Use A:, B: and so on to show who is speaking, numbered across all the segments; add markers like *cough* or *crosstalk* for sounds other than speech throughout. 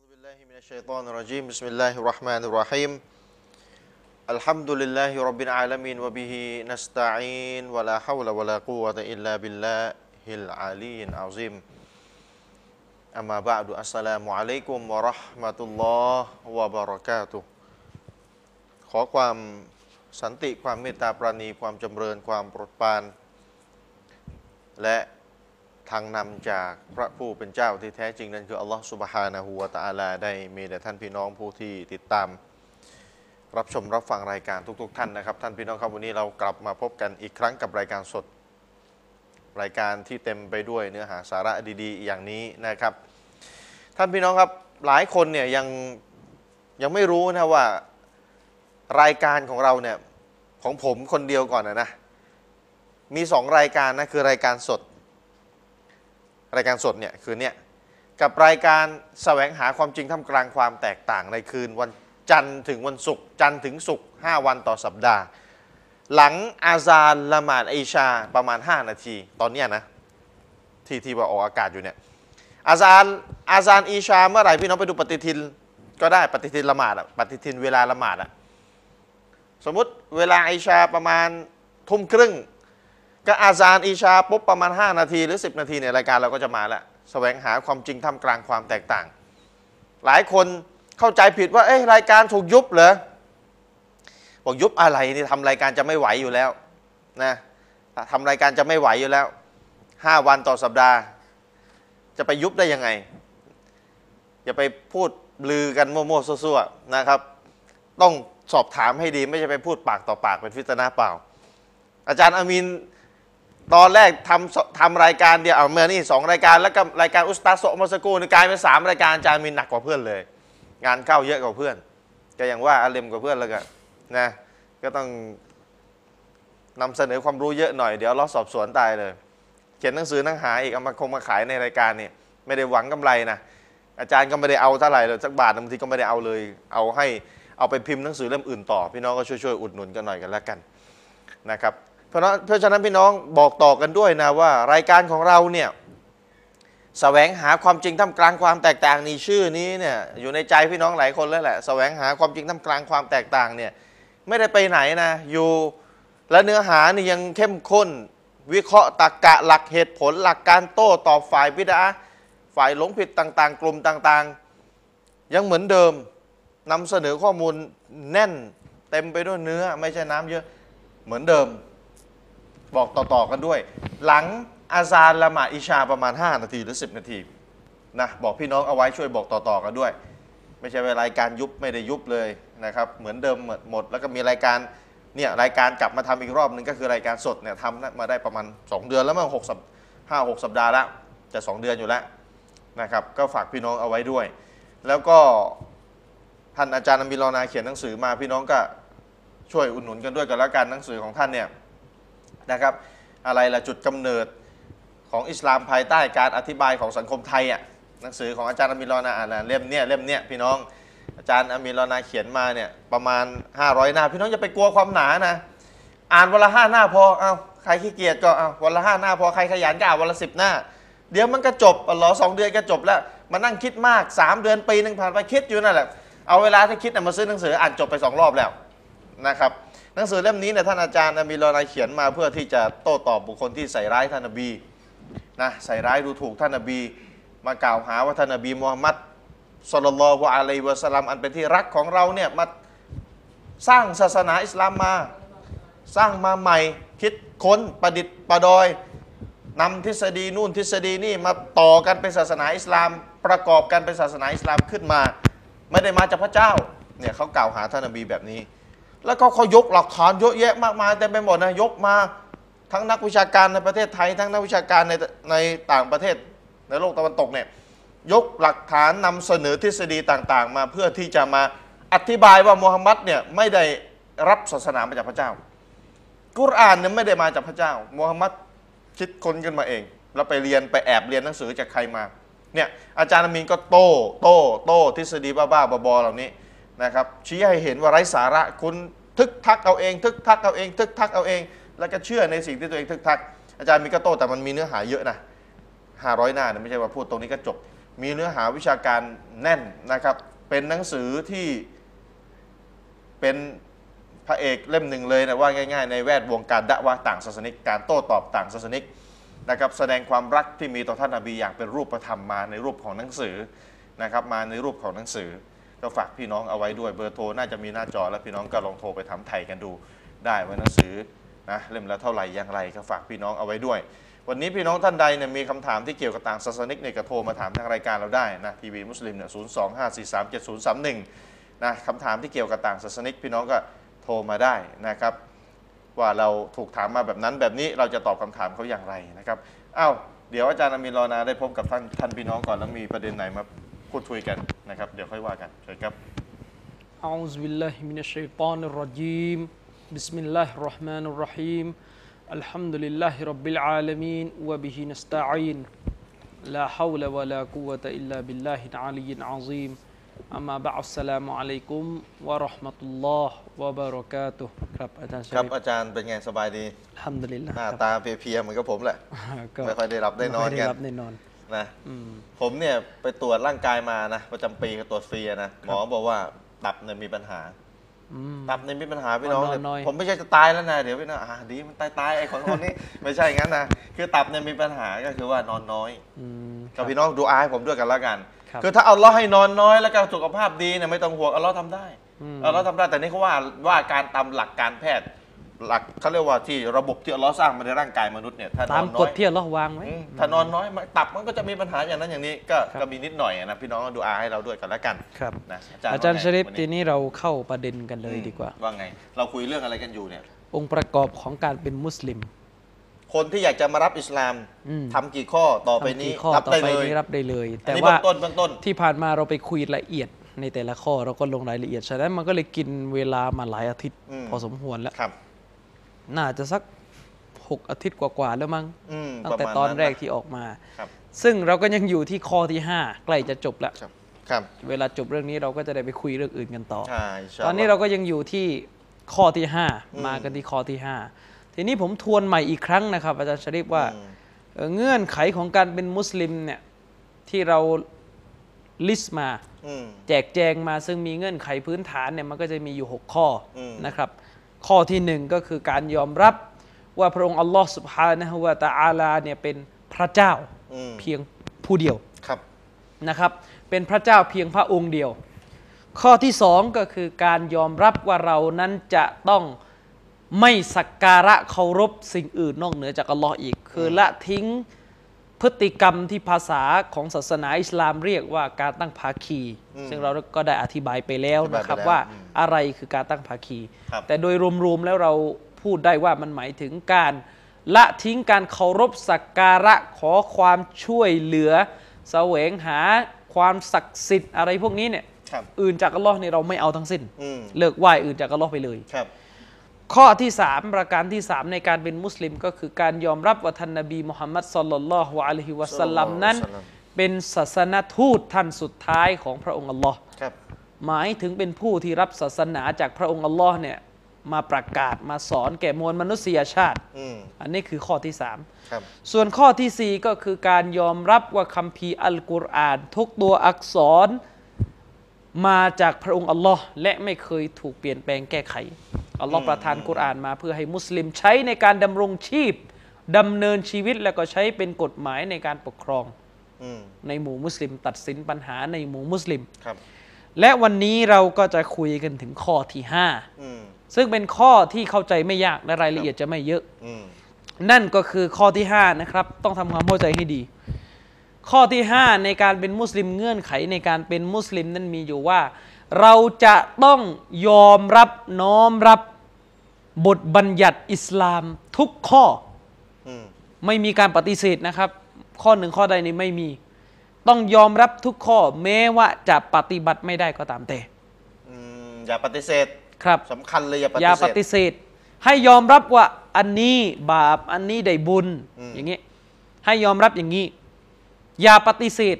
A: من الشيطان الرجيم بسم الله الرحمن الرحيم الحمد لله رب العالمين وبه نستعين ولا حول ولا قوة إلا بالله العلي العظيم أما بعد السلام عليكم ورحمة الله وبركاته ขอความสันติความเมตตาปราณีความจำเริญความโปรดปราน และทางนำจากพระผู้เป็นเจ้าที่แท้จริงนั้นคืออัลลอฮฺสุบฮานะฮูวะตะอาลาได้มีแต่ท่านพี่น้องผู้ที่ติดตาม รับชมรับฟังรายการทุก ๆ ท่านนะครับ ท่านพี่น้องครับวันนี้เรากลับมาพบกันอีกครั้งกับรายการสด รายการที่เต็มไปด้วยเนื้อหาสาระดี ๆ อย่างนี้นะครับ ท่านพี่น้องครับหลายคนเนี่ยยังยังไม่รู้นะว่ารายการของเราเนี่ยของผมคนเดียวก่อนนะนะมีสองรายการนะคือรายการสด รายการสดเนี่ยคืนเนี้ยกับรายการแสวงหาความจริงท่ามกลางความแตกต่างในคืนวันจันทร์ถึงวันศุกร์จันทร์ถึงศุกร์5วันต่อสัปดาห์ หลังอาซาลละหมาดไอชาประมาณ 5 นาที ตอนเนี้ยนะ ที่ที่ว่าออกอากาศอยู่เนี่ยอาซาลอาซาลอีชาเมื่อไหร่พี่น้องไปดูปฏิทินก็ได้ปฏิทินละหมาดอะปฏิทินเวลาละหมาดอะสมมุติเวลาไอชาประมาณทุ่มครึ่ง ก็อาจารย์อีชาปุ๊บประมาณ 5 นาทีหรือ 10 นาทีเนี่ยรายการเราก็จะมาละแสวงหาความจริงท่ามกลางความแตกต่าง หลายคนเข้าใจผิดว่าเอ้ยรายการถูกยุบเหรอบอกยุบอะไรนี่ทำรายการจะไม่ไหวอยู่แล้วนะทำรายการจะไม่ไหวอยู่แล้ว 5 วันต่อสัปดาห์ จะไปยุบได้ยังไง อย่าไปพูดลือกันมั่วๆซั่วๆนะครับ ต้องสอบถามให้ดีไม่ใช่ไปพูดปากต่อปากเป็นฟิตนาเปล่า อาจารย์อามิน ตอนแรกทำสทำรายการเดียวเอาเมื่อนี่สองรายการแล้วก็รายการอุสตาโซะมาสกูลกลายเป็นสามรายการอาจารย์มีหนักกว่าเพื่อนเลย งานเข้าเยอะกว่าเพื่อน ก็อย่างว่าอาเลมกว่าเพื่อนแล้วกันนะก็ต้องนำเสนอความรู้เยอะหน่อยเดี๋ยวเราสอบสวนตายเลย เขียนหนังสือหนังหาอีกเอามาคงมาขายในรายการเนี่ยไม่ได้หวังกำไรนะอาจารย์ก็ไม่ได้เอาเท่าไหร่เลยสักบาทบางทีก็ไม่ได้เอาเลย เอาให้เอาไปพิมพ์หนังสือเล่มอื่นต่อ พี่น้องก็ช่วยๆอุดหนุนกันหน่อยกันแล้วกัน นะครับเพราะฉะนั้นเพราะฉะนั้นพี่น้องบอกต่อกันด้วยนะว่ารายการของเราเนี่ยสแสวงหาความจริงท่ามกลางความแตกต่างนี่ชื่อนี้เนี่ยอยู่ในใจพี่น้องหลายคนแล้วแหละแสวงหาความจริงท่ามกลางความแตกต่างเนี่ยไม่ได้ไปไหนนะอยู่และเนื้อหานี่ยังเข้มข้น วิเคราะห์ตรรกะหลักเหตุผลหลักการโต้ตอบฝ่ายบิดาฝ่ายหลงผิดต่างๆ กลุ่มต่างๆ ยังเหมือนเดิมนำเสนอข้อมูลแน่นเต็มไปด้วยเนื้อไม่ใช่น้ำเยอะ เหมือนเดิม บอกต่อ ๆ กันด้วย หลังอาซานละหมาดอิชาประมาณ 5 นาทีหรือ 10 นาทีนะบอกพี่น้องเอาไว้ช่วยบอกต่อ ๆ กันด้วย ไม่ใช่ว่ารายการยุบไม่ได้ยุบเลยนะครับ เหมือนเดิมหมดหมด แล้วก็มีรายการเนี่ยรายการกลับมาทำอีกรอบหนึงก็คือรายการสดเนี่ยทำมาได้ประมาณ 2 เดือนแล้วมั้งหกสัปห้าหกสัปดาห์ละจะ 2 เดือนอยู่แล้วนะครับก็ฝากพี่น้องเอาไว้ด้วย แล้วก็ท่านอาจารย์อมิลลอนาเขียนหนังสือมาพี่น้องก็ ช่วยอุดหนุนกันด้วยกันแล้วกันหนังสือของท่านเนี่ยนะครับ อะไรล่ะจุดกำเนิดของอิสลามภายใต้การอธิบายของสังคมไทยอ่ะหนังสือของอาจารย์อามิรอนาอ่านอ่ะเล่มเนี่ยเล่มเนี่ยพี่น้องอาจารย์อามิรอนาเขียนมาเนี่ยประมาณ 500 หน้า พี่น้องอย่าไปกลัวความหนานะ อ่านวันละห้าหน้าพอเอาใครขี้เกียจก็เอาวันละห้าหน้าพอใครขยันก็อ่านวันละสิบหน้า เดี๋ยวมันก็จบเหรอสองเดือนก็จบแล้วมานั่งคิดมาก 3 เดือนปีหนึ่งผ่านไปคิดอยู่นั่นแหละเอาเวลาที่คิดน่ะมาซื้อหนังสืออ่านจบไปสองรอบแล้ว นะครับหนังสือเล่มนี้เนี่ยท่านอาจารย์มีรายเขียนมาเพื่อที่จะโต้ตอบบุคคลที่ใส่ร้ายท่านนบีนะใส่ร้ายดูถูกท่านนบี มากล่าวหาว่าท่านนบีมูฮัมมัดสลลัลลอฮุอะลัยฮิวะสลลัมอันเป็นที่รักของเราเนี่ยมาสร้างศาสนาอิสลามมา สร้างมาใหม่คิดค้นประดิษฐ์ประดอยนำทฤษฎีนู่นทฤษฎีนี่มาต่อกันเป็นศาสนาอิสลาม ประกอบกันเป็นศาสนาอิสลามขึ้นมา ไม่ได้มาจากพระเจ้าเนี่ยเขากล่าวหาท่านนบีแบบนี้ แล้วก็เขายกหลักฐานเยอะแยะมากมายเต็มไปหมดนะยกมาทั้งนักวิชาการในประเทศไทย ทั้งนักวิชาการในในต่างประเทศในโลกตะวันตกเนี่ยยกหลักฐานนำเสนอทฤษฎีต่างๆ มาเพื่อที่จะมาอธิบายว่ามูฮัมหมัดเนี่ยไม่ได้รับศาสนามาจากพระเจ้า กุรอานเนี่ยไม่ได้มาจากพระเจ้ามูฮัมหมัดคิดค้นขึ้นมาเอง แล้วไปเรียนไปแอบเรียนหนังสือจากใครมาเนี่ยอาจารย์อามีนก็โต้โต้โต้ทฤษฎีบ้าๆบอๆเหล่านี้นะครับชี้ให้เห็นว่าไร้สาระคุณทึกทักเอาเอง ทึกทักเอาเอง ทึกทักเอาเอง แล้วก็เชื่อในสิ่งที่ตัวเองทึกทัก อาจารย์มีก็โต้แต่มันมีเนื้อหาเยอะนะห้าร้อยหน้าเนี่ยไม่ใช่ว่าพูดตรงนี้ก็จบ มีเนื้อหาวิชาการแน่นนะครับ เป็นหนังสือที่เป็นพระเอกเล่มหนึ่งเลยนะว่าง่ายๆ ในแวดวงการดะวะต่างศาสนิก การโต้ตอบต่างศาสนิกนะครับแสดงความรักที่มีต่อท่านนบีอย่างเป็นรูปธรรมมาในรูปของหนังสือนะครับมาในรูปของหนังสือ ก็ฝากพี่น้องเอาไว้ด้วยเบอร์โทรน่าจะมีหน้าจอแล้วพี่น้องก็ลองโทรไปถามไทยกันดูได้ว่าหนังสือนะเล่มละเท่าไหร่อย่างไรก็ฝากพี่น้องเอาไว้ด้วย วันนี้พี่น้องท่านใดเนี่ยมีคำถามที่เกี่ยวกับต่างศาสนิกเนี่ยก็โทรมาถามทางรายการเราได้นะทีวีมุสลิมเนี่ยศูนย์สองห้าสี่สามเจ็ดศูนย์สามหนึ่งนะคำถามที่เกี่ยวกับต่างศาสนิก พี่น้องก็โทรมาได้นะครับ ว่าเราถูกถามมาแบบนั้นแบบนี้เราจะตอบคำถามเขาอย่างไรนะครับอ้าวเดี๋ยวอาจารย์อามีนรอนาได้พบกับท่านท่านพี่น้องก่อนแล้วมีประเด็นไหนมาพูดคุยกันนะครับเดี๋ยวค่อยว่ากันเชิญครับ
B: أعوذ بالله من الشيطان الرجيم بسم الله الرحمن الرحيم الحمد لله رب العالمين وبه نستعين لا حول ولا قوة إلا بالله العلي العظيم أما بعد السلام عليكم ورحمة الله وبركاته ครับอาจารย์ช
A: ครับ
B: ลิป
A: อาจารย์เป็นไงสบายดี
B: อัลฮัมดุลิลละ
A: หน้า *laughs* ตาเพลียๆเหมือนกับผมแหละ
B: ก็
A: ไม่ค่อยได้รับได้นอน
B: ม่
A: กั
B: ค่ย
A: น
B: รับได้นอน
A: นะ
B: อืม
A: ผมเนี่ยไปตรวจร่างกายมานะประจำปีก็ตรวจฟรีอะนะหมอบอกว่าตับเนี่ยมีปัญหา
B: อืม
A: ตับเนี่ยมีปัญหาพี่น้อง
B: นอน
A: เนี่ย
B: น้อย
A: ผมไม่ใช่จะตายแล้วนะเดี๋ยวพี่น้องอ่าดีมันตายตายๆไอ้คนคนนี้ ไม่ใช่งั้นนะคือตับเนี่ยมีปัญหาก็คือว่านอนน้อย
B: อืม
A: กับพี่น้องดูอาให้ผมด้วยกันละกัน
B: ครับ
A: คือถ้าเอาล้อฮ์ให้นอนน้อยแล้วก็สุขภาพดีเนี่ยไม่ต้องห่วงเอาล้อฮ์ทำได้เอาล้อฮ์ทำได้แต่นี่เขาว่าว่าการตามหลักการแพทย์ หลักเขาเรียกว่าที่ระบบที่อัลเลอฮ์สร้างมาในร่างกายมนุษย์เนี่ยถ้าน
B: ตา
A: อ
B: ม
A: นน้
B: ก
A: อ
B: ฎ
A: ย
B: ที่อัลเลอฮ์วางไว้
A: อืมถ้านอนน้อยมันตับมันก็จะมีปัญหาอย่างนั้นอย่างนี้ก็
B: ครับ
A: ก็มีนิดหน่อยอะนะพี่น้องก็ดูอาให้เราด้วยกันแล้วกัน
B: ครับ
A: นะ
B: อาจารย์ช
A: ว่ไง
B: ลิป
A: วัน
B: ที
A: นี้
B: นี้เราเข้าประเด็นกัน
A: Hmm.
B: เลยดีกว่า
A: ว่าไง เราคุยเรื่องอะไรกันอยู่เนี่ย
B: องค์ประกอบของการเป็นมุสลิม
A: คนที่อยากจะมารับอิสลาม
B: อืม
A: ทำกี่ข้อต่อไป
B: ทำ
A: นี้
B: กี่ข้อ
A: รับ
B: ต่อ
A: ได้
B: ไป
A: เลย
B: นี้รับได้เลย
A: อัน
B: แต่
A: นี้เบื้
B: ว่า
A: องต้นเบื้องต้น
B: ที่ผ่านมาเราไปคุยละเอียดในแต่ละข้อเราก็ลงรายละเอียดฉะนั้นมันก็เลยกินเวลามาหลายอาทิตย์
A: อืม
B: พอสมควรแล้ว
A: ครับ
B: น่าจะสัก 6 อาทิตย์กว่าๆแล้วมั้ง
A: อืม
B: ตั้ง
A: ประ
B: แต่
A: มาณ
B: ตอน
A: นั้น
B: แรก
A: นะ
B: ที่ออกมา
A: ครับ
B: ซึ่งเราก็ยังอยู่ที่ข้อที่ 5 ใกล้จะจบแล้ว
A: ครับครับ
B: เวลาจบเรื่องนี้เราก็จะได้ไปคุยเรื่องอื่นกันต่อ
A: ใช่ใช่
B: ตอนนี้เราก็ยังอยู่ที่ข้อที่ 5 มากันที่ข้อที่ 5 ทีนี้ผมทวนใหม่อีกครั้งนะครับ อาจารย์ชริปว่า
A: อืม
B: เอ่อเงื่อนไขของการเป็นมุสลิมเนี่ยที่เราลิสต์มา
A: อืม
B: แจกแจงมาซึ่งมีเงื่อนไขพื้นฐานเนี่ยมันก็จะมีอยู่ 6 ข้ออ
A: ม
B: นะครับ ข้อที่หนึ่งก็คือการยอมรับว่าพระองค์อัลลอฮ์สุบฮานะฮุวาตาอาลาเนี่ยเป็นพระเจ้า
A: อืม
B: เพียงผู้เดียว
A: ครับ
B: นะครับ เป็นพระเจ้าเพียงพระองค์เดียว ข้อที่สองก็คือการยอมรับว่าเรานั้นจะต้องไม่สักการะเคารพสิ่งอื่นนอกเหนือจากอัลลอฮ์อีก คือละทิ้ง พฤติกรรมที่ภาษาของศาสนาอิสลามเรียกว่าการตั้งภาคี ซึ่งเราก็ได้อธิบายไปแล้วนะครับว่าอะไรคือการตั้งภาคี แต่โดยรวมๆแล้วเราพูดได้ว่ามันหมายถึงการละทิ้งการเคารพสักการะขอความช่วยเหลือ แสวงหาความศักดิ์สิทธิ์อะไรพวกนี้เนี่ย
A: ครับ
B: อื่นจากอัลลอฮ์เนี่ยเราไม่เอาทั้งสิ้น
A: อืม
B: เลิกไหว้อื่นจากอัลลอฮ์ไปเลย
A: ครับ
B: ข้อที่สามประการที่สามในการเป็นมุสลิมก็คือการยอมรับว่าท่านนบีมุฮัมมัดสลลัลลอฮุอะลัยฮิวะสัลลัมนั้น เป็นศาสนทูตท่านสุดท้ายของพระองค์อัลลอฮ์
A: ครับ
B: หมายถึงเป็นผู้ที่รับศาสนาจากพระองค์อัลลอฮ์เนี่ยมาประกาศมาสอนแก่มวลมนุษยชาติ
A: อืม
B: อันนี้คือข้อที่สาม
A: ครับ
B: ส่วนข้อที่ 4 ก็คือการยอมรับว่าคัมภีร์อัลกุรอาน ทุกตัวอักษรมาจากพระองค์อัลลอฮ์และไม่เคยถูกเปลี่ยนแปลงแก้ไข อัลลอฮ์ประทานกุรอานมาเพื่อให้มุสลิมใช้ในการดำรงชีพดำเนินชีวิตแล้วก็ใช้เป็นกฎหมายในการปกครอง
A: อืม
B: ในหมู่มุสลิม ตัดสินปัญหาในหมู่มุสลิม
A: ครับ
B: และวันนี้เราก็จะคุยกันถึงข้อที่
A: อืม
B: 5 ซึ่งเป็นข้อที่เข้าใจไม่ยากและรายละเอียดจะไม่เยอะ
A: อืม
B: นั่นก็คือข้อที่ 5 นะครับ ต้องทำความเข้าใจให้ดี ข้อที่ 5 ในการเป็นมุสลิมเงื่อนไขในการเป็นมุสลิมนั้นมีอยู่ว่า เราจะต้องยอมรับน้อมรับบทบัญญัติอิสลามทุกข้อ
A: อืม
B: ไม่มีการปฏิเสธนะครับ ข้อหนึ่งข้อใดนี้ไม่มี ต้องยอมรับทุกข้อ แม้ว่าจะปฏิบัติไม่ได้ก็ตามแต่
A: อืมอย่าปฏิเสธ
B: ครับ
A: สำคัญเลยอย่าป
B: อย่าป
A: ฏิ
B: ฏิ
A: เสธ
B: เสธ ให้ยอมรับว่าอันนี้บาปอันนี้ได้บุญ
A: อืม
B: อย่างนี้ให้ยอมรับอย่างนี้ อย่าปฏิเสธ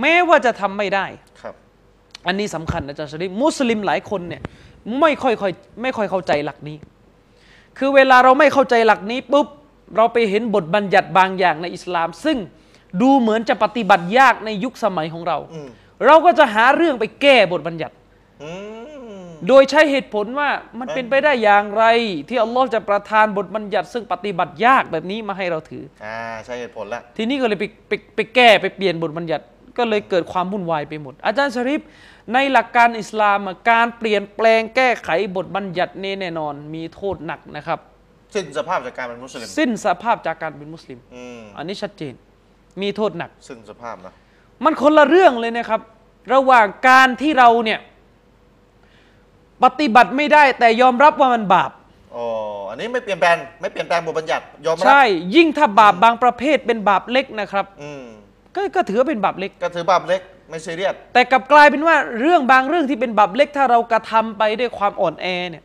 B: แม้ว่าจะทำไม่ได้
A: ครับ
B: อันนี้สำคัญอาจารย์ชลิปมุสลิมหลายคนเนี่ยไม่ค่อยค่อยไม่ค่อยเข้าใจหลักนี้ คือเวลาเราไม่เข้าใจหลักนี้ปุ๊บเราไปเห็นบทบัญญัติบางอย่างในอิสลาม ซึ่งดูเหมือนจะปฏิบัติยากในยุคสมัยของเรา
A: อืม
B: เราก็จะหาเรื่องไปแก้บทบัญญัติ
A: อืม
B: โดยใช้เหตุผลว่ามัน
A: มัน
B: เป็นไปได้อย่างไร ที่อัลลอฮ์จะประทานบทบัญญัติซึ่งปฏิบัติยากแบบนี้มาให้เราถือ
A: อ่าใช่เหตุผลละ
B: ทีนี้ก็เลยไปไปไปแก้ไปเปลี่ยนบทบัญญัติก็เลยเกิดความวุ่นวายไปหมด อาจารย์ชริปในหลักการอิสลามอะการเปลี่ยนแปลงแก้ไขบทบัญญัตินี่แน่นอน มีโทษหนักนะครับ
A: สิ้นสภาพจากการเป็นมุสลิม
B: สิ้นสภาพจากการเป็นมุสลิม
A: อืม
B: อันนี้ชัดเจน มีโทษหนัก
A: สิ้นสภาพนะ
B: มันคนละเรื่องเลยนะครับ ระหว่างการที่เราเนี่ยปฏิบัติไม่ได้แต่ยอมรับว่ามันบาป
A: อ๋ออันนี้ไม่เปลี่ยนแปลงไม่เปลี่ยนแปลงบทบัญญัติยอมรับ
B: ใช่ ยิ่งถ้าบาปบางประเภทเป็นบาปเล็กนะครับ
A: อืม
B: ก็ก็ถือว่าเป็นบาปเล็ก
A: ก็ถือบาปเล็กไม่ซีเรียส
B: แต่กลับกลายเป็นว่าเรื่องบางเรื่องที่เป็นบาปเล็ก ถ้าเรากระทำไปด้วยความอ่อนแอเนี่ย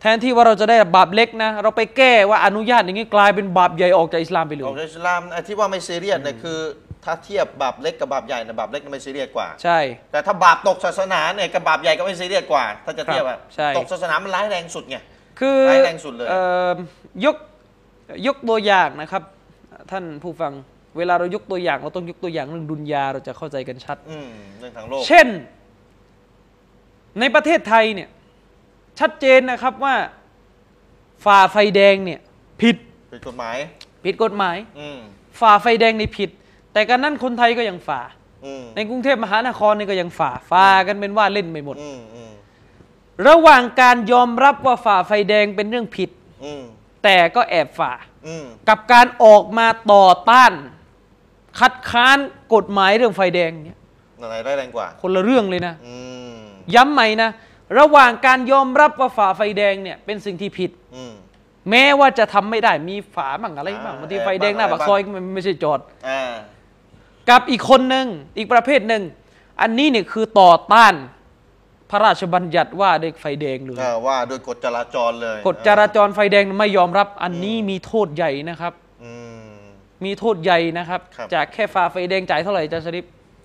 B: แทนที่ว่าเราจะได้บาปเล็กนะเราไปแก้ว่าอนุญาตอย่างนี้กลายเป็นบาปใหญ่ออกจากอิสลามไปเล
A: ของ
B: ย
A: อิสลามไอ้ที่ว่าไม่ซีเรียสเนี่ยคือ ถ้าเทียบบาปเล็กกับบาปใหญ่เนี่ยบาปเล็กเนี่ยไม่ซีเรียสกว่า
B: ใช่
A: แต่ถ้าบาปตกศาสนาเนี่ยกับบาปใหญ่ก็ไม่ซีเรียสกว่า ถ้าจะเทียบอะ
B: ครับใช่
A: ตกศาสนามันร้ายแรงสุดไง
B: คือ
A: ร้ายแรงสุดเลย
B: อ่อยกยกตัวอย่างนะครับ ท่านผู้ฟังเวลาเรายกตัวอย่างเราต้องยกตัวอย่างเรื่องดุนยาเราจะเข้าใจกันชัด
A: อืมเรื่องทางโลก
B: เช่น ในประเทศไทยเนี่ยชัดเจนนะครับว่าฝ่าไฟแดงเนี่ยผิด
A: ผิดกฎหมาย
B: ผิดกฎหมาย
A: อืม
B: ฝ่าไฟแดงในผิด แต่การนั้นคนไทยก็ยังฝ่า
A: อืม
B: ในกรุงเทพมหานครนี่ก็ยังฝ่าฝ่ากันเป็นว่าเล่นไปหมด
A: อืม อืม
B: ระหว่างการยอมรับว่าฝ่าไฟแดงเป็นเรื่องผิด
A: อืม
B: แต่ก็แอบฝ่า
A: อืม
B: กับการออกมาต่อต้าน คัดค้านกฎหมายเรื่องไฟแดงเนี่ย
A: อะไรร้ายแรงกว่า
B: คนละเรื่องเลยนะ
A: อืม
B: ย้ำใหม่นะ ระหว่างการยอมรับว่าฝ่าไฟแดงเนี่ยเป็นสิ่งที่ผิด
A: อืม
B: แม้ว่าจะทำไม่ได้มีฝาบ้างอะไรบ้าง
A: อ่า
B: บางที
A: เออ
B: ไฟแดงหน้า
A: บ้า
B: ปาง ก
A: อะไร
B: ซอยมันไม่ใช่จอด
A: อ่า
B: กับอีกคนหนึ่งอีกประเภทหนึ่ง อันนี้เนี่ยคือต่อต้าน พระราชบัญญัติว่าด้วยไฟแดงเลย
A: เออว่าโดยกฎจราจรเลย
B: กฎจราจรไฟแดงไม่ยอมรับอันนี้มีโทษใหญ่นะครับ
A: อืม
B: มีโทษใหญ่นะครับ
A: ครับ
B: จากแค่ฝ่าไฟแดงจ่ายเท่าไหร่อาจารย์ชริป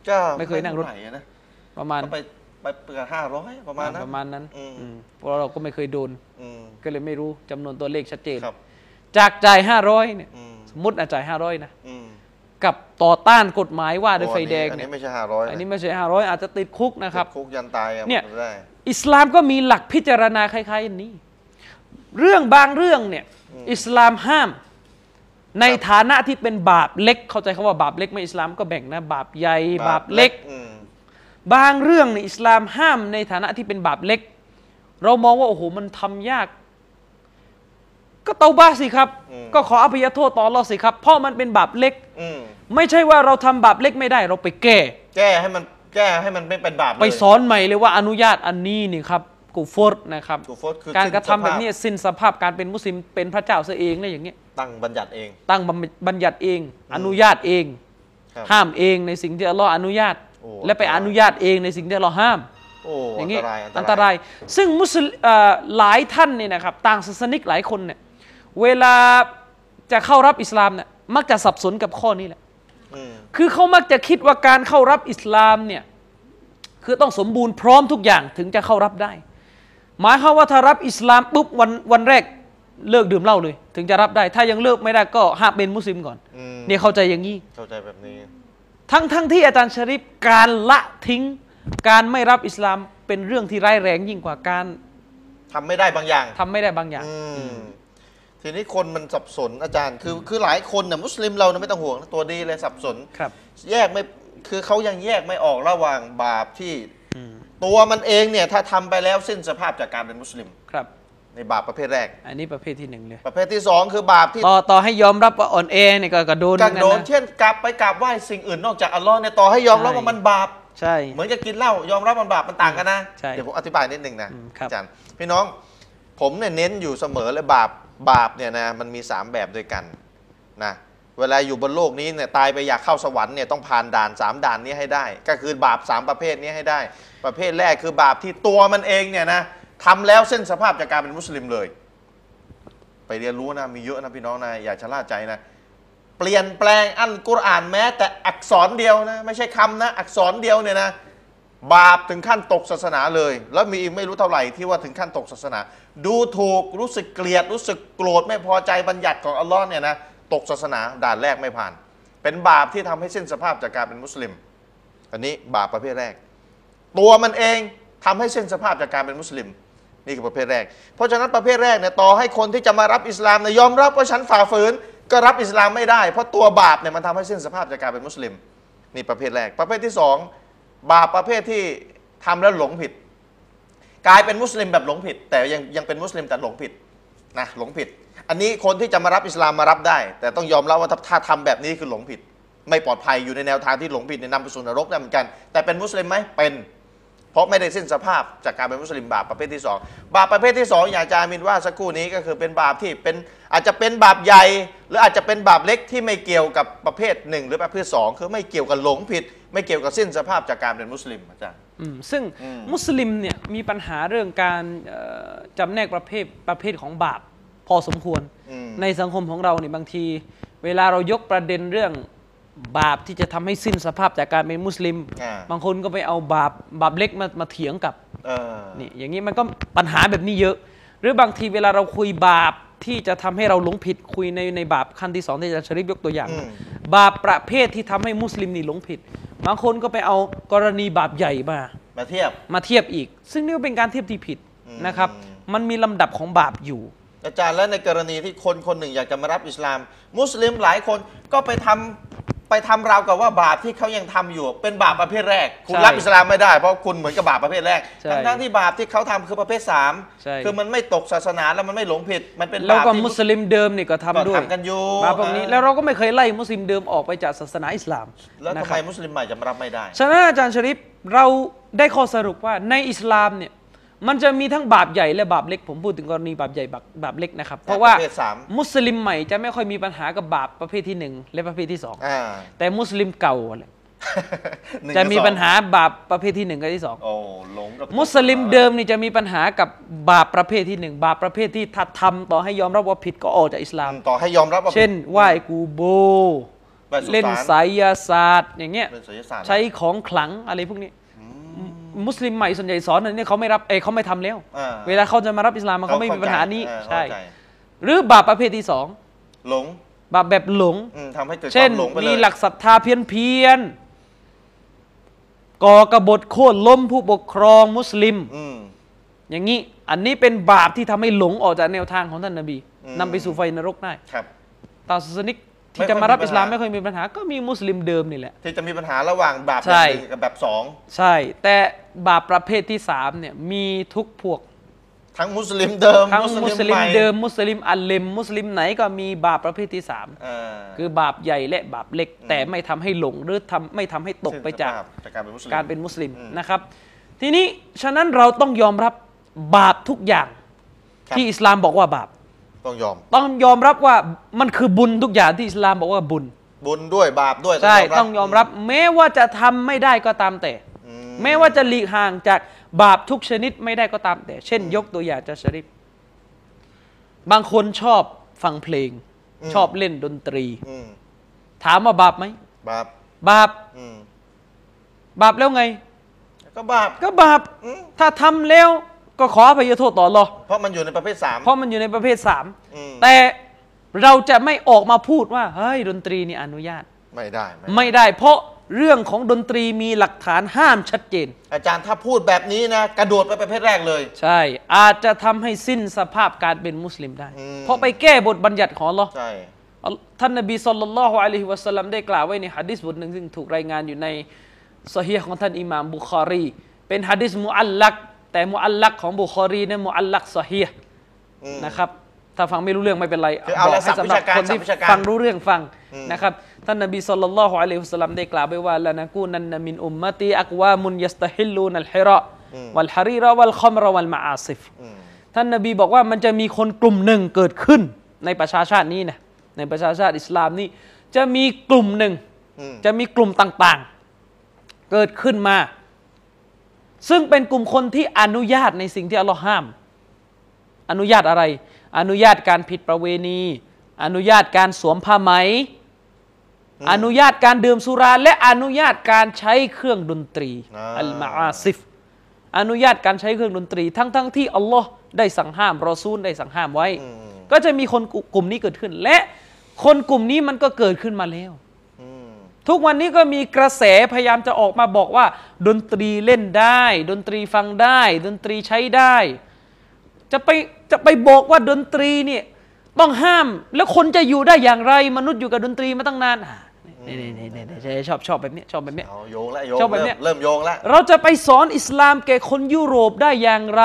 A: ก็
B: ไม่เคยนั่งรถ
A: เท่าไหอะนะ
B: ประมาณ
A: ก็ไปไปเปิดห้าร้อยประมาณนั้น
B: ประมาณนั้น
A: อืม
B: อืมเพราะเราก็ไม่เคยโดน
A: อืม
B: ก็เลยไม่รู้จำนวนตัวเลขชัดเจน
A: ครับ
B: จากจ่าย 500เนี่ย
A: อืม
B: สมมติอาจ่าย 500 นะ
A: อืม
B: กับต่อต้านกฎหมายว่าโดวยไฟแดง
A: อัน
B: เนี่ย
A: นี้ไม่ใช่ห้าร้อย
B: อันนี้ไม่ใช่ 500 อาจจะติดคุกนะครับ
A: คุกยันตายอะ
B: เนี่ย
A: มัไม่ได้
B: อิสลามก็มีหลักพิจารณาคล้ายๆอันนี้ เรื่องบางเรื่องเนี่ยอิสลามห้าม ใน
A: ครับ
B: ฐานะที่เป็นบาปเล็ก เข้าใจคำว่าบาปเล็กไหม่อิสลามก็แบ่งนะบาปใหญ่บาปเล็ก
A: อืม
B: บางเรื่องในยอิสลามห้ามในฐานะที่เป็นบาปเล็ก เรามองว่าโอ้โหมันทำยาก ก็เตาบ้าสิครับ
A: อืม
B: ก็ขออภัยโทษต่อเราสิครับ เพราะมันเป็นบาปเล็ก
A: อืม
B: ไม่ใช่ว่าเราทำบาปเล็กไม่ได้ เราไปแก้
A: แก้ให้มันแก้ให้มันไม่เป็นบาปเลย
B: ไปสอนใหม่เลยว่าอนุญาตอันนี้นี่ครับกูฟดนะครับ
A: กูโฟสคือ
B: การกระทำแบบนี้
A: สิ้สภ
B: สิ้นสภาพการเป็นมุสลิมเป็นพระเจ้าซะเองเลยอย่างเงี้ย
A: าพตั้งบัญญัติเอง
B: ตั้งบัญบัญญัติเอง อนุญาตเอง
A: ครับ
B: ห้ามเองในสิ่งที่อัลลอฮ์อนุญาต
A: โอ้
B: และไปอนุญาตเองในสิ่งที่อัลลอฮ์ห้าม
A: โอ้
B: อ
A: อั
B: ย่าน งนี้
A: ตราย
B: อันตราย ซึ่งมุสลิมเอ่อหลายท่านเนี่ยนะครับ ต่างศาสนิกหลายคนเนี่ย เวลาจะเข้ารับอิสลามเนี่ยมักจะสับสนกับข้อนี้แหละ
A: อืม
B: คือเขามักจะคิดว่าการเข้ารับอิสลามเนี่ย คือต้องสมบูรณ์พร้อมทุกอย่างถึงจะเข้ารับได้ หมายความว่าถ้ารับอิสลามปุ๊บวันวันแรกเลิกดื่มเหล้าเลย ถึงจะรับได้ ถ้ายังเลิกไม่ได้ก็ห้ามเป็นมุสลิมก่อน
A: อืม
B: เนี่ยเข้าใจอย่างนี้
A: เข้าใจแบบนี้
B: ทั้งทั้งที่อาจารย์ชริปการละทิ้ง การไม่รับอิสลามเป็นเรื่องที่ร้ายแรงยิ่งกว่าการ
A: ทำไม่ได้บางอย่าง
B: ทำไม่ได้บางอย่าง
A: อืมทีนี้คนมันสับสนอาจารย์ คือคือหลายคนน่ะมุสลิมเรานะไม่ต้องห่วงนะตัวดีเลยสับสน
B: ครับ
A: แยกไม่คือเขายังแยกไม่ออกระหว่างบาปที่ตัวมันเองเนี่ย ถ้าทำไปแล้วสิ้นสภาพจากการเป็นมุสลิม
B: ครับ
A: ในบาปประเภทแรก
B: อันนี้ประเภทที่หนึ่งเลย
A: ประเภทที่สองคือบาปที่
B: ต่อต่อให้ยอมรับว่าอ่อนแอเนี่ยก็กระโดนเห
A: กัน
B: มือกั
A: โดน
B: นะ
A: เช่นกลับไปกราบไหว้สิ่งอื่นนอกจากอัลลอฮ์เนี่ยต่อให้ยอมรับ
B: ใช่
A: ว่ามันบาป
B: ใช่
A: เหมือนกับกินเหล้ายอมรับมันบาปมันต่างกันนะ
B: ใช่
A: เดี๋ยวผมอธิบายนิดหนึ่งนะ
B: อืมครับ
A: อาจารย์พี่น้องผมเนี่ยเน้นอยู่เสมอเลยบาปบาปเนี่ยนะมันมี 3 แบบด้วยกันนะเวลาอยู่บนโลกนี้เนี่ยตายไปอยากเข้าสวรรค์เนี่ยต้องผ่านด่าน 3 ด่านนี้ให้ได้ ก็คือบาป 3 ประเภทนี้ให้ได้ ประเภทแรกคือบาปที่ตัวมันเองเนี่ยนะทำแล้วเส้นสภาพจากการเป็นมุสลิมเลย ไปเรียนรู้นะมีเยอะนะพี่น้องนะอย่าชะล่าใจนะ เปลี่ยนแปลงอันกุรอานแม้ แต่อักษรเดียวนะ ไม่ใช่คำนะ อักษรเดียวเนี่ยนะ บาปถึงขั้นตกศาสนาเลย แล้วมีอีกไม่รู้เท่าไหร่ที่ว่าถึงขั้นตกศาสนา ดูถูกรู้สึกเกลียด รู้สึกโกรธไม่พอใจบัญญัติของอัลลอฮ์เนี่ยนะตกศาสนาด่านแรกไม่ผ่าน เป็นบาปที่ทำให้สิ้นสภาพจากการเป็นมุสลิม อันนี้บาปประเภทแรก ตัวมันเองทำให้เส้นสภาพจากการเป็นมุสลิม นี่คือประเภทแรก เพราะฉะนั้นประเภทแรกเนี่ยต่อให้คนที่จะมารับอิสลามเนี่ยยอมรับว่าฉันฝ่าฝืนก็รับอิสลามไม่ได้ เพราะตัวบาปเนี่ยมันทำให้เส้นสภาพจากการเป็นมุสลิม นี่ประเภทแรก ประเภทที่สองบาปประเภทที่ทำแล้วหลงผิด กลายเป็นมุสลิมแบบหลงผิด แต่ยังยังเป็นมุสลิมแต่หลงผิดนะหลงผิด อันนี้คนที่จะมารับอิสลามมารับได้ แต่ต้องยอมรับว่าถ้าถ้าทำแบบนี้คือหลงผิด ไม่ปลอดภัยอยู่ในแนวทางที่หลงผิดเนี่ยนำไปสู่นรกได้เหมือนกัน แต่เป็นมุสลิมไหมเป็น เพราะไม่ได้สิ้นสภาพจากการเป็นมุสลิมบาปประเภทที่สองบาปประเภทที่สองอย่างอาจารย์มินว่าสักครู่นี้ก็คือเป็นบาปที่เป็นอาจจะเป็นบาปใหญ่ หรืออาจจะเป็นบาปเล็กที่ไม่เกี่ยวกับประเภทหนึ่งหรือประเภทสองคือไม่เกี่ยวกับหลงผิด ไม่เกี่ยวกับสิ้นสภาพจากการเป็นมุสลิมอาจารย์
B: อืมซึ่ง
A: อืม
B: มุสลิมเนี่ยมีปัญหาเรื่องการเอ่อจำแนกประเภทประเภทของบาปพอสมควร
A: อืม
B: ในสังคมของเราเนี่ยบางที เวลาเรายกประเด็นเรื่องบาปที่จะทำให้สิ้นสภาพจากการเป็นมุสลิม
A: อ่า
B: บางคนก็ไปเอาบาปบาปเล็กมามาเถียงกับ
A: เออ
B: นี่อย่างนี้มันก็ปัญหาแบบนี้เยอะ หรือบางทีเวลาเราคุยบาปที่จะทำให้เราหลงผิดคุยในในบาปขั้นที่สองที่อาจารย์ชริฟยกตัวอย่าง
A: อืม
B: บาปประเภทที่ทำให้มุสลิมนี่หลงผิด บางคนก็ไปเอากรณีบาปใหญ่มา
A: มาเทียบ
B: มาเทียบอีก ซึ่งนี่ก็เป็นการเทียบที่ผิดนะครับ
A: อืม
B: มันมีลำดับของบาปอยู่
A: อาจารย์และในกรณีที่คนคนหนึ่งอยากจะมารับอิสลาม มุสลิมหลายคนก็ไปทำไปทำราวกับว่าบาปที่เขายังทำอยู่ เป็นบาปประเภทแรก คุณ
B: ใช่
A: รับอิสลามไม่ได้เพราะคุณเหมือนกับบาปประเภทแรก
B: ใช่
A: ทั้งทั้งที่บาปที่เขาทำคือประเภทสาม
B: ใช่
A: คือมันไม่ตกศาสนาแล้วมันไม่หลงผิด มันเป็น
B: แล้ว
A: บาป
B: ก็
A: ที่
B: มุสลิมเดิมเนี่ยก็ทำ
A: ก็
B: ด้วย
A: ทำกันอยู่
B: บาปพวกนี้
A: เออ
B: แล้วเราก็ไม่เคยไล่มุสลิมเดิมออกไปจากศาสนาอิสลาม
A: แล้ว
B: นะ
A: ทำ
B: ครั
A: ไม
B: บ
A: มุสลิมใหม่จะมารับไม่ได้
B: ฉะนั้นอาจารย์ชริปเราได้ข้อสรุปว่าในอิสลามเนี่ยมันจะมีทั้งบาปใหญ่และบาปเล็ก ผมพูดถึงกรณีบาปใหญ่บาปบาปเล็กนะครับเพราะว่า
A: ประเภทสาม
B: มุสลิมใหม่จะไม่ค่อยมีปัญหากับบาปประเภทที่หนึ่งและประเภทที่สอง
A: อ่า *laughs*
B: แต่มุสลิมเก่าอะแหละ
A: หนึ่ง
B: จะ
A: กับ
B: มี
A: สอง
B: ปัญหาบาปประเภทที่หนึ่งกับที่สอง
A: โอ้หลงกับ
B: มุสลิมเดิมนี่จะมีปัญหากับบาปประเภทที่หนึ่งบาปประเภทที่ถัดทำต่อให้ยอมรับว่าผิดก็ออกจากอิสลาม
A: ต่อให้ยอมรับว่า
B: เช่นไหว้กูโบ
A: ไปสุสา
B: เล่นไสายศาสตร์อย่างเงี้ย
A: เป็นศิลศาสตร์
B: ใช้ของขลังอะไรพวกนี้ มุสลิมใหม่ส่วนใหญ่สอนอันนี้เขาไม่รับเอยเขาไม่ทำแล้ว
A: อ่
B: เวลาเขาจะมารับอิสลามเขาไม่มีปัญหานี้
A: เข้ใจ
B: ใช่
A: เข้าจ
B: หรือบาปประเภทที่สอง
A: หลง
B: บาปแบบหลง
A: อืมทำให้เกิดค
B: เช่น
A: วามหลงไปเลย
B: มีหลักศรัทธาเพี้ยนเพียนๆก่อกบฏโค่นล้มผู้ปกครองมุสลิม
A: อืม
B: อย่างนี้อันนี้เป็นบาปที่ทำให้หลงออกจากแนวทางของท่านนบี
A: อืม
B: นำไปสู่ไฟนรกได้
A: ครับ
B: ตาศาสนิก
A: ไม่
B: ที่
A: ค่อย
B: จะมารับ
A: มีปัญหา
B: อิสลามไม่ค่อยมีปัญหา ก็มีมุสลิมเดิมนี่แหละ
A: ที่จะมีปัญหาระหว่างบาปแบ
B: ใช่
A: บหนึ่งกับแบบสอง
B: ใช่ แต่บาปประเภทที่สามเนี่ยมีทุกพวก
A: ทั้งมุสลิมเดิม
B: ทั้งมุสลิ
A: ให
B: มเดิมมุสลิมอัลเลมมุสลิมไหนก็มีบาปประเภทที่สาม
A: อ่า
B: คือบาปใหญ่และบาปเล็ก แต่ไม่ทำให้หลงหรือทำไม่ทำให้ตกไปจาก
A: ซึ่งสภพจากการเป็นมุสลิม
B: การเป็นมุสลิม
A: อืม
B: นะครับ ทีนี้ฉะนั้นเราต้องยอมรับบาปทุกอย่าง
A: ครับ
B: ที่อิสลามบอกว่าบาป
A: ต้องยอม
B: ต้องยอมรับว่ามันคือบุญทุกอย่างที่อิสลามบอกว่าบุญ
A: บุญด้วยบาปด้วย
B: ใช่ต้องยอมรับแม้ว่าจะทำไม่ได้ก็ตามแต่
A: อื
B: แม้ว่าจะหลีกห่างจากบาปทุกชนิดไม่ได้ก็ตามแต่ เช่น ยกตัวอย่างจะชริฟบางคนชอบฟังเพลง ชอบเล่นดนตรี
A: อืม
B: ถามว่าบาปไหม
A: บาป
B: บาป
A: อืม
B: บาปแล้วไง
A: ก็บาป
B: ก็บาป
A: อืม
B: ถ้าทำแล้วก็ขออภัยโทษต่ออัลลอฮ์
A: เพราะมันอยู่ในประเภทสาม
B: เพราะมันอยู่ในประเภทสาม
A: อืม
B: แต่เราจะไม่ออกมาพูดว่าเฮ้ยดนตรีนี่อนุญาต
A: ไม่ได้ไม่
B: ไม่ได้เพราะเรื่องของดนตรีมีหลักฐานห้ามชัดเจน
A: อาจารย์ถ้าพูดแบบนี้นะ กระโดดไปประเภทแรกเลย
B: ใช่ อาจจะทำให้สิ้นสภาพการเป็นมุสลิมได้
A: อืม
B: เพราะไปแก้บทบัญญัติของอัลลอฮ์
A: ใช่
B: อัลท่านนบีสุลต่านละฮ์อะลัยฮิวะสัลลัมได้กล่าวไว้ในฮะดิษบทหนึ่งซึ่งถูกรายงานอยู่ในสฮีฮ์ของท่านอิหม่ามบุคอรี เป็นฮะดิษมุอัลลักแต่มุอัลลักของบุคอรีเนี่ยมุอัลลักสฮีฮ์
A: อืม
B: นะครับถ้าฟังไม่รู้เรื่องไม่เป็นไร
A: คือเอา
B: บ
A: ละ
B: ให้สำหรั
A: ศัพท์วิชาการ
B: คนที่
A: ศัพท์วิชาการ
B: ฟังรู้เรื่องฟังนะครับท่านนบีสุลต่านละฮ์อะลัยฮิวะสัลลัมได้กล่าวไว้ว่าละนะกูนันนะมินอุมมะตีอักวามุนยัสตะฮิลลูนัลฮิรอวัลฮารีรอวัลคอมรอวัลมาอาซิฟ
A: อืม
B: ท่านนาบีบอกว่ามันจะมีคนกลุ่มหนึ่งเกิดขึ้นในประชาชาตินี้นะในประชาชาติอิสลามนี่จะมีกลุ่มหนึ่ง
A: อืม
B: จะมีกลุ่มต่างๆ เกิดขึ้นมา ซึ่งเป็นกลุ่มคนที่อนุญาตในสิ่งที่อัลลอฮ์ห้าม อนุญาตอะไร อนุญาตการผิดประเวณี อนุญาตการสวมผ้าไหม อนุญาตการดื่มสุรา และอนุญาตการใช้เครื่องดนตรี
A: า
B: อัลมาอาซิฟ อนุญาตการใช้เครื่องดนตรีทั้งๆทที่อัลลอฮ์ได้สั่งห้ามรอซูลได้สั่งห้ามไว้ ก็จะมีคนกลุ่มนี้เกิดขึ้น และคนกลุ่มนี้มันก็เกิดขึ้นมาแล้ว
A: อืม
B: ทุกวันนี้ก็มีกระแสพยายามจะออกมาบอกว่า ดนตรีเล่นได้ ดนตรีฟังได้ ดนตรีใช้ได้ จะไปจะไปบอกว่าดนตรีเนี่ยต้องห้าม แล้วคนจะอยู่ได้อย่างไร มนุษย์อยู่กับดนตรีมาตั้งนานอ่ะนี่นี่นี่นี่นี่ชอบชอบแบบเนี้ยชอบแบบเนี้ย
A: เอาโยงแล้วโยง
B: ชอบแบบเนี้
A: เริ่
B: ย
A: มเริ่มโยงแล้ว
B: เราจะไปสอนอิสลามแก่คนยุโรปได้อย่างไร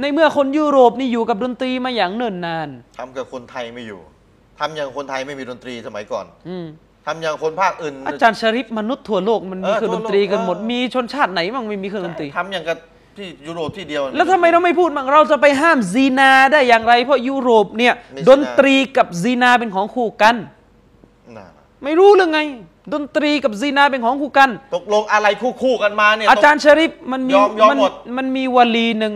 B: ในเมื่อคนยุโรปนี่อยู่กับดนตรีมาอย่างเนิ่นนาน
A: ทำกับคนไทยไม่อยู่ทำอย่างคนไทยไม่มีดนตรีสมัยก่อน
B: อืม
A: ทำอย่างคนภาคอื่น
B: อาจารย์ชริปมนุษย์ทั่วโลกมันมี
A: เออ
B: เครื่อง
A: ทั่วน
B: ด
A: โลก
B: ตรีกันหมด
A: เออ
B: มีชนชาติไหนบ้างไม่มีเครื่องดนตรี
A: ทำอย่างกับที่ยุโรปที่เดียว
B: แล้วทำไมเราไม่พูดบ้างเราจะไปห้ามซีนาได้อย่างไร เพราะยุโรปเนี่ย
A: ไม่ใช่
B: ดนตรีกับซีนาเป็นของคู่กัน
A: น่ะ
B: ไม่รู้เรื่องไง ดนตรีกับซีนาเป็นของคู่กัน
A: ตกลงอะไรคู่คู่ๆกันมาเนี่ย
B: อาจารย์ชริปมันมี
A: ยอมยอม
B: มัน
A: หมด
B: มันมีวลีหนึ่ง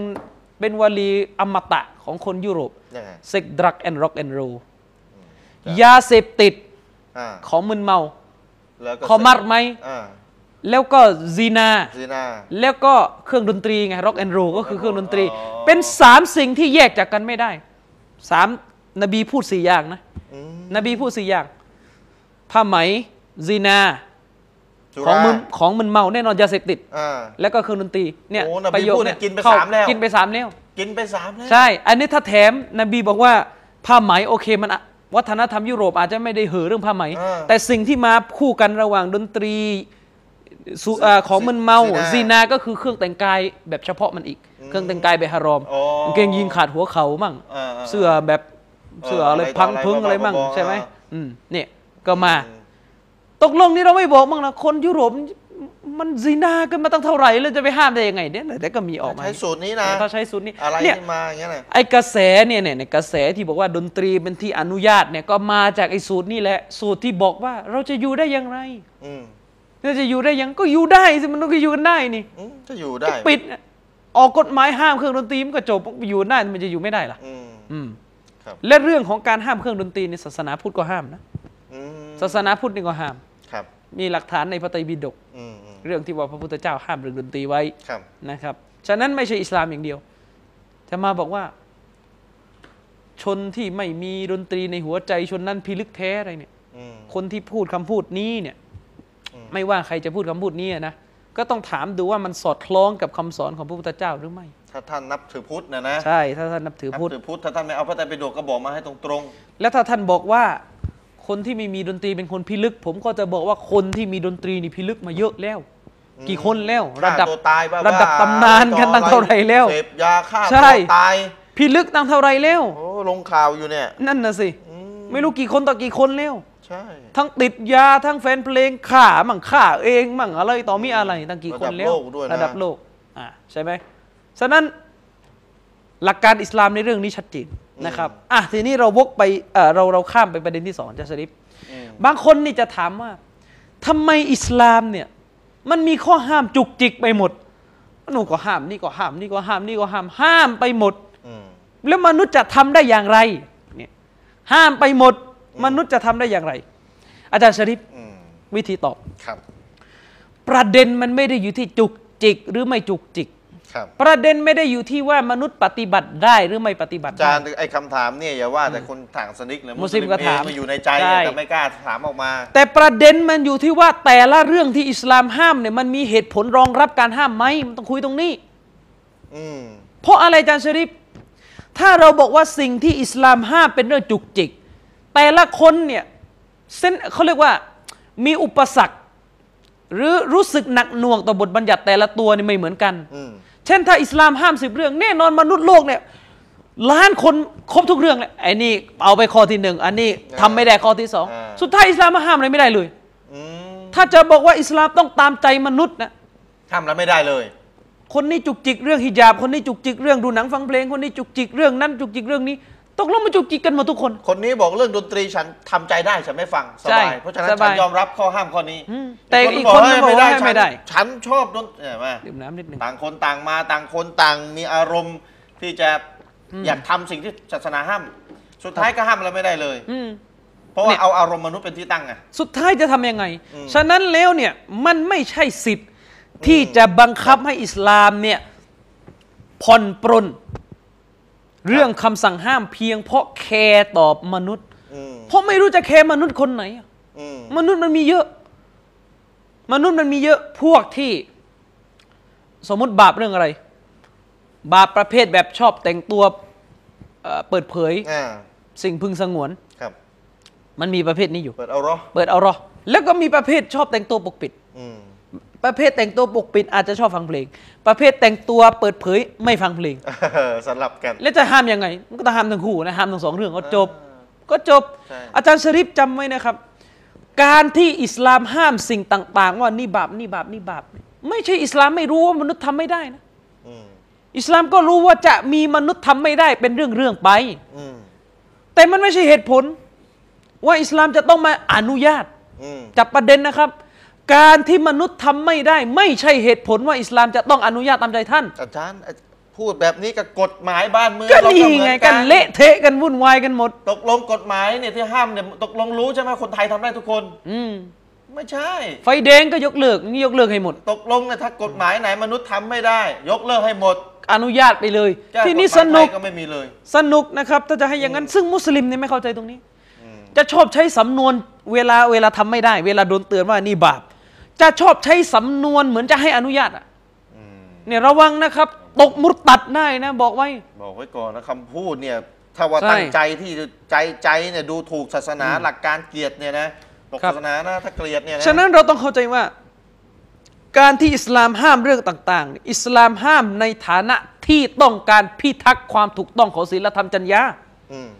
B: เป็นวลีอมตะของคนยุโรป
A: ตกยังไง
B: เซ็กดรักแอนด์ร็อกแอนด์โรยาเสพติด
A: อ่า
B: ของมึนเมา
A: แล้วก็
B: คอมัดไหม
A: อ่า
B: แล้วก็ซีนา
A: ซีน่า
B: แล้วก็เครื่องดนตรีไงร็อกแอนด์โรก็คือเครื่องดนตรี
A: อ๋อ
B: เป็นสามสิ่งที่แยกจากกันไม่ได้สามนบีพูดสี่อย่างนะ
A: อืม
B: นบีพูดสี่อย่างผ้าไหมซีนา
A: สุ
B: ของ
A: รา
B: มึนของมึนเมาแน่นอนยาเสพติด
A: อ่า
B: แล้วก็เครื่องดนตรีเนี่ย
A: โอ้นบี
B: ประโยค
A: พูดเนี่ยกิ
B: เนี่ย
A: นไป
B: เข้
A: สามแล้ว
B: กินไปสามแล้ว
A: กินไปสามแล้ว
B: ใช่ อันนี้ถ้าแถมนบีบอกว่าผ้าไหมโอเคมันอะวัฒนธรรมยุโรปอาจจะไม่ได้เห่อเรื่องผ้าไหม
A: อ่า
B: แต่สิ่งที่มาคู่กันระหว่างดนตรีสุเอ่อของมึนเมา
A: ซีนา
B: ซีนาก็คือเครื่องแต่งกายแบบเฉพาะมันอีก เครื่องแต่งกายแบบฮารอม
A: อ๋อก
B: างเกงยีนขาดหัวเขามั่ง
A: อ่าๆ
B: เสื้อแบบเสื้ออะไร
A: เอออะไร
B: พังพึงอะไร
A: บ้าๆ
B: มั่ง
A: บอๆ
B: ใช่ไหม
A: อ่า
B: อืมเนี่ยก็มา ตกลงนี่เราไม่บอกมั่งนะคนยุโรปมันมันซีนากันมาตั้งเท่าไหร่แล้วจะไปห้ามได้ยังไงเนี่ยแต่ก็มีออกมา
A: ใช้สูตรนี้นะ
B: เขาใช้สูตรนี้
A: อะไร
B: เนี่ย
A: ที่มาอย่างเงี้ยนะ
B: ไอกระแสเนี่ยเนี่ยเนี่ยกระแสที่บอกว่าดนตรีเป็นที่อนุญาตเนี่ยก็มาจากไอสูตรนี่แหละสูตรที่บอกว่าเราจะอยู่ได้อย่างไร
A: อืม
B: เราจะอยู่ได้อย่างก็อยู่ได้สิมันก็อยู่กันได้นี่
A: อืมจะอยู่ได้
B: ก็ปิดอะออกกฎหมายห้ามเครื่องดนตรีมันก็จบอยู่ได้มันจะอยู่ไม่ได้ล่ะ
A: อืม
B: อืม
A: ครับ
B: และเรื่องของการห้ามเครื่องดนตรีในยศาสนาพุทธก็ห้ามนะ
A: อืม
B: ศาสนาพุทธนี่ก็ห้าม
A: ครับ
B: มีหลักฐานในพระไตรปิฎก
A: อืมอืม
B: เรื่องที่ว่าพระพุทธเจ้าห้ามเรื่องดนตรีไว้
A: ครับ
B: นะครับ ฉะนั้นไม่ใช่อิสลามอย่างเดียว จะมาบอกว่า ชนที่ไม่มีดนตรีในหัวใจชนนั้นพิลึกแท้อะไรเนี่ย
A: อืม
B: คนที่พูดคำพูดนี้เนี่ย
A: อืม
B: ไม่ว่าใครจะพูดคำพูดนี้นะ ก็ต้องถามดูว่ามันสอดคล้องกับคำสอนของพระพุทธเจ้าหรือไม่
A: ถ้าท่านนับถือพุทธนะนะ
B: ใช่ ถ้าท่านนับถือ
A: นับ
B: พุทธ
A: ถือพุทธถ้าท่านไม่เอาพระไตรปิฎกก็บอกมาให้ตรง
B: และถ้าท่านบอกว่า คนที่ไม่มีดนตรีเป็นคนพิลึก ผมก็จะบอกว่าคนที่มีดนตรีนี่พิลึกมาเยอะแล้ว กี่คนแล้ว
A: ๆ
B: ระดับ
A: ฆ่าตัวตายบ้าๆ
B: ระดับตำนานกันตั้งเท่าไหร่แล้ว
A: เสพยาฆ่า
B: ใช่
A: ตัวตาย
B: พิลึกตั้งเท่าไหรแล้ว
A: โอ้ลงข่าวอยู่เนี่ย
B: นั่นนะสิ
A: อืม
B: ไม่รู้กี่คนต่อกี่คนแล้ว
A: ใช่
B: ทั้งติดยาทั้งแฟนเพลงข่ามั่งข่าเองมั่งอะไรต่อมีอะไรตั้งกี่คนแล้ว
A: ระดับโลกด้วยนะ
B: ระดับโลกอ่าใช่ไหมฉะนั้นหลักการอิสลามในเรื่องนี้ชัดเจนนะครับอ่ะทีนี้เราวกไปเอ่อเราเราข้ามไปประเด็นที่สองจะสลิป
A: อืม
B: บางคนนี่จะถามว่าทำไมอิสลามเนี่ย มันมีข้อห้ามจุกจิกไปหมดหนูนก็ห้ามนี่ก็ห้ามนี่ก็ห้ามนี่ก็ห้ามห้ามไปหมด
A: อืม
B: แล้วมนุษย์จะทำได้อย่างไรเนี่ยห้ามไปหมด มนุษย์จะทำได้อย่างไร อาจารย์ชริป
A: อืม
B: วิธีตอบ
A: ครับ
B: ประเด็นมันไม่ได้อยู่ที่จุกจิก หรือไม่จุกจิก
A: ครับ
B: ประเด็นไม่ได้อยู่ที่ว่ามนุษย์ปฏิบัติได้หรือไม่ปฏิบัติ
A: อา
B: ได้
A: จารย์ไอ้คำถามเนี่ยอย่าว่าแต่คนถางสนิกเลย
B: มุสลิมก็ถาม
A: เองนอยู่ในใจเนี่ย
B: ใช่
A: แต่ไม่กล้าถามออกมา
B: แต่ประเด็นมันอยู่ที่ว่าแต่ละเรื่องที่อิสลามห้ามเนี่ยมันมีเหตุผลรองรับการห้ามไหมมันต้องคุยตรงนี้
A: อืม
B: เพราะอะไรอาจารย์ชริปถ้าเราบอกว่าสิ่งที่อิสลามห้ามเป็นเรื่องจุกจิก แต่ละคนเนี่ยเส้นเขาเรียกว่ามีอุปสรรค หรือรู้สึกหนักหน่วงต่อบทบัญญัติแต่ละตัวนี่ไม่เหมือนกัน
A: อืม
B: เช่นถ้าอิสลามห้ามสิบเรื่องแน่นอนมนุษย์โลกเนี่ยล้านคนครบทุกเรื่องแหละไอ้นี่เอาไปข้อที่หนึ่งอันนี้ทำไม่ได้ข้อที่สอง
A: อ่า
B: สุดท้ายอิสลามมาห้ามอะไรไม่ได้เลย
A: อืม
B: ถ้าจะบอกว่าอิสลามต้องตามใจมนุษย์นะ
A: ห้ามแล้วไม่ได้เลย
B: คนนี้จุกจิกเรื่องฮิญาบ คนนี้จุกจิกเรื่องดูหนังฟังเพลง คนนี้จุกจิกเรื่องนั้นจุกจิกเรื่องนี้ ตกลงมันจุกจิกกันหมดทุกคน
A: คนนี้บอกเรื่องดนตรีฉันทำใจได้ฉันไม่ฟังส
B: ใช่
A: บาย เพราะฉะนั้น
B: ส
A: ฉั
B: บาน ย
A: ยอมรับข้อห้ามข้อนี้
B: อืมแต่อีกคนนึง
A: เฮ้ย
B: บอกว่าไม่ได้
A: ฉันฉันชอบดนเนี่ยมา
B: ดื่มน้ำนิดหนึ่ง
A: ต่างคนต่างมาต่างคนต่างมีอารมณ์ที่จะอยากทำสิ่งที่ศาสนาห้าม สุดท้ายก็ห้ามอะไรไม่ได้เลย
B: อืม
A: เพราะว่า
B: เนี่ย
A: เอาอารมณ์มนุษย์เป็นที่ตั้งไง
B: สุดท้ายจะทำยังไง
A: อืม
B: ฉะนั้นแล้วเนี่ยมันไม่ใช่สิทธิ์ที่จะบังคับให้อิสลามเนี่ยผ่อนปรนเรื่องคำสั่งห้ามเพียงเพราะแคร์ต่อมนุษย์
A: อืม
B: เพราะไม่รู้จะแคร์มนุษย์คนไหนอะ
A: อืม
B: มนุษย์มันมีเยอะ มนุษย์มันมีเยอะพวกที่ สมมติบาปเรื่องอะไร บาปประเภทแบบชอบแต่งตัวเอ่อเปิดเผย
A: อ่า
B: สิ่งพึงสงวน
A: ครับ
B: มันมีประเภทนี้อยู่
A: เปิดเอาเหรอ
B: เปิดเอาเหรอแล้วก็มีประเภทชอบแต่งตัวปกปิด
A: อืม *laughs*
B: ประเภทแต่งตัวปกปิดอาจจะชอบฟังเพลง ประเภทแต่งตัวเปิดเผยไม่ฟังเพลง
A: เออสลับกัน
B: แล้วจะห้ามยังไง มันก็ต้องห้ามทั้งคู่นะห้ามทั้งสองเรื่องก็จบ ก็จบ
A: ใช่
B: อาจารย์ชริปจำไว้นะครับ การที่อิสลามห้ามสิ่งต่าง ๆ ว่านี่บาปนี่บาปนี่บาปไม่ใช่อิสลามไม่รู้ว่ามนุษย์ทำไม่ได้นะ
A: อืม
B: อิสลามก็รู้ว่าจะมีมนุษย์ทำไม่ได้เป็นเรื่องๆไป
A: อืม
B: แต่มันไม่ใช่เหตุผล ว่าอิสลามจะต้องมาอนุญาต
A: อืม
B: จับประเด็นนะครับ การที่มนุษย์ทำไม่ได้ ไม่ใช่เหตุผลว่าอิสลามจะต้องอนุญาตตามใจท่าน
A: อาจารย์พูดแบบนี้กับกฎหมายบ้านเมือง
B: ก็
A: เรา
B: นี่
A: เหมือ
B: ไงกันเละเทะกันวุ่นวายกันหมด
A: ตกลงกฎหมายเนี่ยที่ห้ามเนี่ยตกลงรู้ใช่ไหมคนไทยทำได้ทุกคน
B: อืม
A: ไม่ใช่
B: ไฟแดงก็ยกเลิกนี่ยกเลิกให้หมด
A: ตกลงเนี่ยถ้ากฎหมายไหนมนุษย์ทำไม่ได้ ยกเลิกให้หมด
B: อนุญาตไปเลย
A: แก้
B: ที่นี่
A: กฎห
B: ส
A: มายไทย
B: นุก
A: ก็ไม่มีเลย
B: สนุกนะครับ ถ้าจะให้อย่างนั้น ซึ่งมุสลิมเนี่ยไม่เข้าใจตรงนี้
A: อืม
B: จะชอบใช้สำนวนเวลาเวลาทำไม่ได้ เวลาโดนเตือนว่านี่บาป จะชอบใช้สำนวนเหมือนจะให้อนุญาตอะเนี่ยระวังนะครับ ตกมุรตัดได้นะ บอกไว้
A: บอกไว้ก่อนนะคำพูดเนี่ยถ้าว่า
B: ใช่
A: ตั้งใจที่ใจใจเนี่ยดูถูกศาสนาหลักการเกลียดเนี่ยนะตก
B: ครับ
A: ศาสนานะถ้าเกลียดเนี่ยนะ
B: ฉะนั้นเราต้องเข้าใจว่า การที่อิสลามห้ามเรื่องต่างๆเนี่ยอิสลามห้ามในฐานะที่ต้องการพิทักษ์ความถูกต้องของศีลธรรมจรรยา
A: อืม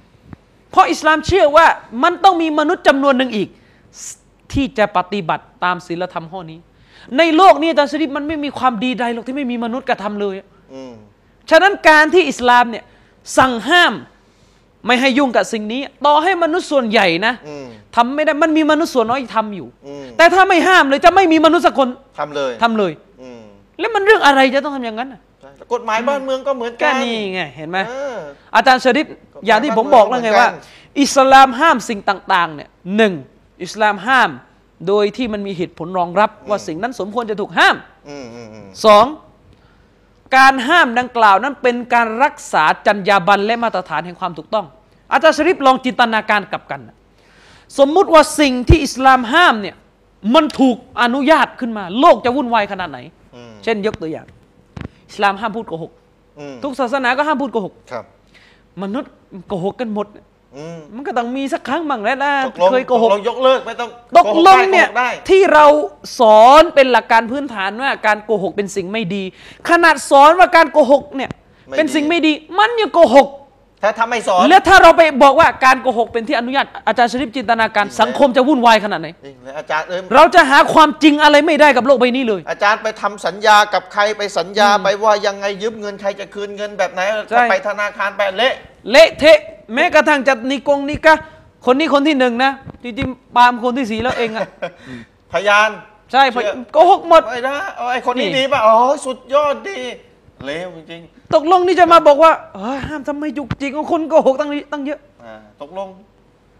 B: เพราะอิสลามเชื่อว่ามันต้องมีมนุษย์จำนวนหนึ่งอีก ที่จะปฏิบัติตามศีลธรรมข้อนี้ ในโลกนี้อาจารย์ชริปมันไม่มีความดีใดหรอกที่ไม่มีมนุษย์กระทำเลย
A: อืม
B: ฉะนั้นการที่อิสลามเนี่ยสั่งห้ามไม่ให้ยุ่งกับสิ่งนี้ ต่อให้มนุษย์ส่วนใหญ่นะ
A: อืม
B: ทำไม่ได้มันมีมนุษย์ส่วนน้อยทำอยู่
A: อืม
B: แต่ถ้าไม่ห้ามเลยจะไม่มีมนุษย์สักคน
A: ทำเลย
B: ทำเลย
A: อืม
B: แล้วมันเรื่องอะไรจะต้องทำอย่างนั้นน่ะ
A: ใช่แต่กฎหมายบ้านเมืองก็เหมือน
B: ก็
A: กัน
B: นี่ไงเห็นไหม
A: เออ
B: อาจารย์ชริปอย่างที่ผมบอกแล้วไงว่า
A: เหมือนกั
B: อิสลามห้ามสิ่งต่างๆเนี่ยหนึ่งอิสลามห้าม โดยที่มันมีเหตุผลรองรับว่าสิ่งนั้นสมควรจะถูกห้าม
A: อืมอืมอืม
B: สองการห้ามดังกล่าวนั้นเป็นการรักษาจรรยาบรรณและมาตรฐานแห่งความถูกต้อง อาจารย์ชริปลองจินตนาการกลับกันนะสมมุติว่าสิ่งที่อิสลามห้ามเนี่ยมันถูกอนุญาตขึ้นมา โลกจะวุ่นวายขนาดไหน
A: อืม
B: เช่นยกตัวอย่าง อิสลามห้ามพูดโกหก
A: อืม
B: ทุกศาสนาก็ห้ามพูดโกหก
A: ครับ
B: มนุษย์โกหกกันหมด
A: อืม
B: มันก็ต้องมีสักครั้งบ้างแหล้วนะ
A: ตกลง
B: เคยโกหก
A: ตลงยกเลิกไม่ต้อง
B: ตก
A: โห
B: ลง
A: ได้
B: เนี่ย
A: โกหกได้
B: ที่เราสอนเป็นหลักการพื้นฐานว่าการโกหกเป็นสิ่งไม่ดี ขนาดสอนว่าการโกหกเนี่ย
A: ไม่ดี
B: เป็นสิ่งไม่ดี มันยังโกหก
A: ถ้าทำไม่สอน
B: แล้วถ้าเราไปบอกว่าการโกหกเป็นที่อนุญาตอาจารย์ชริปจินตนาการสังคมจะวุ่นวายขนาดไหน
A: นี่เลยอาจารย์เอ้ย
B: เราจะหาความจริงอะไรไม่ได้กับโลกใบนี้เลย
A: อาจารย์ไปทำสัญญากับใครไปสัญญาไปว่ายังไงยืมเงินใครจะคืนเงินแบบไหน
B: ใช่
A: ถ้าไปธนาคารไปเละ
B: เละเทะแม้กระทั่งจัดนิกงนิกะคนนี้คนที่หนึ่งนะจริงๆปาล์มคนที่สีแล้วเองอะ
A: พยาน
B: ใช่เพราะโกหกหมด
A: ไม่ได้เอาไอ้คนนี้
B: นี่
A: ดีป่ะอ๋อสุดยอดดีเลวจริง
B: ตกลงนี่จะมาบอกว่าเอ้ยห้ามทำไมจุกจิกของคนโกหกตั้งนี้ตั้งเยอะ
A: ๆอ่าตกลง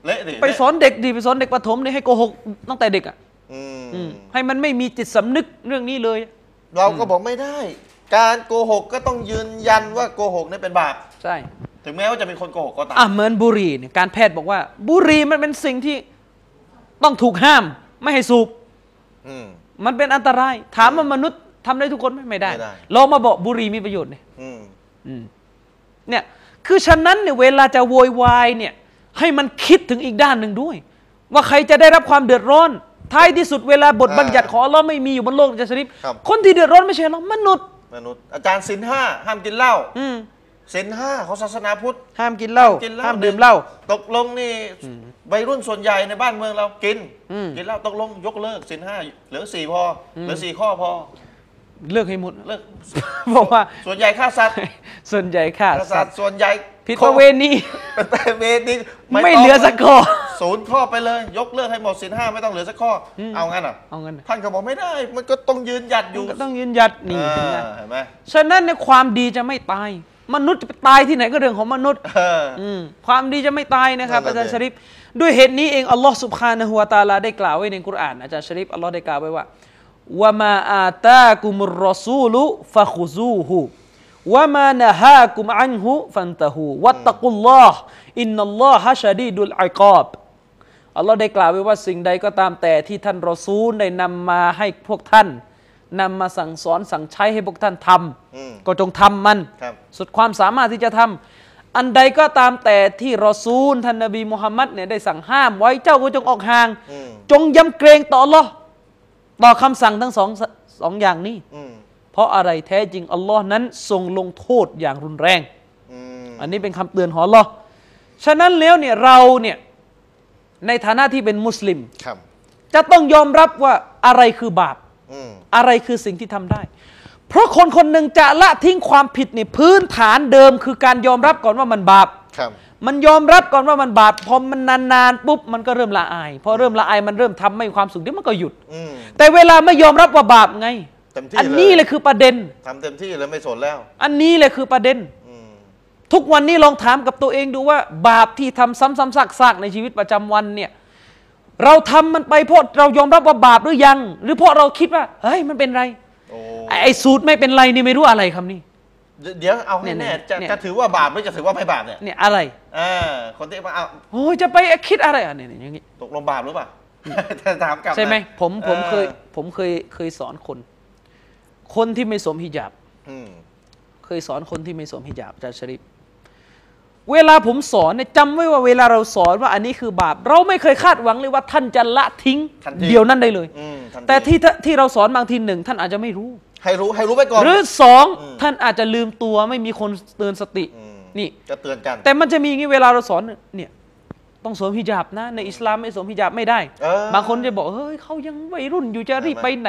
A: เละดิ
B: ไปส
A: เละ
B: อนเด็กดีไปสอนเด็กประถมเนี่ยให้โกหกตั้งแต่เด็กอ่ะ
A: อืม
B: อืมให้มันไม่มีจิตสำนึกเรื่องนี้เลย
A: เราก็บอกไม่ได้ การโกหกก็ต้องยืนยันว่าโกหกนี่เป็นบาป
B: ใช่
A: ถึงแม้ว่าจะเป็นคนโกหกก็ตาม
B: อ่ะเหมือนบุหรี่เนี่ยการแพทย์บอกว่า บุหรี่มันเป็นสิ่งที่ต้องถูกห้าม ไม่ให้สูบ
A: อืม
B: มันเป็นอันตราย ถามว่ามนุษย์ทำได้ทุกคนไหมไม่ได้
A: ไม่ได้
B: ลองมาบอกบุหรี่มีประโยชน์เนี่ย
A: อืม
B: อืมเนี่ยคือฉะนั้นเนี่ยเวลาจะโวยวายเนี่ยให้มันคิดถึงอีกด้านหนึ่งด้วย ว่าใครจะได้รับความเดือดร้อน ท้ายที่สุดเวลาบทบัญญัติของอัลเลอฮ์ไม่มีอยู่บนโลกจะสริปคนที่เดือดร้อนไม่ใช่หรอกมนุษย์
A: มนุษย์อาจารย์สินห้าห้ามกินเหล้า
B: อืม
A: สินห้าของศาสนาพุทธ
B: ห้ามกินเหล้า
A: กินเหล้า
B: ห้ามดื่มเหล้า
A: ตกลงนี่วัยรุ่นส่วนใหญ่ในบ้านเมืองเรากิน
B: อืม
A: กินเหล้าตกลงยกเลิกสินห้าเหลือสี่พออเหลือสี่ข้อพอ
B: เลิกให้หมด
A: เลิก
B: บอกว่า *laughs*
A: ส่วนใหญ่ฆ่าสัตว์
B: ส่วนใหญ่ค่ะ
A: ฆ่าสัตว์ส่วนใหญ่
B: ผิดประเวณี
A: แต่เวนี้
B: ไม่เหลือสักข้อ
A: ศูนย์ข้อไปเลย ยกเลิกให้หมดสินห้าไม่ต้องเหลือสักข้ออเอางั้นเหรอ่ะ
B: เอางั้นน่ะ
A: ท่านก็บอกไม่ได้ มันก็ต้องยืนหยัดอยู่
B: ก็ต้องยืนหยัดนี่
A: อ่า
B: เห็นไหม
A: เห็นไหม
B: ฉะนั้นในยความดีจะไม่ตาย มนุษย์จะไปตายที่ไหนก็เรื่องของมนุษย์
A: เออ
B: อืมความดีจะไม่ตายนะครับ
A: นั่
B: อาน จา
A: น่ะ
B: รย์
A: สิ
B: ชริปด้วยเหตุนี้เองอัลลอฮ์สุบฮานะฮุวาตาลาได้กล่าวไว้ในกุรอานอาจารย์ชริปอัลลอฮ์ได้กล่าวไว้ว่าวะมาอาตากุมุรรอซูลุฟะคุซูฮุวะมานะฮากุมอันฮุฟันตะฮูวัตตะกุลลอฮ์อินนัลลอฮะชะดีดุลอิกอบ อัลลอฮ์ได้กล่าวไว้ว่าสิ่งใดก็ตามแต่ที่ท่านรอซูลได้นำมาให้พวกท่านนำมาสั่งสอนสั่งใช้ให้พวกท่านทำ
A: อืม
B: ก็จงทำมัน
A: ครับ
B: สุดความสามารถที่จะทำอันใดก็ตามแต่ที่รอซูลท่านนบีมุฮัมมัดเนี่ยได้สั่งห้ามไว้เจ้าก็จงออกห่าง
A: อืม
B: จงยำเกรงต่ออัลลอฮ์ต่อคำสั่งทั้งสองสองอย่างนี้
A: อืม
B: เพราะอะไรแท้จริงอัลลอฮ์นั้นทรงลงโทษอย่างรุนแรง
A: อืม
B: อันนี้เป็นคำเตือนของอัลลอฮ์ฉะนั้นแล้วเนี่ยเราเนี่ยในฐานะที่เป็นมุสลิม
A: ครับ
B: จะต้องยอมรับว่าอะไรคือบาป
A: อืม
B: อะไรคือสิ่งที่ทำได้ เพราะคนคนหนึ่งจะละทิ้งความผิดเนี่ยพื้นฐานเดิมคือการยอมรับก่อนว่ามันบาป
A: ครับ
B: มันยอมรับก่อนว่ามันบาปพอมันนานๆปุ๊บมันก็เริ่มละอายพอเริ่มละอายมันเริ่มทำไม่มีความสุขเดี๋ยวมันก็หยุด
A: อืม
B: แต่เวลาไม่ยอมรับว่าบาปไง
A: เต็มที่
B: อันนี้
A: เลย
B: เลยคือประเด็น
A: ทำเต็มที่แล้วไม่สนแล้ว
B: อันนี้เลยคือประเด็น
A: อืม
B: ทุกวันนี้ลองถามกับตัวเองดูว่า บาปที่ทำซ้ำๆซากๆในชีวิตประจำวันเนี่ยเราทำมันไปเพราะเรายอมรับว่าบาปหรือยัง หรือเพราะเราคิดว่าเฮ้ยมันเป็นไร
A: โอ้
B: ไอ้ไอ้สูตรไม่เป็นไรนี่ไม่รู้อะไรคำนี้
A: เดี๋ยวเอาให้
B: เนี่
A: แน่
B: ย
A: จะ
B: เนี่ย
A: จะถือว่าบาปหรือจะถือว่าไม่บาปเนี่ย
B: เนี่ยอะไร
A: เออคนที่มาเอา
B: โอ้ยจะไปคิดอะไรอ่ะเนี่ยเนี่ยอย่างงี้
A: ตกลงบาปหรือเปล่า ถ้าถามกลับนะ
B: ใช่ไหมผมผมเคย
A: ออ
B: ผมเคยเคยสอนคน คนที่ไม่สวมฮิญาบ
A: อืม
B: เคยสอนคนที่ไม่สวมฮิญาบอาจารย์ชริปเวลาผมสอนเนี่ยจำไว้ว่าเวลาเราสอนว่าอันนี้คือบาป เราไม่เคยคาดหวังเลยว่าท่านจะละทิ้ง เดียวนั้นได้เลย
A: อืมำ
B: แต่ที่ท่าที่เราสอนบางทีหนึ่งท่านอาจจะไม่รู้
A: ให้รู้ให้รู้ไปก่อน
B: หรือสอง
A: อืม
B: ท่านอาจจะลืมตัวไม่มีคนเตือนสติ
A: ม
B: นี่
A: จะเตือนกัน
B: แต่มันจะมีอย่างนี้เวลาเราสอนเนี่ยต้องสวมฮิญาบนะ ในอิสลามไม่สวมฮิญาบไม่ได้
A: เออบ
B: างคนจะบอกเฮ้ยเขายังวัยรุ่นอยู่จะรีบ
A: ใช่ไหม
B: ไปไหน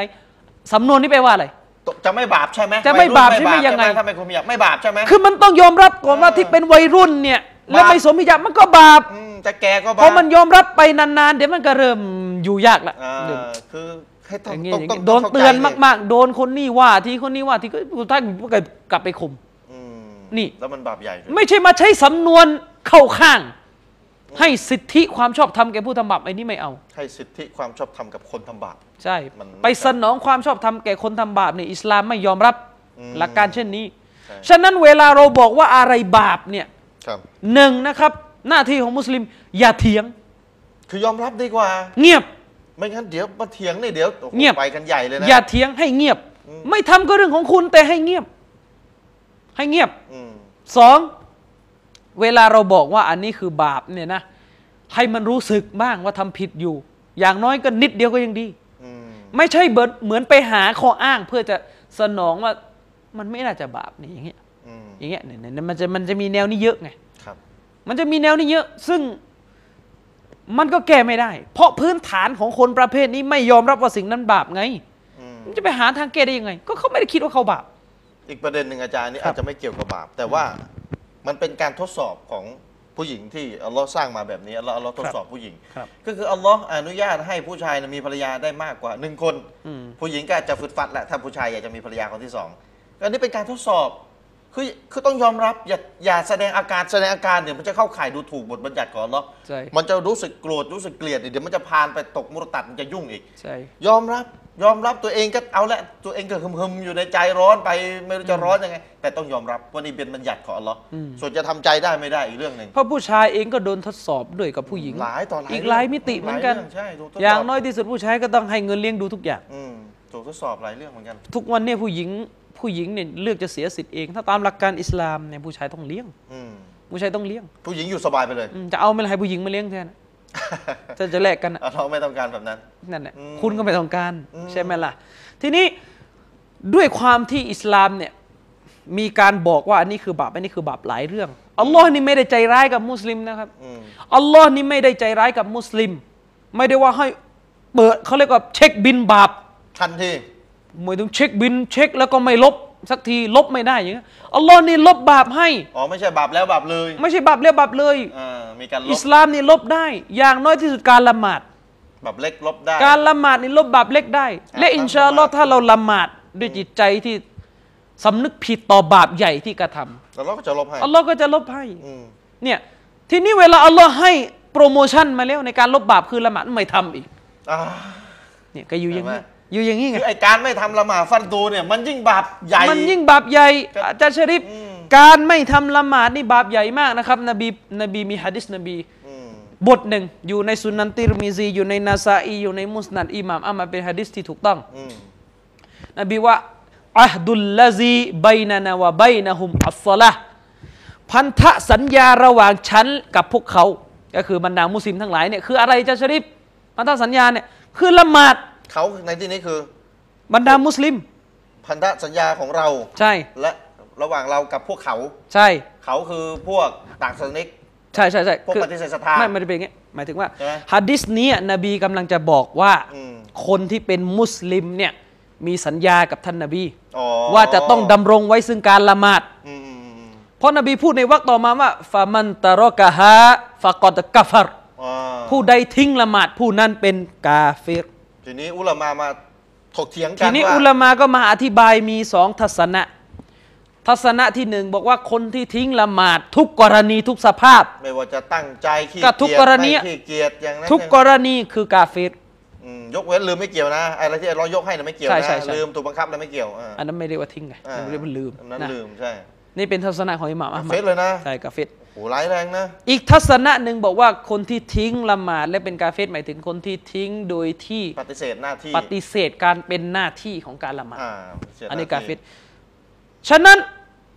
B: สำนวนนี้แปลว่าอะไร
A: ตจะไม่บาปใช่ไหม
B: จะไม่บาปใช่ไหม
A: วัรุ่น
B: ยังไง
A: ถ้าไม่คุณไม่อยากไม่บาปใช่ไหม
B: คือมันต้องยอมรับก่อนว่า
A: เออ
B: ที่เป็นวัยรุ่นเนี่ยแล้ว
A: บาป
B: ไม่สวมฮิญาบมันก็บาป
A: อืมจะแก่ก็บาป
B: เพราะมันยอมรับไปนานๆเดี๋ยวมันก็เริ่มอยู่ยากละ
A: เอ
B: เดี๋ยว
A: อคือให้ต้
B: อ
A: อง
B: ย่างเงี้ย
A: ต้อ
B: อง ย่าง
A: ต้อง
B: เงี้ยโดน
A: ข้าใจ
B: เตือนมากๆ โดนคนนี่ว่าทีคนนี่ว่าทีก็สุดท้ายก็กลับไปข่ม
A: อืม
B: นี่
A: แล้วมันบาปใหญ่ด้วย
B: ไม่ใช่มาใช้สำนวนเข้าข้าง ให้สิทธิความชอบธรรมแก่ผู้ทำบาปไอ้นี่ไม่เอา
A: ให้สิทธิความชอบธรรมกับคนทำบาป
B: ใช่
A: มัน
B: ไปสนองความชอบธรรมแก่คนทำบาปเนี่ยอิสลามไม่ยอมรับ
A: อืม
B: หลักการเช่นนี้
A: ใช่
B: ฉะนั้นเวลาเราบอกว่าอะไรบาปเนี่ย
A: ครับ
B: หนึ่งนะครับ หน้าที่ของมุสลิมอย่าเถียง
A: คือยอมรับดีกว่า
B: เงียบ
A: ไม่งั้นเดี๋ยวมาเถียงนี่เดี๋ยวโอ้โห
B: เงียบ
A: ไปกันใหญ่เลยนะ
B: อย่าเถียงให้เงียบ
A: อืม
B: ไม่ทำก็เรื่องของคุณแต่ให้เงียบ ให้เงียบ
A: อืม
B: สองเวลาเราบอกว่าอันนี้คือบาปเนี่ยนะ ให้มันรู้สึกบ้างว่าทำผิดอยู่ อย่างน้อยก็นิดเดียวก็ยังดี
A: อืม
B: ไม่ใช่เบิดเหมือนไปหาข้ออ้างเพื่อจะสนองว่ามันไม่น่าจะบาปนี่อย่างเงี้ย
A: อืม
B: อย่างเงี้ยเนี่ยเนี่ยมันจะมันจะมีแนวนี้เยอะไง
A: ครับ
B: มันจะมีแนวนี้เยอะซึ่งมันก็แก้ไม่ได้ เพราะพื้นฐานของคนประเภทนี้ไม่ยอมรับว่าสิ่งนั้นบาปไง
A: อืม
B: มันจะไปหาทางแก้ได้ยังไง ก็เขาไม่ได้คิดว่าเขาบาป
A: อีกประเด็นหนึ่งอาจารย์นี่
B: ครั
A: อา
B: บ
A: จจะไม่เกี่ยวกับบาป แต่ว่ามันเป็นการทดสอบของผู้หญิงที่อัลลอฮ์สร้างมาแบบนี้อัลลอฮ์อัลลอฮ์ทดสอบผู้หญิง
B: ครับ
A: ก็คืออัลลอฮ์อนุญาตให้ผู้ชายน่ะมีภรรยาได้มากกว่าหนึ่งคน
B: อืม
A: ผู้หญิงก็อาจจะฟึดฟัดแหละถ้าผู้ชายอยากจะมีภรรยาคนที่สองอันนี้เป็นการทดสอบคือคือต้องยอมรับอย่าอย่าแสดงอาการแสดงอาการเดี๋ยวมันจะเข้าข่ายดูถูกบทบัญญัติของอัลลอฮ์
B: ใช่
A: มันจะรู้สึกโกรธรู้สึกเกลียดเดี๋ยวมันจะพานไปตกมุรตัดมันจะยุ่งอีก
B: ใช่
A: ยอมรับยอมรับตัวเองก็เอาละตัวเองก็หึมๆอยู่ในใจร้อนไปไม่รู้จะร้อนยังไง แต่ต้องยอมรับว่านี่เป็นบัญญัติของอัลลอฮ์ส่วนจะทำใจได้ไม่ได้อีกเรื่องหนึ่ง
B: เพราะผู้ชายเองก็โดนทดสอบด้วยกับผู้หญิง
A: หลายต่อหลาย
B: อีก
A: เรื่ง
B: หลายมิติเหมือนกัน
A: ลายรื่งใช่ถูกทดสบ
B: อย่างน้อยที่สุดผู้ชายก็ต้องให้เงินเลี้ยงดูทุกอย่าง
A: อืมถูกทดสอบหลายเรื่องเหมือนกัน
B: ทุกวันเนี่ยผู้หญิงผู้หญิงเนี่ยเลือกจะเสียสิทธิ์เอง ถ้าตามหลักการอิสลามเนี่ยผู้ชายต้องเลี้ยง
A: อืม
B: ผู้ชายต้องเลี้ยง
A: ผู้หญิงอยู่สบายไปเลย
B: อืมจะเอาไม่ให้ผู้หญิงมาเลี้ยงแท
A: *laughs*
B: นจะจะแลกกันอะ
A: อัลลอฮ์ไม่ต้องการแบบนั้น
B: นั่นแหละ
A: อืม
B: คุณก็ไม่ต้องการใช่ไหมล่ะ ทีนี้ด้วยความที่อิสลามเนี่ยมีการบอกว่าอันนี้คือบาปอันนี้คือบาปหลายเรื่องอัลลอฮ์นี่ไม่ได้ใจร้ายกับมุสลิมนะครับ
A: อืม
B: อัลลอฮ์นี่ไม่ได้ใจร้ายกับมุสลิม ไม่ได้ว่าให้เปิดเขาเรียกว่าเช็คบินบาป
A: ทันที
B: หมายถึงเช็คบินเช็คแล้วก็ไม่ลบ สักทีลบไม่ได้อย่างเงี้ยอัลลอฮ์นี่ลบบาปให้
A: อ๋อไม่ใช่บาปแล้วบาปเลย
B: ไม่ใช่บาปเรียกบาปเลย
A: อ่ามีการล
B: อิ
A: บ
B: สลามนี่ลบได้ อย่างน้อยที่สุดการละหมาด
A: บาปเล็กลบได้
B: การละหมาดนี่ลบบาปเล็กได้
A: อ่า
B: และอินชาอัลลอฮ์
A: ครับ
B: ถ้าเราละหมาดด้วยจิตใจที่สำนึกผิดต่อบาปใหญ่ที่กระท
A: อัลลอฮ์ก็จะลบให้
B: ำอัลลอฮ์ก็จะลบให้
A: อืม
B: เนี่ยทีนี้เวลาอัลลอฮ์ให้โปรโมชั่นมาแล้วในการลบบาปคือละหมาดไม่ทำอีก
A: อ่า
B: เนี่ยก็อยู่อย่างนี้
A: เห็นไหม
B: อยู่อย่างนี้ไง
A: คือไอการไม่ทำละหมาดฟันดูเนี่ยมันยิ่งบาปใหญ่
B: มันยิ่งบาปใหญ่
A: ครับ
B: อาจารย์ชริฟ
A: อืม
B: การไม่ทำละหมาดนี่บาปใหญ่มากนะครับ นบีนบีมีฮะดิษนบี
A: อืม
B: บทหนึ่งอยู่ในสุนันติรมิซีอยู่ในนาซาอีอยู่ในมุสนัดอิหม่ามอามาเป็นฮะดิษที่ถูกต้อง
A: อืม
B: นบีว่าอัฮดุลละซีไบนานาวะไบนะฮุมอัสซาละห์พันธสัญญาระหว่างฉันกับพวกเขา ก็คือบรรดามุสลิมทั้งหลายเนี่ยคืออะไรจะชะริฟพันธสัญญาเนี่ยคือละหมาด
A: เขาในที่นี้คือบ
B: รรดามุสลิม
A: พันธสัญญาของเรา
B: ใช่
A: และระหว่างเรากับพวกเขา
B: ใช่
A: เขาคือพวกต่างศาสนิก
B: ใช่ใช่ใช่
A: พวก
B: คือ
A: ปฏิเสธศรัทธา
B: ไม่ไม่ได้เป็นอย่างเงี้ยหมายถึงว่า
A: ใช่ไหม
B: ฮัดดิสเนี้นบีกำลังจะบอกว่า
A: อืม
B: คนที่เป็นมุสลิมเนี่ยมีสัญญากับท่านนบี
A: อ๋อ
B: ว่าจะต้องดำรงไว้ซึ่งการละหมาด
A: อืมอืมอืมอืม
B: เพราะนบีพูดในวรรคต่อมาว่าฟามันตารอกะฮะฟากอดกะฟาร
A: อ่า
B: ผู้ใดทิ้งละหมาดผู้นั้นเป็นกาเฟร
A: ทีนี้อุลามามาถกเถียงกั
B: ที
A: น
B: นี้
A: ว่า
B: อุลามาก็มาอธิบายมีสองทัศนะ ทัศนะที่หนึ่งบอกว่าคนที่ทิ้งละหมาด ทุกกรณีทุกสภาพ
A: ไม่ว่าจะตั้งใจขี้
B: ก็ทุก
A: เยจ
B: กรณี
A: ไม่ขี้เกียจอย่างนั้น
B: ทุก
A: อย่าง
B: ก
A: นี้
B: รณีคือกาเฟร
A: อืมยกเว้นลืมไม่เกี่ยวนะอะไรที่เรายกให้นะไม่เกี่ยว
B: ใช่
A: นะ
B: ใช่ใช่
A: ลืมตัวบังคับนะไม่เกี่ยวอ่า
B: อันนั้นไม่เรียกว่าทิ้งไงอันนั้นเรียกว่าลืม
A: อันนั้น
B: นะ
A: ลืมใช่
B: นี่เป็นทัศนะของอิหม่ามอัลมั
A: เฟ
B: ด
A: ซเลยนะ
B: ใช่กาเฟร
A: โอ้โหร้ายแรงนะ
B: อีกทัศนะหนึ่งบอกว่าคนที่ทิ้งละหมาดและเป็นกาเฟรหมายถึงคนที่ทิ้งโดยที่
A: ปฏิเสธหน้าที่
B: ปฏิเสธการเป็นหน้าที่ของการละหมาด
A: อ่าปฏิเสธห
B: อันนี้
A: ที่
B: กาเฟรฉะนั้น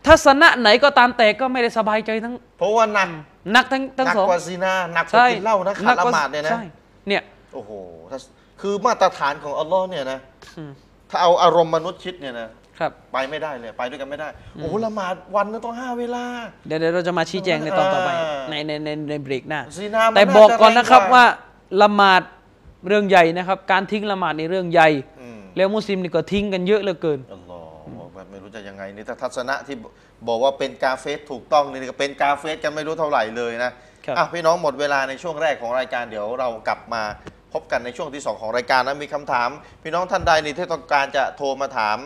B: ทัศนะไหนก็ตามแต่ก็ไม่ได้สบายใจทั้ง
A: เพราะว่าหนัก
B: นักทั้ง
A: ห
B: ทั้ง
A: นัก
B: สอง
A: กว่าซีนาหนักกว่า
B: ใช่
A: กินเหล้านะขาดละหมาดเนี่ยนะ
B: ใช่เนี่ย
A: โอ้โหถ้าคือมาตรฐานของอัลลอฮ์เนี่ยนะ
B: อืม
A: ถ้าเอาอารมณ์มนุษย์คิดเนี่ยนะ
B: ครับ
A: ไปไม่ได้เลย ไปด้วยกันไม่ได้ โอ้โหละหมาดวันนึงต้องห้าเวลา
B: เดี๋ยวเดี๋ยวเราจะมาชี้แจงในตอนต่อไป
A: อ่า
B: ในในในในเบรกหน้า
A: ซีนามัน
B: แต่บอกก่อน
A: น่าจะ
B: นะครับ
A: แรงกว่า
B: ว่าละหมาดเรื่องใหญ่นะครับ การทิ้งละหมาดในเรื่องใหญ่
A: อืม
B: แล้วมุสลิมนี่ก็ทิ้งกันเยอะเหลือเกิน
A: อัลลอฮ์แบบไม่รู้จะยังไงนี่ถ้าทัศนะที่บอกว่าเป็นกาเฟสถูกต้องนี่ก็เป็นกาเฟสกันไม่รู้เท่าไหร่เลยนะครับ อ่ะพี่น้องหมดเวลาในช่วงแรกของรายการเดี๋ยวเรากลับมาพบกันในช่วงที่สองของรายการนะมีคำถาม พี่น้องท่านใดนี่ที่ต้องการจะโทรมาถาม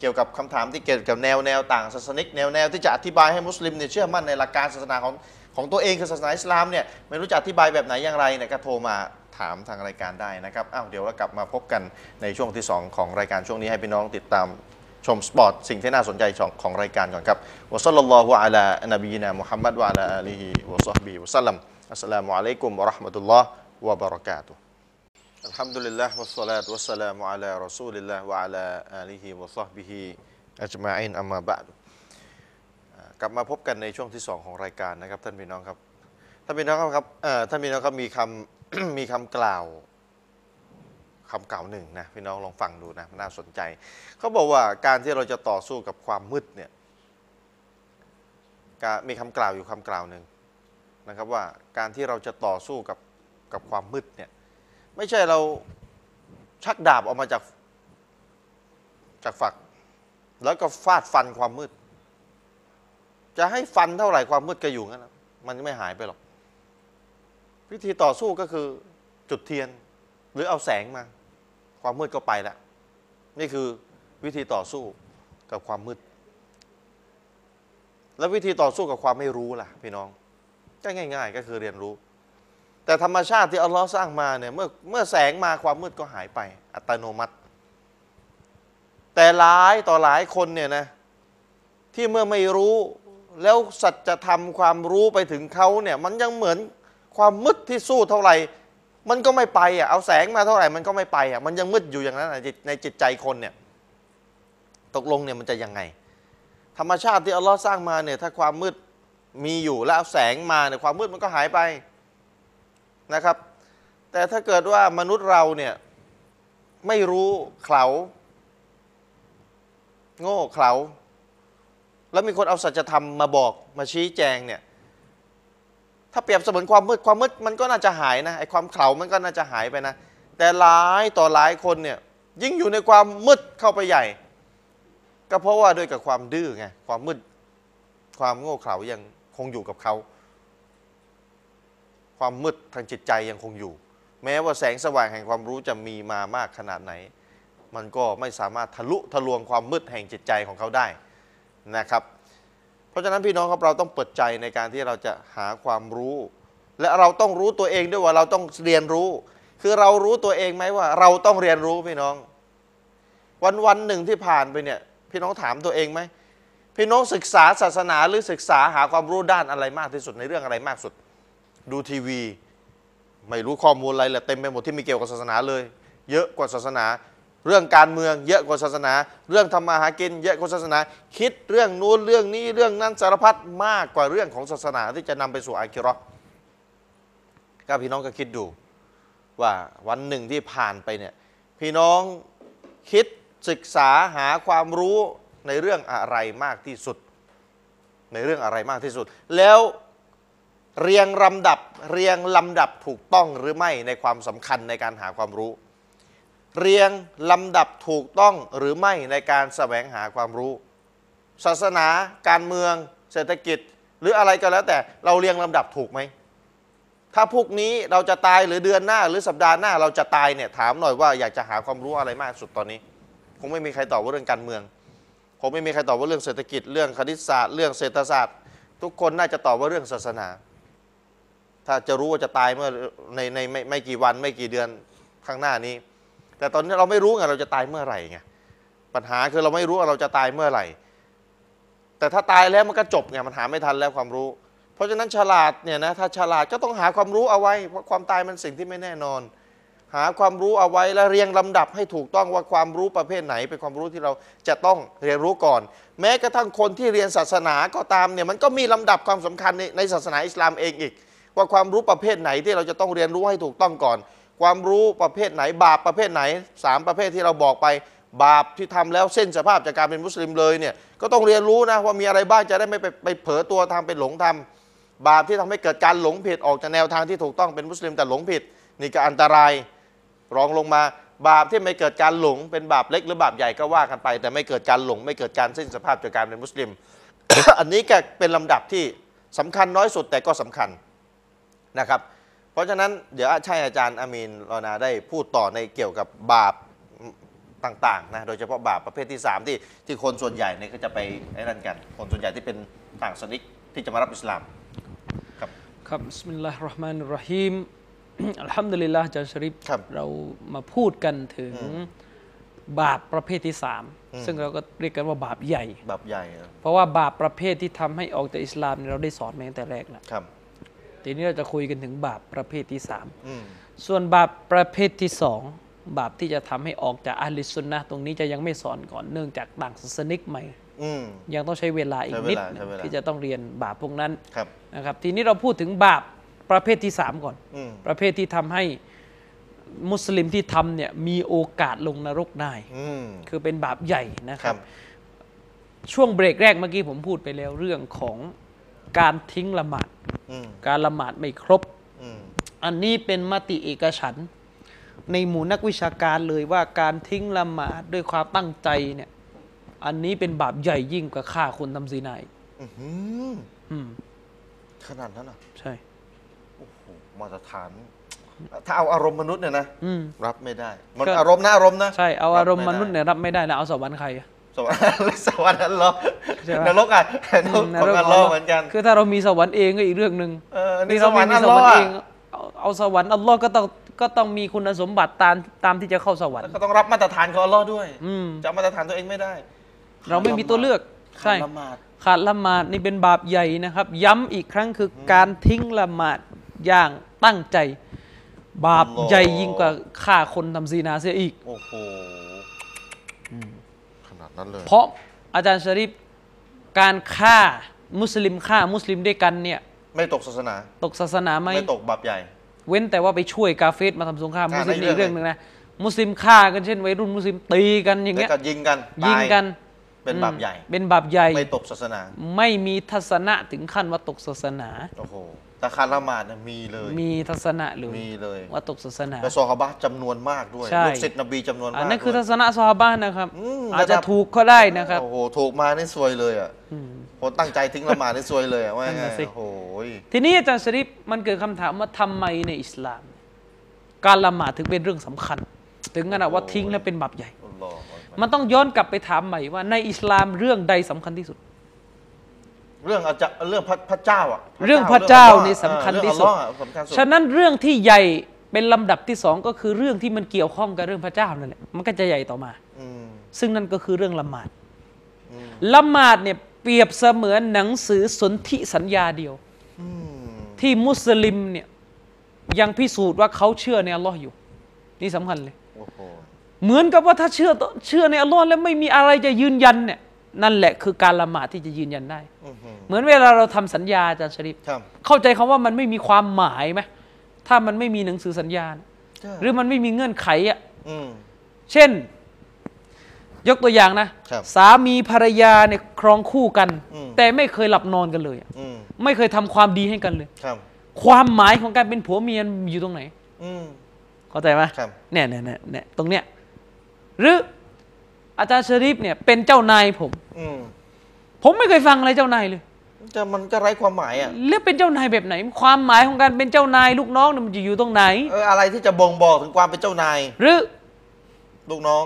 A: เกี่ยวกับคำถามที่เกี่ยวกับแนวแนวต่างศาสนิกแนวแนวที่จะอธิบายให้มุสลิมเนี่ยเชื่อมั่นในหลักการศาสนาของของตัวเองคือศาสนาอิสลามเนี่ยไม่รู้จะอธิบายแบบไหนอย่างไรเนี่ยก็โทรมาถามทางรายการได้นะครับอ้าวเดี๋ยวเรากลับมาพบกันในช่วงที่สองของรายการช่วงนี้ให้พี่น้องติดตามชมสปอร์ตสิ่งที่น่าสนใจของของรายการก่อนครับวะซัลลัลลอฮุอะลาอะนบีนามุฮัมมัดวะอะลาอาลีฮิวะซอฮบีฮิวะสัลลัมอัสสลามุอะลัยกุมวะเราะห์มะตุลลอฮ์วะบะเราะกาตุฮ์ الحمد لله والصلاة والسلام على رسول الله وعلى آله وصحبه أجمعين أما بعد อ่ากลับมาพบกันในช่วงที่ 2 ของรายการนะครับท่านพี่น้องครับท่านพี่น้องครับเอ่อท่านพี่น้องครับมีคำ *coughs* มีคำกล่าวคำกล่าวหนึ่งนะพี่น้องลองฟังดูนะมันน่าสนใจเขาบอกว่าการที่เราจะต่อสู้กับความมืดเนี่ยกะมีคำกล่าวอยู่คำกล่าวหนึ่งนะครับว่าการที่เราจะต่อสู้กับกับความมืดเนี่ย ไม่ใช่เราชักดาบออกมาจาก จากฝัก แล้วก็ฟาดฟันความมืด จะให้ฟันเท่าไหร่ความมืดก็อยู่งั้นนะมันไม่หายไปหรอก วิธีต่อสู้ก็คือจุดเทียน หรือเอาแสงมา ความมืดก็ไปละนี่คือวิธีต่อสู้กับความมืด แล้ววิธีต่อสู้กับความไม่รู้ล่ะ พี่น้องก็ง่าย ๆ ก็คือเรียนรู้ แต่ธรรมชาติที่อัลลอฮ์สร้างมาเนี่ยเมื่อเมื่อแสงมาความมืดก็หายไป อัตโนมัติ แต่หลายต่อหลายคนเนี่ยนะที่เมื่อไม่รู้แล้วสัจธรรมความรู้ไปถึงเขาเนี่ยมันยังเหมือนความมืดที่สู้เท่าไหร่ มันก็ไม่ไปอ่ะเอาแสงมาเท่าไหร่มันก็ไม่ไปอ่ะมันยังมืดอยู่อย่างนั้นอะในจิตในจิตใจคนเนี่ยตกลงเนี่ยมันจะยังไง ธรรมชาติที่อัลลอฮ์สร้างมาเนี่ยถ้าความมืดมีอยู่แล้วเอาแสงมาเนี่ยความมืดมันก็หายไป นะครับ แต่ถ้าเกิดว่ามนุษย์เราเนี่ย ไม่รู้เขลาโง่เขลาแล้วมีคนเอาสัจธรรมมาบอกมาชี้แจงเนี่ย ถ้าเปรียบเสมือนความมืดความมืดมันก็น่าจะหายนะไอ้ความเขลามันก็น่าจะหายไปนะ แต่หลายต่อหลายคนเนี่ย ยิ่งอยู่ในความมืดเข้าไปใหญ่ ก็เพราะว่าด้วยกับความดื้อไงความมืด ความโง่เขลายังคงอยู่กับเขา ความมืดทางจิตใจยังคงอยู่ แม้ว่าแสงสว่างแห่งความรู้จะมีมามากขนาดไหน มันก็ไม่สามารถทะลุทะลวงความมืดแห่งจิตใจของเขาได้นะครับ เพราะฉะนั้นพี่น้องครับเราต้องเปิดใจในการที่เราจะหาความรู้ และเราต้องรู้ตัวเองด้วยว่าเราต้องเรียนรู้ คือเรารู้ตัวเองไหมว่า เราต้องเรียนรู้พี่น้อง วันวันๆหนึ่งที่ผ่านไปเนี่ย พี่น้องถามตัวเองไหมพี่น้องศึกษาศาสนาหรือศึกษาหาความรู้ด้านอะไรมากที่สุดในเรื่องอะไรมากสุด ดูทีวี ไม่รู้ข้อมูลอะไรแหละเต็มไปหมดที่ไม่เกี่ยวกับศาสนาเลย เยอะกว่าศาสนา เรื่องการเมืองเยอะกว่าศาสนา เรื่องทำมาหากินเยอะกว่าศาสนา คิดเรื่องนู้นเรื่องนี้เรื่องนั้นสารพัดมากกว่าเรื่องของศาสนาที่จะนำไปสู่อาคิเราะห์ก็พี่น้องก็คิดดู ว่าวันหนึ่งที่ผ่านไปเนี่ยพี่น้องคิดศึกษาหาความรู้ในเรื่องอะไรมากที่สุด ในเรื่องอะไรมากที่สุด แล้วเรียงลำดับเรียงลำดับถูกต้องหรือไม่ในความสำคัญในการหาความรู้ เรียงลำดับถูกต้องหรือไม่ในการแสวงหาความรู้ ศาสนาการเมืองเศรษฐกิจหรืออะไรก็แล้วแต่เราเรียงลำดับถูกไหม ถ้าพวกนี้เราจะตายหรือเดือนหน้า หรือสัปดาห์หน้าเราจะตายเนี่ยถามหน่อยว่าอยากจะหาความรู้อะไรมากสุดตอนนี้ คงไม่มีใครตอบว่าเรื่องการเมือง คงไม่มีใครตอบว่าเรื่องเศรษฐกิจเรื่องคณิตศาสตร์เรื่องเศรษฐศาสตร์ ทุกคนน่าจะตอบว่าเรื่องศาสนา ถ้าจะรู้ว่าจะตายเมื่อในในไม่ไม่กี่วันไม่กี่เดือนข้างหน้านี้ แต่ตอนนี้เราไม่รู้ไงเราจะตายเมื่อไหร่ไงปัญหาคือเราไม่รู้ว่าเราจะตายเมื่อไหร่ แต่ถ้าตายแล้วมันก็จบไงมันหาไม่ทันแล้วความรู้ เพราะฉะนั้นฉลาดเนี่ยนะถ้าฉลาดก็ต้องหาความรู้เอาไว้เพราะความตายมันสิ่งที่ไม่แน่นอน หาความรู้เอาไว้และเรียงลำดับให้ถูกต้องว่าความรู้ประเภทไหน เป็นความรู้ที่เราจะต้องเรียนรู้ก่อน แม้กระทั่งคนที่เรียนศาสนาก็ตามเนี่ยมันก็มีลำดับความสำคัญในในศาสนาอิสลามเองอีก ว่าความรู้ประเภทไหนที่เราจะต้องเรียนรู้ให้ถูกต้องก่อน ความรู้ประเภทไหนบาปประเภทไหนสามประเภทที่เราบอกไป บาปที่ทำแล้วเส้นสภาพจากการเป็นมุสลิมเลยเนี่ยก็ต้องเรียนรู้นะว่ามีอะไรบ้างจะได้ไม่ไปไปเผลอตัวทำเป็นหลงทำ บาปที่ทำให้เกิดการหลงผิดออกจากแนวทางที่ถูกต้องเป็นมุสลิมแต่หลงผิด นี่ก็อันตรายรองลงมา บาปที่ไม่เกิดการหลง เป็นบาปเล็กหรือบาปใหญ่ก็ว่ากันไป แต่ไม่เกิดการหลง ไม่เกิดการสิ้นสภาพจากการเป็นมุสลิม *coughs* อันนี้ก็เป็นลำดับที่สำคัญน้อยสุดแต่ก็สำคัญนะครับ เพราะฉะนั้นเดี๋ยวใช่อาจารย์อามีนรอนาได้พูดต่อในเกี่ยวกับบาปต่างๆนะโดยเฉพาะบาปประเภทที่สามที่ที่คนส่วนใหญ่เนี่ยก็จะไปไอ้นั่นกัน คนส่วนใหญ่ที่เป็นต่างศาสนิกที่จะมารับอิสลาม
B: ครับบิสมิลลาฮิรเราะห์มานิรเราะฮีม *clears throat* อัลฮัมดุลิลลาฮ์อาจารย์ชริป
A: ครับ
B: เรามาพูดกันถึงบาปประเภทที่สาม
A: อืม
B: ซึ่งเราก็เรียกกันว่าบาปใหญ่
A: บาปใหญ่อะ
B: เพราะว่าบาปประเภทที่ทำให้ออกจากอิสลามเนี่ยเราได้สอนมาตั้งแต่แรกแล้ว
A: ครับ
B: ทีนี้เราจะคุยกันถึงบาปประเภทที่สาม
A: อืม
B: ส่วนบาปประเภทที่สองบาปที่จะทำให้ออกจากอาลิสซุนนะห์ตรงนี้จะยังไม่สอนก่อนเนื่องจากต่างศาสนิกใหม่
A: อืม
B: ยังต้องใช้เวลาอีกนิด
A: ใช้เวลาใช้เวลา
B: ที่จะต้องเรียนบาปพวกนั้น
A: ครับ
B: นะครับทีนี้เราพูดถึงบาปประเภทที่ 3 ก่อน
A: อืม
B: ประเภทที่ทำให้มุสลิมที่ทำเนี่ยมีโอกาสลงนรกได้
A: อืม
B: คือเป็นบาปใหญ่นะค
A: ครั
B: รับ
A: บ
B: ช่วงเบรกแรกเมื่อกี้ผมพูดไปแล้วเรื่องของการทิ้งละหมาด
A: อืม
B: การละหมาดไม่ครบ
A: อืม
B: อันนี้เป็นมติเอกฉันท์ในหมู่นักวิชาการเลยว่าการทิ้งละหมาดด้วยความตั้งใจเนี่ยอันนี้เป็นบาปใหญ่ยิ่งกว่าฆ่าคนทำซีนาย
A: อื้อหือ
B: อืม
A: ขนาดนั้นอ่ะ
B: ใช่
A: โหมาตรฐาน ถ้าเอาอารมณ์มนุษย์เนี่ยนะ
B: อืม
A: รับไม่ได้ มัน
B: ก็
A: อารมณ์นะอารมณ์นะ
B: ใช่ เอาอารมณ์ม
A: บไได้
B: นุษย์เนี่ยรับไม่ได้แล้วเอาสวรรค์ใครอะ
A: สวรรค์ *laughs* สวรรค์นั้นเหรอ
B: ใช่ปะ
A: นรกอ่ะ *laughs* นรก
B: ใน
A: ของ
B: เรื่
A: อัลลอฮ์เหมือนกัน
B: คือถ้าเรามีสวรรค์เองก็อีกเรื่องหนึ่ง
A: เออนี่
B: นี่
A: ส
B: เรา
A: วร
B: ไม่
A: รค์
B: มี
A: อัลล
B: สว
A: อฮ์อะ
B: รรค์เองเอาเอาสวรรค์อัลลอฮ์ก็ต้องก็ต้องมีคุณสมบัติตามตามที่จะเข้าสวรร
A: แล้ว
B: ค์
A: ก็ต้องรับมาตรฐานของอัลลอฮ์ด้วย
B: อืม
A: จะเอามาตรฐานตัวเองไม่ได้
B: เราไม่มีตัวเลือก
A: ขาด
B: ใช่
A: ละหมาด
B: ขาดละหมาดนี่เป็นบาปใหญ่นะครับ ย้ำอีกครั้งคือการทิ้งละหมาดอย่างตั้งใจ บาปใหญ่ยิ่งกว่าฆ่าคนทำซีนาเสียอีก
A: โอ้โหขนาดนั้นเลย
B: เพราะอาจารย์ชะริฟการฆ่ามุสลิมฆ่ามุสลิมด้วยกันเนี่ย
A: ไม่ตกศาสนา
B: ตกศาสนาไหม
A: ไม่ตกบาปใหญ่
B: เว้นแต่ว่าไปช่วยกาเฟสมาทำสงคราม
A: อ่า
B: มุสลิม
A: นั่นอี
B: อี
A: ก
B: ก
A: เรื่
B: เรื่
A: อ
B: อง งหนึ่งนะมุสลิมฆ่ากันเช่นวัยรุ่นมุสลิมตีกันอย่าง
A: แล้ว
B: เงี้ย
A: ก็ยิงกัน
B: ยิงกัน
A: ตายเป็นบาปใหญ่
B: เป็นบาปใหญ่
A: ไม่ตกศาสนา
B: ไม่มีทัศนะถึงขั้นว่าตกศาสนา
A: โอ้โหแต่คารละหมาดน่ะมีเลย
B: มีทัศนะเลย
A: มีเลย
B: ว่าตกศาสนา
A: และซอฮาบะห์จำนวนมากด้วย
B: ใช่
A: ลูกศิษย์นบีจำนวนมาก
B: อันนั้นคือ
A: ด้ว
B: ทั
A: ย
B: ศนะซอฮาบะห์นะครับ
A: อืม
B: อาจจะ
A: ระดับ
B: ถูกก็ได้นะครับ
A: โอ้โห ถูกมานี่ซวยเลยอ่ะคนตั้งใจทิ้งละหมาดนี่ซวยเลยอ่ะว่า
B: นั่น
A: ไง
B: น่ะสิ
A: โอ้โหย
B: ทีนี้อาจารย์ชะริฟมันเกิดคำถามว่าทำไมในอิสลาม การละหมาดถึงเป็นเรื่องสำคัญ ถึงขนาดว่าทิ้งแล้วเป็นบาปใหญ่
A: อัลลอฮฺ
B: มันต้องย้อนกลับไปถามใหม่ว่าในอิสลามเรื่องใดสำคัญที่สุด
A: เรื่องอาจจะเรื่องพระพระเจ้าอ่ะ
B: เรื่องพระเจ้านี่สำคัญที่สุด
A: เรื่องอัลลอฮ์อะสำคัญสุด
B: ฉะนั้นเรื่องที่ใหญ่เป็นลำดับที่สองก็คือเรื่องที่มันเกี่ยวข้องกับเรื่องพระเจ้านั่นแหละมันก็จะใหญ่ต่อมา
A: อืม
B: ซึ่งนั่นก็คือเรื่องละหมาด
A: อืม
B: ละหมาดเนี่ยเปรียบเสมือนหนังสือสนธิสัญญาเดียว
A: อืม
B: ที่มุสลิมเนี่ย ยังพิสูจน์ว่าเขาเชื่อในอัลลอฮ์อยู่ นี่สำคัญเลย
A: โอ้โห
B: เหมือนกับว่าถ้าเชื่อต่อเชื่อในอัลลอฮ์แล้วไม่มีอะไรจะยืนยันเนี่ยนั่นแหละคือการละหมาดที่จะยืนยันได้
A: อื้อหือ
B: เหมือนเวลาเราทำสัญญาอาจารย์ชริป
A: ครับ
B: เข้าใจคำว่ามันไม่มีความหมายไหมถ้ามันไม่มีหนังสือสัญญานะหรือมันไม่มีเงื่อนไขอ่ะ
A: อืม
B: เช่น ยกตัวอย่างนะ
A: ครับ
B: สามีภรรยาเนี่ยครองคู่กัน แต่ไม่เคยหลับนอนกันเลยอะ
A: อืม
B: ไม่เคยทำความดีให้กันเลย
A: ครับ
B: ความหมายของการเป็นผัวเมียมันอยู่ตรงไหน
A: อืม
B: เข้าใจไหม
A: ครับ
B: เนี่ยเนี่ยเนี่ยเนี่ยตรงเนี้ยหรืออาจารย์ชริปเนี่ยเป็นเจ้านายผม
A: อืม
B: ผมไม่เคยฟังอะไรเจ้านายเลย
A: แต่มันก็ไร้ความหมายอ่ะ
B: แล้วเป็นเจ้านายแบบไหน ความหมายของการเป็นเจ้านายลูกน้องเนี่ยมันจะอยู่ตรงไหน
A: เอออะไรที่จะบ่งบอกถึงความเป็นเจ้านาย
B: หรือ
A: ลูกน้อง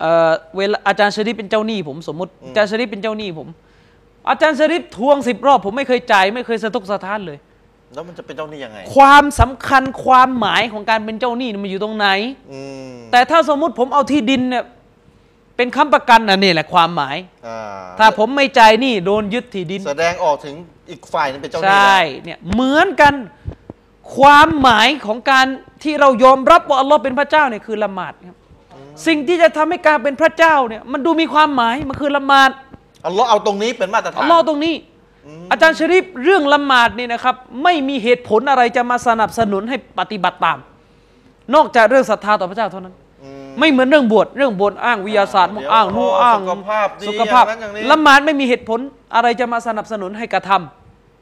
B: เอ่อเวลาอาจารย์ชริปเป็นเจ้าหนี้ผมสมมติ
A: อืม
B: อาจารย์ชริปเป็นเจ้าหนี้ผม อาจารย์ชริปทวงสิบรอบ ผมไม่เคยจ่ายไม่เคยสะทกสะท้านเลย
A: แล้วมันจะเป็นเจ้าหนี้ยังไง
B: ความสำคัญความหมายของการเป็นเจ้าหนี้เนี่ยมันอยู่ตรงไหน
A: อืม
B: แต่ถ้าสมมุติผมเอาที่ดินเนี่ยเป็นค้ำประกันนะนี่แหละความหมาย
A: อ่า
B: ถ้าผมไม่จ่ายหนี่โดนยึดที่ดิน
A: แสดงออกถึงอีกฝ่ายนึงเป็นเจ้าห
B: ใช
A: นี้แล้ว
B: ่เนี่ยเหมือนกันความหมายของการที่เรายอมรับว่าอัลลอฮ์เป็นพระเจ้าเนี่ยคือละหมาดครับสิ่งที่จะทำให้การเป็นพระเจ้าเนี่ยมันดูมีความหมายมันคือละหมาด
A: อัลลอฮ์เอาตรงนี้เป็นมาตรฐาน
B: อัลลอฮ์ตรงนี้ อาจารย์ชริปเรื่องละหมาดนี่นะครับ ไม่มีเหตุผลอะไรจะมาสนับสนุนให้ปฏิบัติตาม นอกจากเรื่องศรัทธาต่อพระเจ้าเท่านั้น
A: อืม
B: ไม่เหมือนเรื่องบวชเรื่องบวชอ้างวิทยาศาสตร์
A: เดี๋ยว
B: อ้างนู่นอ้าง
A: สุขภาพดี
B: สุขภาพ
A: อย่างนั้นอย่างนี้
B: ละหมาดไม่มีเหตุผลอะไรจะมาสนับสนุนให้กระท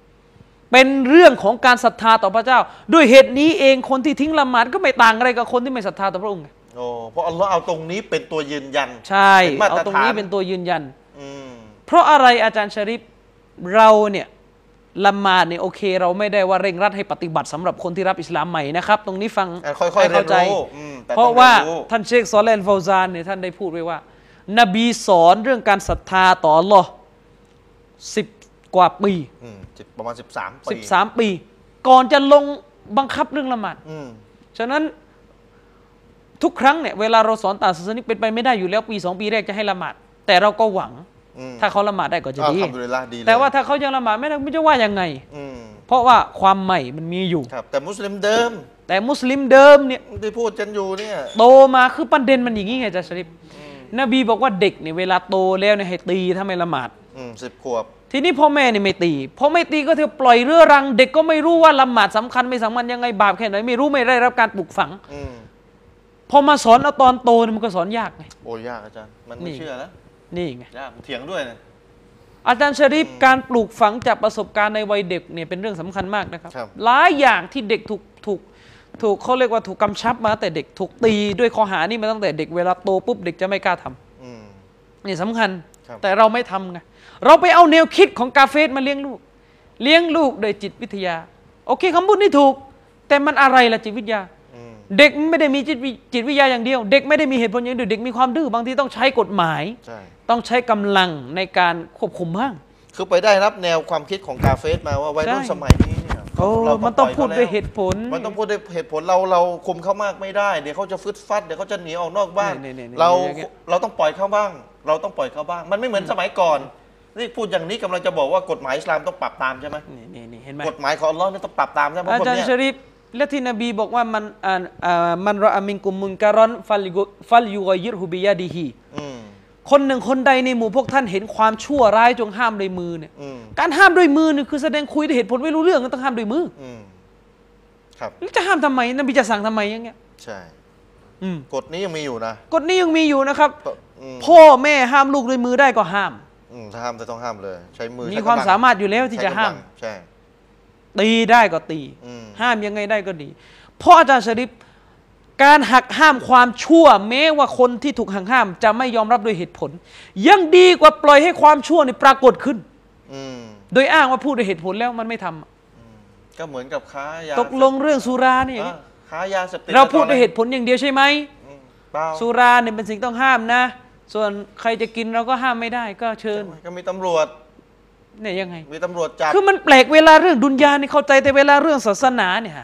B: ำเป็นเรื่องของการศรัทธาต่อพระเจ้า ด้วยเหตุนี้เองคนที่ทิ้งละหมาดก็ไม่ต่างอะไรกับคนที่ไม่ศรัทธาต่อพระองค์ไง
A: โอ้เพราะอัลลอฮ์เอาตรงนี้เป็นตัวยืนยัน
B: ใช่
A: เป็นมาตรฐาน
B: เอาตรงนี้เป็นตัวยืนยัน
A: อืม
B: เพราะอะไรอาจารย์ชริปเราเนี่ยละหมาดเนี่ยโอเค เราไม่ได้ว่าเร่งรัดให้ปฏิบัติสำหรับคนที่รับอิสลามใหม่นะครับ ตรงนี้ฟัง
A: อ่ะค่อย
B: ให้
A: ๆเรีย
B: เข้านใจ
A: รู้อืมแต่
B: เพราะว่า
A: ต้องยนรู้
B: ท่านเชคซอลเลนฟาวซานเนี่ยท่านได้พูดไว้ว่า นบีสอนเรื่องการศรัทธาต่ออัลลอสิบกว่าปี
A: อืมสิบประมาณ 13 ปี
B: สิบสามปี ก่อนจะลงบังคับเรื่องละหมาด
A: อืม
B: ฉะนั้นทุกครั้งเนี่ยเวลาเราสอนต่างศาสนิกเป็นไปไม่ได้อยู่แล้วปีสองปีแรกจะให้ละหมาด แต่เราก็หวัง
A: อืม
B: ถ้าเขาละหมาดได้ก็จะ
A: อัล
B: ดี
A: ฮัมดุลิลละห์ดีเลย
B: แต่ว่าถ้าเขายังละหมาดไม่ได้ไม่จะว่ายังไง
A: อืม
B: เพราะว่าความใหม่มันมีอยู่
A: ครับ แต่มุสลิมเดิม
B: แต่มุสลิมเดิมเนี่ย
A: ที่พูดกันอยู่เนี่ย
B: โตมาคือประเด็นมันอย่างนี้ไงอาจ๊ะชริปนบีบอกว่าเด็กเนี่ยเวลาโตแล้วเนี่ยให้ตีถ้าไม่ละหมาด
A: อืมสิบขวบ
B: ทีนี้พ่อแม่เนี่ยไม่ตีพอไม่ตีก็เธอปล่อยเรื้อรัง เด็กก็ไม่รู้ว่าละหมาดสำคัญไม่สำคัญยังไงบาปแค่ไหนไม่รู้ไม่ได้รับการปลูกฝัง
A: อืม
B: พอมาสอนเอาตอนโตเนี่ยมันก็สอนยากไง
A: โอ้ยากอาจารย์ มัน
B: นี่
A: ไม่เชื่อแล้ว
B: นี่ไง
A: ยากผมเถียงด้วยนะ
B: อาจารย์ชริปการปลูกฝังจากประสบการณ์ในวัยเด็กเนี่ยเป็นเรื่องสำคัญมากนะครับหลายอย่างที่เด็กถูกถูกถูกเขาเรียกว่าถูกกำชับมาตั้งแต่เด็กถูกตีด้วยข้อหานี่มาตั้งแต่เด็กเวลาโตปุ๊บเด็กจะไม่กล้าทำ
A: อืม
B: นี่สำคัญ
A: ครับ
B: แต่เราไม่ทำไงเราไปเอาแนวคิดของกาเฟสมาเลี้ยงลูก เลี้ยงลูกโดยจิตวิทยา โอเคคำพูดนี่ถูก แต่มันอะไรล่ะจิตวิทยา
A: อืม
B: เด็กไม่ได้มีจิตวิจิตวิทยาอย่างเดียว เด็กไม่ได้มีเหตุผลอย่างเดียวเด็กมีความดื้อบางทีต้องใช้กฎหมาย
A: ใช่
B: ต้องใช้กำลังในการควบคุมบ้าง
A: คือไปได้รับแนวความคิดของกาเฟสมาว่าวัยรุ่น
B: ใช่
A: สมัยนี้เนี่ย
B: โอ้
A: เรา
B: มันต้อง
A: ปล่
B: พูด
A: ขาแล้
B: ด้วยเหตุผล
A: มันต้องพูดด้วยเหตุผลเราเราคุมเขามากไม่ได้ เดี๋ยวเขาจะฟึดฟัดเดี๋ยวเขาจะหนีออกนอกบ้าน
B: เนี่ยเนี่ยเนี่ย
A: เรา
B: อย่างเงี้ย
A: เราต้องปล่อยเขาบ้าง เราต้องปล่อยเขาบ้าง มันไม่เหมือนสมัยก่อน นี่พูดอย่างนี้กำลังจะบอกว่ากฎหมายอิสลามต้องปรับตามใช่ไหม
B: นี่นี่นี่เห็นไหม
A: กฎหมายของอัลเลอฮ์เนี่ยต้องปรับตามใช่ไหม
B: อา
A: พวก
B: จารย์
A: เนี้ย
B: ชริปและที่นบีบอกว่ามันอ่านอ่ามันรออามินกุมมุนการอนฟัลยุฟัลยุกอยิรฮุบิยาดีฮี
A: อืม
B: คนหนึ่งคนใดในหมู่พวกท่านเห็นความชั่วร้ายจงห้ามด้วยมือเนี่ย
A: อืม
B: การห้ามด้วยมือเนี่ยคือแสดงคุยด้วยเหตุผลไม่รู้เรื่องก็ต้องห้ามด้วยมือ
A: อืมครับ
B: แล้วจะห้ามทำไมนบีจะสั่งทำไมอย่างเงี้ย
A: ใช่
B: อืม
A: กฎนี้ยังมีอยู่นะ
B: กฎนี้ยังมีอยู่นะครับ
A: ก็อืม
B: พ่อแม่ห้ามลูกด้วยมือได้ก็ห้าม
A: อืมถ้าห้ามจะต้องห้ามเลย ใช้มือ
B: มี
A: ใช้กำลัง
B: ความสามารถอยู่แล้วที่จะ
A: ใช้กำ
B: ห้า
A: ลั
B: ม
A: งใช่
B: ตีได้ก็ตี
A: อืม
B: ห้ามยังไงได้ก็ดี เพราะอาจารย์ชริปการหักห้ามความชั่ว แม้ว่าคนที่ถูกหักห้าม จะไม่ยอมรับด้วยเหตุผล ยังดีกว่าปล่อยให้ความชั่วนี่ปรากฏขึ้น
A: อืม
B: โดยอ้างว่าพูดด้วยเหตุผลแล้วมันไม่ทำอะ
A: ก็เหมือนกับค้ายา
B: ตกลงเรื่องสุราเนี่ยอย่าง
A: อ่ะ
B: เงี้ย
A: ค้ายาเสพติด
B: เราพูดด้วยเห
A: อ
B: ตุผลอย่างเดียวใช่ไหม
A: ะไรอืมเปล่า
B: สุราเนี่ยเป็นสิ่งต้องห้ามนะ ส่วนใครจะกินเราก็ห้ามไม่ได้ก็เชิญ
A: ก็มีตำรวจ
B: เนี่ยยังไง
A: มีตำรวจจับ
B: คือมันแปลกเวลาเรื่องดุนยาเนี่ยเข้าใจแต่เวลาเรื่องศาสนาเนี่ย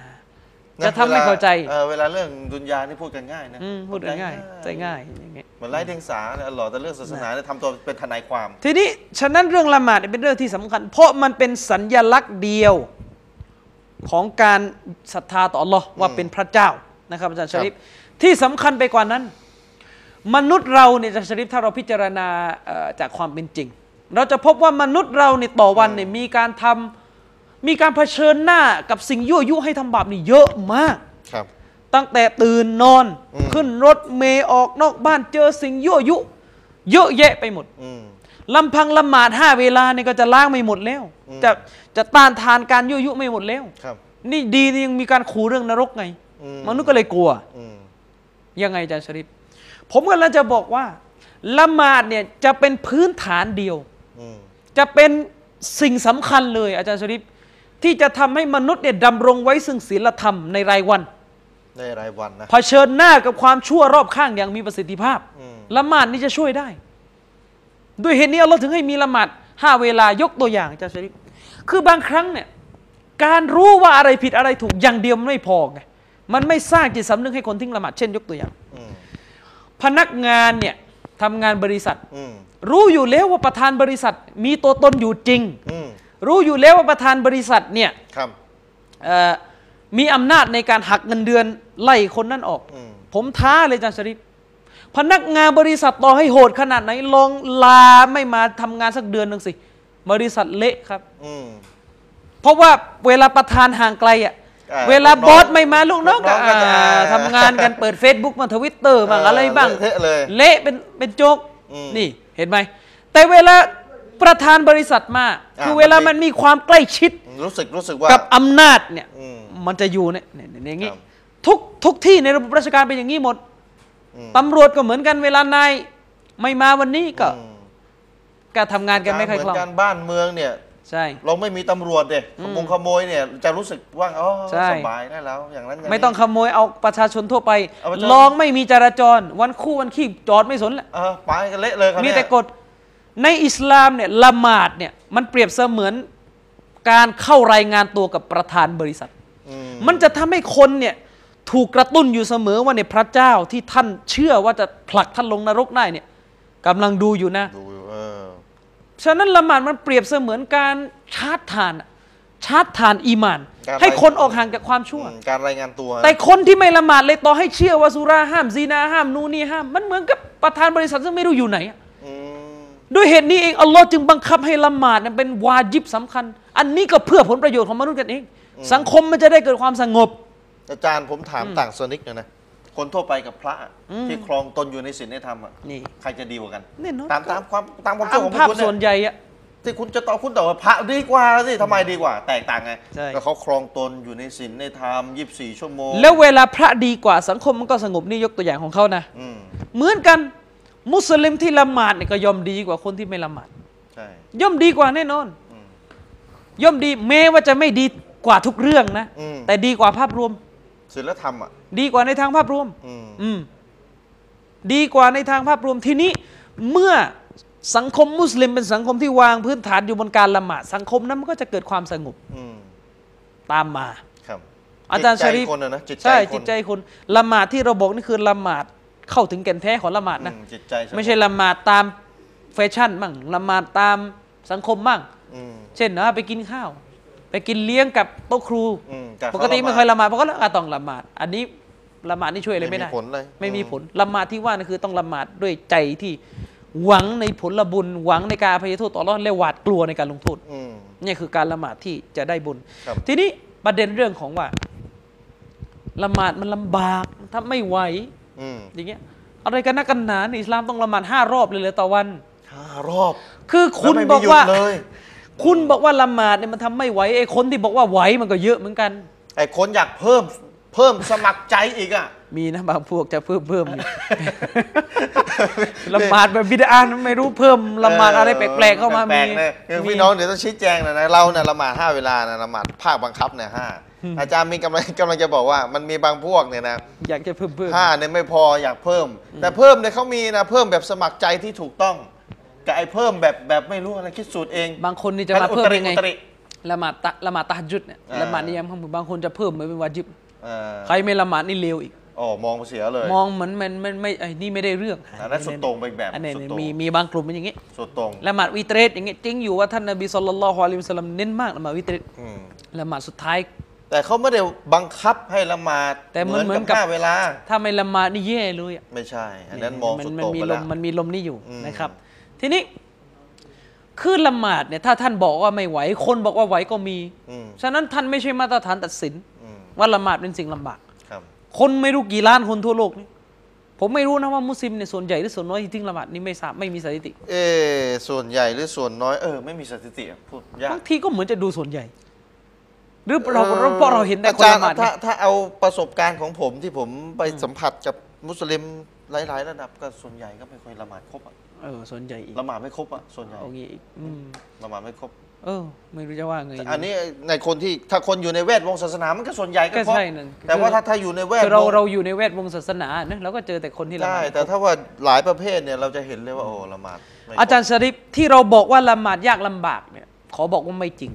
A: น
B: จะทำให้
A: วล
B: เข้าใจ
A: ออเวลาเรื่องดุนยานี่พูดกันง่ายนะ
B: อืมพูดกันง่ายใจง่ายอย่างเงี้ย
A: เหมือนไร้เดียงสาเนี่ยหล่อแต่เรื่องศาสนาเนี่ยทำตัวเป็นทนายความ
B: ทีนี้ฉะนั้นเรื่องละหมาดเนี่ยเป็นเรื่องที่สำคัญ เพราะมันเป็นสัญลักษณ์เดียว ของการศรัทธาต่อ Allah ว่าเป็นพระเจ้านะครับอาจารย์ชริฟที่สำคัญไปกว่านั้น มนุษย์เราเนี่ยอาจารย์ชริฟถ้าเราพิจารณาเอ่อจากความเป็นจริง เราจะพบว่ามนุษย์เราเนี่ยต่อวันเนี่ยมีการทำมีการเผชิญหน้ากับสิ่งยั่วยุให้ทำบาปนี่เยอะมาก
A: ครับ
B: ตั้งแต่ตื่นนอน
A: อืม
B: ขึ้นรถเมย์ออกนอกบ้านเจอสิ่งยั่วยุ เยอะแยะไปหมด
A: อืม
B: ลำพังละหมาดห้าเวลานี่ก็จะล้างไม่หมดแล้ว
A: อืม
B: จะจะต้านทานการยั่วยุไม่หมดแล้ว
A: ครับ
B: นี่ดีนี่ยังมีการขู่เรื่องนรกไง
A: อืม
B: มนุษย์ก็เลยกลัว
A: อืม
B: ยังไงอาจารย์ชริปผมกำลังจะบอกว่าละหมาดเนี่ยจะเป็นพื้นฐานเดียว
A: อืม
B: จะเป็นสิ่งสำคัญเลยอาจารย์ชริปที่จะทำให้มนุษย์เนี่ยดำรงไว้ซึ่งศีลธรรมในรายวัน
A: ในรายวันนะ
B: เผชิญหน้ากับความชั่วรอบข้างอย่างมีประสิทธิภาพ
A: อืม
B: ละหมาดนี่จะช่วยได้ ด้วยเหตุนี้เราถึงให้มีละหมาดห้าเวลายกตัวอย่างอาจารย์ชริปคือบางครั้งเนี่ยการรู้ว่าอะไรผิดอะไรถูกอย่างเดียวมันไม่พอไงมันไม่สร้างจิตสำนึกให้คนทิ้งละหมาดเช่นยกตัวอย่าง
A: อืม
B: พนักงานเนี่ยทำงานบริษัท
A: อืม
B: รู้อยู่แล้วว่าประธานบริษัท มีตัวตนอยู่จริง
A: อืม
B: รู้อยู่แล้วว่าประธานบริษัทเนี่ย
A: ครับ
B: เอ่อมีอำนาจในการหักเงินเดือนไล่คนนั้นออก
A: อืม
B: ผมท้าเลยอาจารย์ชริปพนักงานบริษัทต่อให้โหดขนาดไหนลองลาไม่มาทำงานสักเดือนหนึ่งสิ บริษัทเละครับ
A: อืม
B: เพราะว่าเวลาประธานห่างไกลอ่ะ
A: อ่า
B: เวลา
A: ลูกน้อง
B: บอสไม่มาลูกน้อง
A: ลู
B: ก็
A: กน้องก็จะ
B: อ่าทำงานกัน *laughs* เปิด Facebook มางทวิตเตอร์บ้าง
A: เอออ
B: อะไรบ้าง
A: เละเทะเลย
B: เละเป็นเป็นโจก
A: อืม
B: นี่เห็นไหม แต่เวลาประธานบริษัทมา
A: อ่า
B: คือเวลา
A: มั
B: มัน
A: น
B: มีความใกล้ชิด
A: รู้สึกรู้สึกว่า
B: กับอำนาจเนี่ย
A: อืม
B: มันจะอยู่เนี่ยเนี่ยเนี่ยอย่างงี้
A: ครับ
B: ทุกทุกที่ในระบบราชการเป็นอย่างนี้หมด
A: อืม
B: ตำรวจก็เหมือนกันเวลานายไม่มาวันนี้ก็
A: อืม
B: ก็ทำงานกันไม่ค่อย
A: เห
B: คล่อง
A: นการบ้านเมืองเนี่ย
B: ใช่
A: เราไม่มีตำรวจเด็กขโมงขโมยเนี่ย จะรู้สึกว่าอ๋อ
B: ใช่
A: สบายได้แล้วอย่างนั้นย่านี้
B: ไม่ต้องขโมยเอาประชาชนทั่วไป
A: เอาประชาชน
B: ลองไม่มีจราจร วันคู่วันขี้จอดไม่สนแหละ
A: เออไปกันเละเลยครับ
B: มี
A: เนี่ย
B: แต่กฎในอิสลามเนี่ยละหมาดเนี่ยมันเปรียบเสมือนการเข้ารายงานตัวกับประธานบริษัท
A: อืม
B: มันจะทำให้คนเนี่ยถูกกระตุ้นอยู่เสมอว่าเนี่ยพระเจ้าที่ท่านเชื่อว่าจะผลักท่านลงนรกได้เนี่ยกำลังดูอยู่นะ
A: ดูอยู่เออ
B: ฉะนั้นละหมาดมันเปรียบเสมือนการชาร์จทานอะชาร์จทานอีมาน
A: การ
B: ให้
A: ไป
B: คนออกห่างจากความชั่ว
A: อืมการรายงานตัว
B: แต่คนที่ไม่ละหมาดเลยต่อให้เชื่อว่าสุราห้ามซีนาห้ามนู่นนี่ห้าม มันเหมือนกับประธานบริษัทซึ่งไม่รู้อยู่ไหนอะ
A: อืม
B: ด้วยเหตุนี้เองอัลลอฮ์จึงบังคับให้ละหมาดนั้นเป็นวาญิบสำคัญ อันนี้ก็เพื่อผลประโยชน์ของมนุษย์กันเอง สังคมมันจะได้เกิดความสงบ
A: อาจารย์ผมถามต่างสนิกหน่อยนะคนทั่วไปกับพระอะที่ครองตนอยู่ในศีลในธรรมอ่ะ
B: นี่
A: ใครจะดีกว่ากัน
B: แน่นอน
A: ตามตามความตามความ
B: ตา
A: เชื่อ
B: ม
A: ของพว
B: ภาพ
A: กคุณ
B: ส่วน
A: เนี่ย
B: ใหญ่อะ
A: ที่คุณจะตอบคุณตอบว่าพระดีกว่าสิทำไมดีกว่า แตกต่างไง
B: ใช่
A: ก็เขาครองตนอยู่ในศีลในธรรมยี่สิบสี่ชั่วโมง
B: แล้วเวลาพระดีกว่าสังคมมันก็สงบนี่ยกตัวอย่างของเขานะ
A: อืม
B: เหมือนกัน มุสลิมที่ละหมาดเนี่ยก็ยอมดีกว่าคนที่ไม่ละหมาด
A: ใช่
B: ย่อมดีกว่าแน่นอน ย่อมดีแม้ว่าจะไม่ดีกว่าทุกเรื่องนะ
A: อืม
B: แต่ดีกว่าภาพรวม
A: ศีลธรรมอ่ะ
B: ดีกว่าในทางภาพรวม
A: อืม
B: อืมดีกว่าในทางภาพรวมทีนี้ เมื่อสังคมมุสลิมเป็นสังคมที่วางพื้นฐานอยู่บนการละหมาดสังคมนั้นมันก็จะเกิดความสงบ
A: อืม
B: ตามมา
A: ครับ
B: อาจารย์
A: ต
B: ช
A: ใจ
B: ริฟ
A: คนอะนะจิตใจ
B: ใช่
A: คน
B: จิตใจคนละหมาดที่เราบอกนี่คือละหมาดเข้าถึงแก่นแท้ของละหมาดนะ
A: อืมจิตใจ
B: ไม่ใช่ละหมาดตามแฟชั่นมั่งละหมาดตามสังคมมั่ง
A: อืม
B: เช่นนะไปกินข้าว ไปกินเลี้ยงกับโต๊ะครู
A: อืมแต่
B: ปกติ
A: เขาละหมาด
B: ไม่เคยละหมาดเพราะก็ละต้องละหมาด อันนี้ละหมาดนี่ช่วยอะไรไม่ได้
A: ไม่มีผลเลย
B: ไม่มี
A: อืม
B: ผลละหมาดที่ว่านี่คือต้องละหมาดด้วยใจที่หวังในผลบุญ หวังในการอภัยโทษต่ออัลเลอฮ์และหวาดกลัวในการลงโทษ
A: อืม
B: นี่คือการละหมาดที่จะได้บุญ
A: ครับ
B: ทีนี้ประเด็นเรื่องของว่า ละหมาดมันลำบากถ้าไม่ไหว
A: อืม
B: อย่างเงี้ยอะไรกันนักกันหนาเนี่ยอิสลามต้องละหมาดห้ารอบเลยเลยต่อวัน
A: ห้ารอบ
B: คือคุณ
A: แล้วไม่
B: บ
A: มี
B: อก
A: หยุด
B: ว่า
A: เลย
B: คุณบอกว่าละหมาดเนี่ยมันทำไม่ไหวไอ้คนที่บอกว่าไหวมันก็เยอะเหมือนกัน
A: ไอ้คนอยากเพิ่มเพิ่มสมัครใจอีกอ่ะ
B: มีนะบางพวกจะเพิ่มเพิ่ม
A: *laughs*
B: อีก ละหมาดแบบบิดานะไม่รู้เพิ่มละหมาดอะไรแปลกๆเข้ามา
A: แปล
B: มี
A: กๆนะคือ
B: มี
A: พี่น้องเดี๋ยวต้องชี้แจงหนะนะเราเนี่ยละหมาดห้าเวลานะละหมาดภาคบังคับเนี่ยห้าอาจารย์มีกำลังกำลังจะบอกว่ามันมีบางพวกเนี่ยนะ
B: อยากจะเพิ่มเพิ่ม
A: ห้าเนี่ยไม่พออยากเพิ่ม แต่เพิ่มเนี่ยเขามีนะเพิ่มแบบสมัครใจที่ถูกต้องกับไอ้เพิ่มแบบแบบไม่รู้อะไรคิดสูตรเอง
B: บางคนนี่จะมาเพิ่ม
A: อุตริ
B: ยังไง
A: อุตริ
B: ละหมาดตะละหมาดตะฮัจญุดเนี่ย
A: อ่า
B: ละหมาดนิยามของมึงบางคนจะเพิ่มเหมือนเป็นวาจิบ
A: เออ
B: ใครไม่ละหมาดนี่เลวอีก
A: อ๋อมองเสียเลย
B: มองเหมือนมันมันไม่ไอ้นี่ไม่ได้เรื่อง
A: อันนั้นสุดโต่งไปอีกแบบ
B: อันนี้
A: สุด
B: เนี่ย
A: โต่ง
B: มีมีบางกลุ่มเป็นอย่างงี้
A: สุดตรง
B: ละหมาดวิเตรสอย่างเงี้ยจริงอยู่ว่าท่านนบีสุลต่านละฮ์อะลัยฮิวะสัลลัมเน้นมากละหมาดวิเตรส
A: อืม
B: ละหมาดสุดท้าย
A: แต่เขาไม่ได้บังคับให้ละหมาด
B: แต่มันเหมือนกับ
A: ห้าเวลา
B: ถ้าไม่ละหมาดนี่แย่เลยอะ
A: ไม่ใช่ อันนั้นมอง
B: มั
A: สุด
B: มั
A: โต่ง
B: มี
A: ไป
B: ล
A: แล้ว
B: มมันมีลมนี่อยู่
A: อืม
B: นะครับ ทีนี้คือละหมาดเนี่ยถ้าท่านบอกว่าไม่ไหว คนบอกว่าไหวก็มี
A: อืม
B: ฉะนั้นท่านไม่ใช่มาตรฐานตัดสิน
A: อืม
B: ว่าละหมาดเป็นสิ่งลำบาก
A: ครับ
B: คนไม่รู้กี่ล้านคนทั่วโลกนี่ผมไม่รู้นะว่ามุสลิมเนี่ยส่วนใหญ่หรือส่วนน้อยที่ทิ้งละหมาดนี่ไม่ทราบไม่มีสถิติ
A: เออส่วนใหญ่หรือส่วนน้อย เออ ไม่มีสถิติอะพูดยาก
B: บางทีก็เหมือนจะดูส่วนใหญ่ หรือเราเราเพราะเราเห็นแต่คน
A: จาร
B: ละ
A: ย์
B: หมาด
A: ถ้า
B: เนี่ย
A: ถ้าเอาประสบการณ์ของผมที่ผมไปสัมผัสกับมุสลิมหลาย ๆ ระดับก็ส่วนใหญ่ก็ไม่ค่อยละหมาดครบอะ
B: เออส่วนใหญ่อีก
A: ละหมาดไม่ครบอะส่วนใหญ่
B: เอางี้อีกอืม
A: ละหมาดไม่ครบ
B: เออ ไม่รู้จะว่าไง
A: แต่อันนี้ในคนที่ถ้าคนอยู่ในแวดวงศาสนามันก็ส่วนใหญ่ก็
B: ก็
A: ครบ
B: ใช่นั่น
A: แต่
B: คือ
A: ว่าถ้าถ้าอยู่ในแวด
B: คือเรา
A: วง
B: เราอยู่ในแวดวงศาสนานะเราก็เจอแต่คนที่ละห
A: ใช่
B: มาด
A: แต่ถ้าว่าหลายประเภทเนี่ยเราจะเห็นเลยว่าโอ้ละหมาดไม่คบ
B: อาจารย์ชริปที่เราบอกว่าละหมาดยากลำบากเนี่ย ขอบอกว่าไม่จริง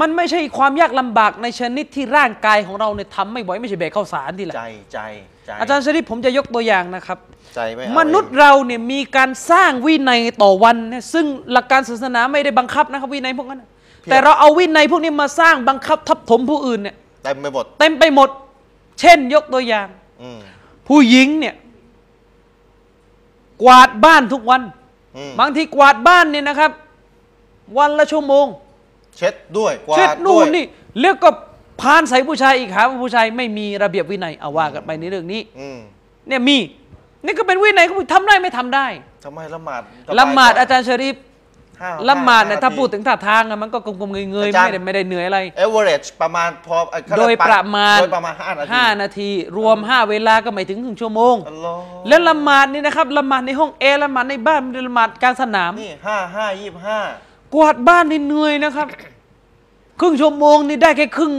B: มันไม่ใช่ความยากลำบากในชนิดที่ร่างกายของเราเนี่ยทำไม่ไหวไม่ใช่แบกข้าวสารทีหละ
A: ใจใจใจ
B: อาจารย์ชริปผมจะยกตัวอย่างนะครับ
A: ใจไม่เอา
B: มนุษย์เราเนี่ยมีการสร้างวินัยต่อวันเนี่ยซึ่งหลักการศาสนาไม่ได้บังคับนะครับวินัยพวกนั้นน่ะแต่เราเอาวินัยพวกนี้มาสร้างบังคับทับถมผู้อื่นเนี่ย
A: เต็มไปหมด
B: เต็มไปหมด เช่นยกตัวอย่าง
A: อืม
B: ผู้หญิงเนี่ยกวาดบ้านทุกวัน
A: อืม
B: บางทีกวาดบ้านเนี่ยนะครับ วันละชั่วโมง
A: เช็ดด้วยกวา
B: เช็ด
A: ด
B: นู่
A: ด้วน ย
B: นี่แล้วก็พานใส่ผู้ชายอีกหาว่าผู้ชายไม่มีระเบียบวินัยเอาว่ากันไปในเรื่องนี้
A: อืม
B: เนี่ยมีนี่ก็เป็นวินัยเขาทำได้ไม่ทำได้
A: ทำไมละหมาด
B: ละหมาดอาจารย์ชะริฟ
A: ห้
B: ละหมาดเนี่ย
A: ห้
B: ถ้าพูด
A: นที
B: ถึงท่าทางอะมันก็กลมๆเงยๆ
A: อาจารย์
B: ไม่ได้ไม่ได้เหนื่อยอะไร
A: average ประมาณพออ่
B: โดยประมาณ
A: โดยประมาณห้านาที
B: ห้านาที รวมห้าเวลาก็ไม่ถึงครึ่งชั่วโมง
A: อัลลอฮ์
B: แล้วละหมาดนี่นะครับละหมาดในห้องแอร์ละหมาดในบ้านละหมาดกลางสนาม
A: นี่ห้าห้ายี่สิบห้าก
B: วาดบ้านนี่เหนื่อยนะครับ ครึ่งชั่วโมงนี่ได้แค่ครึ่ง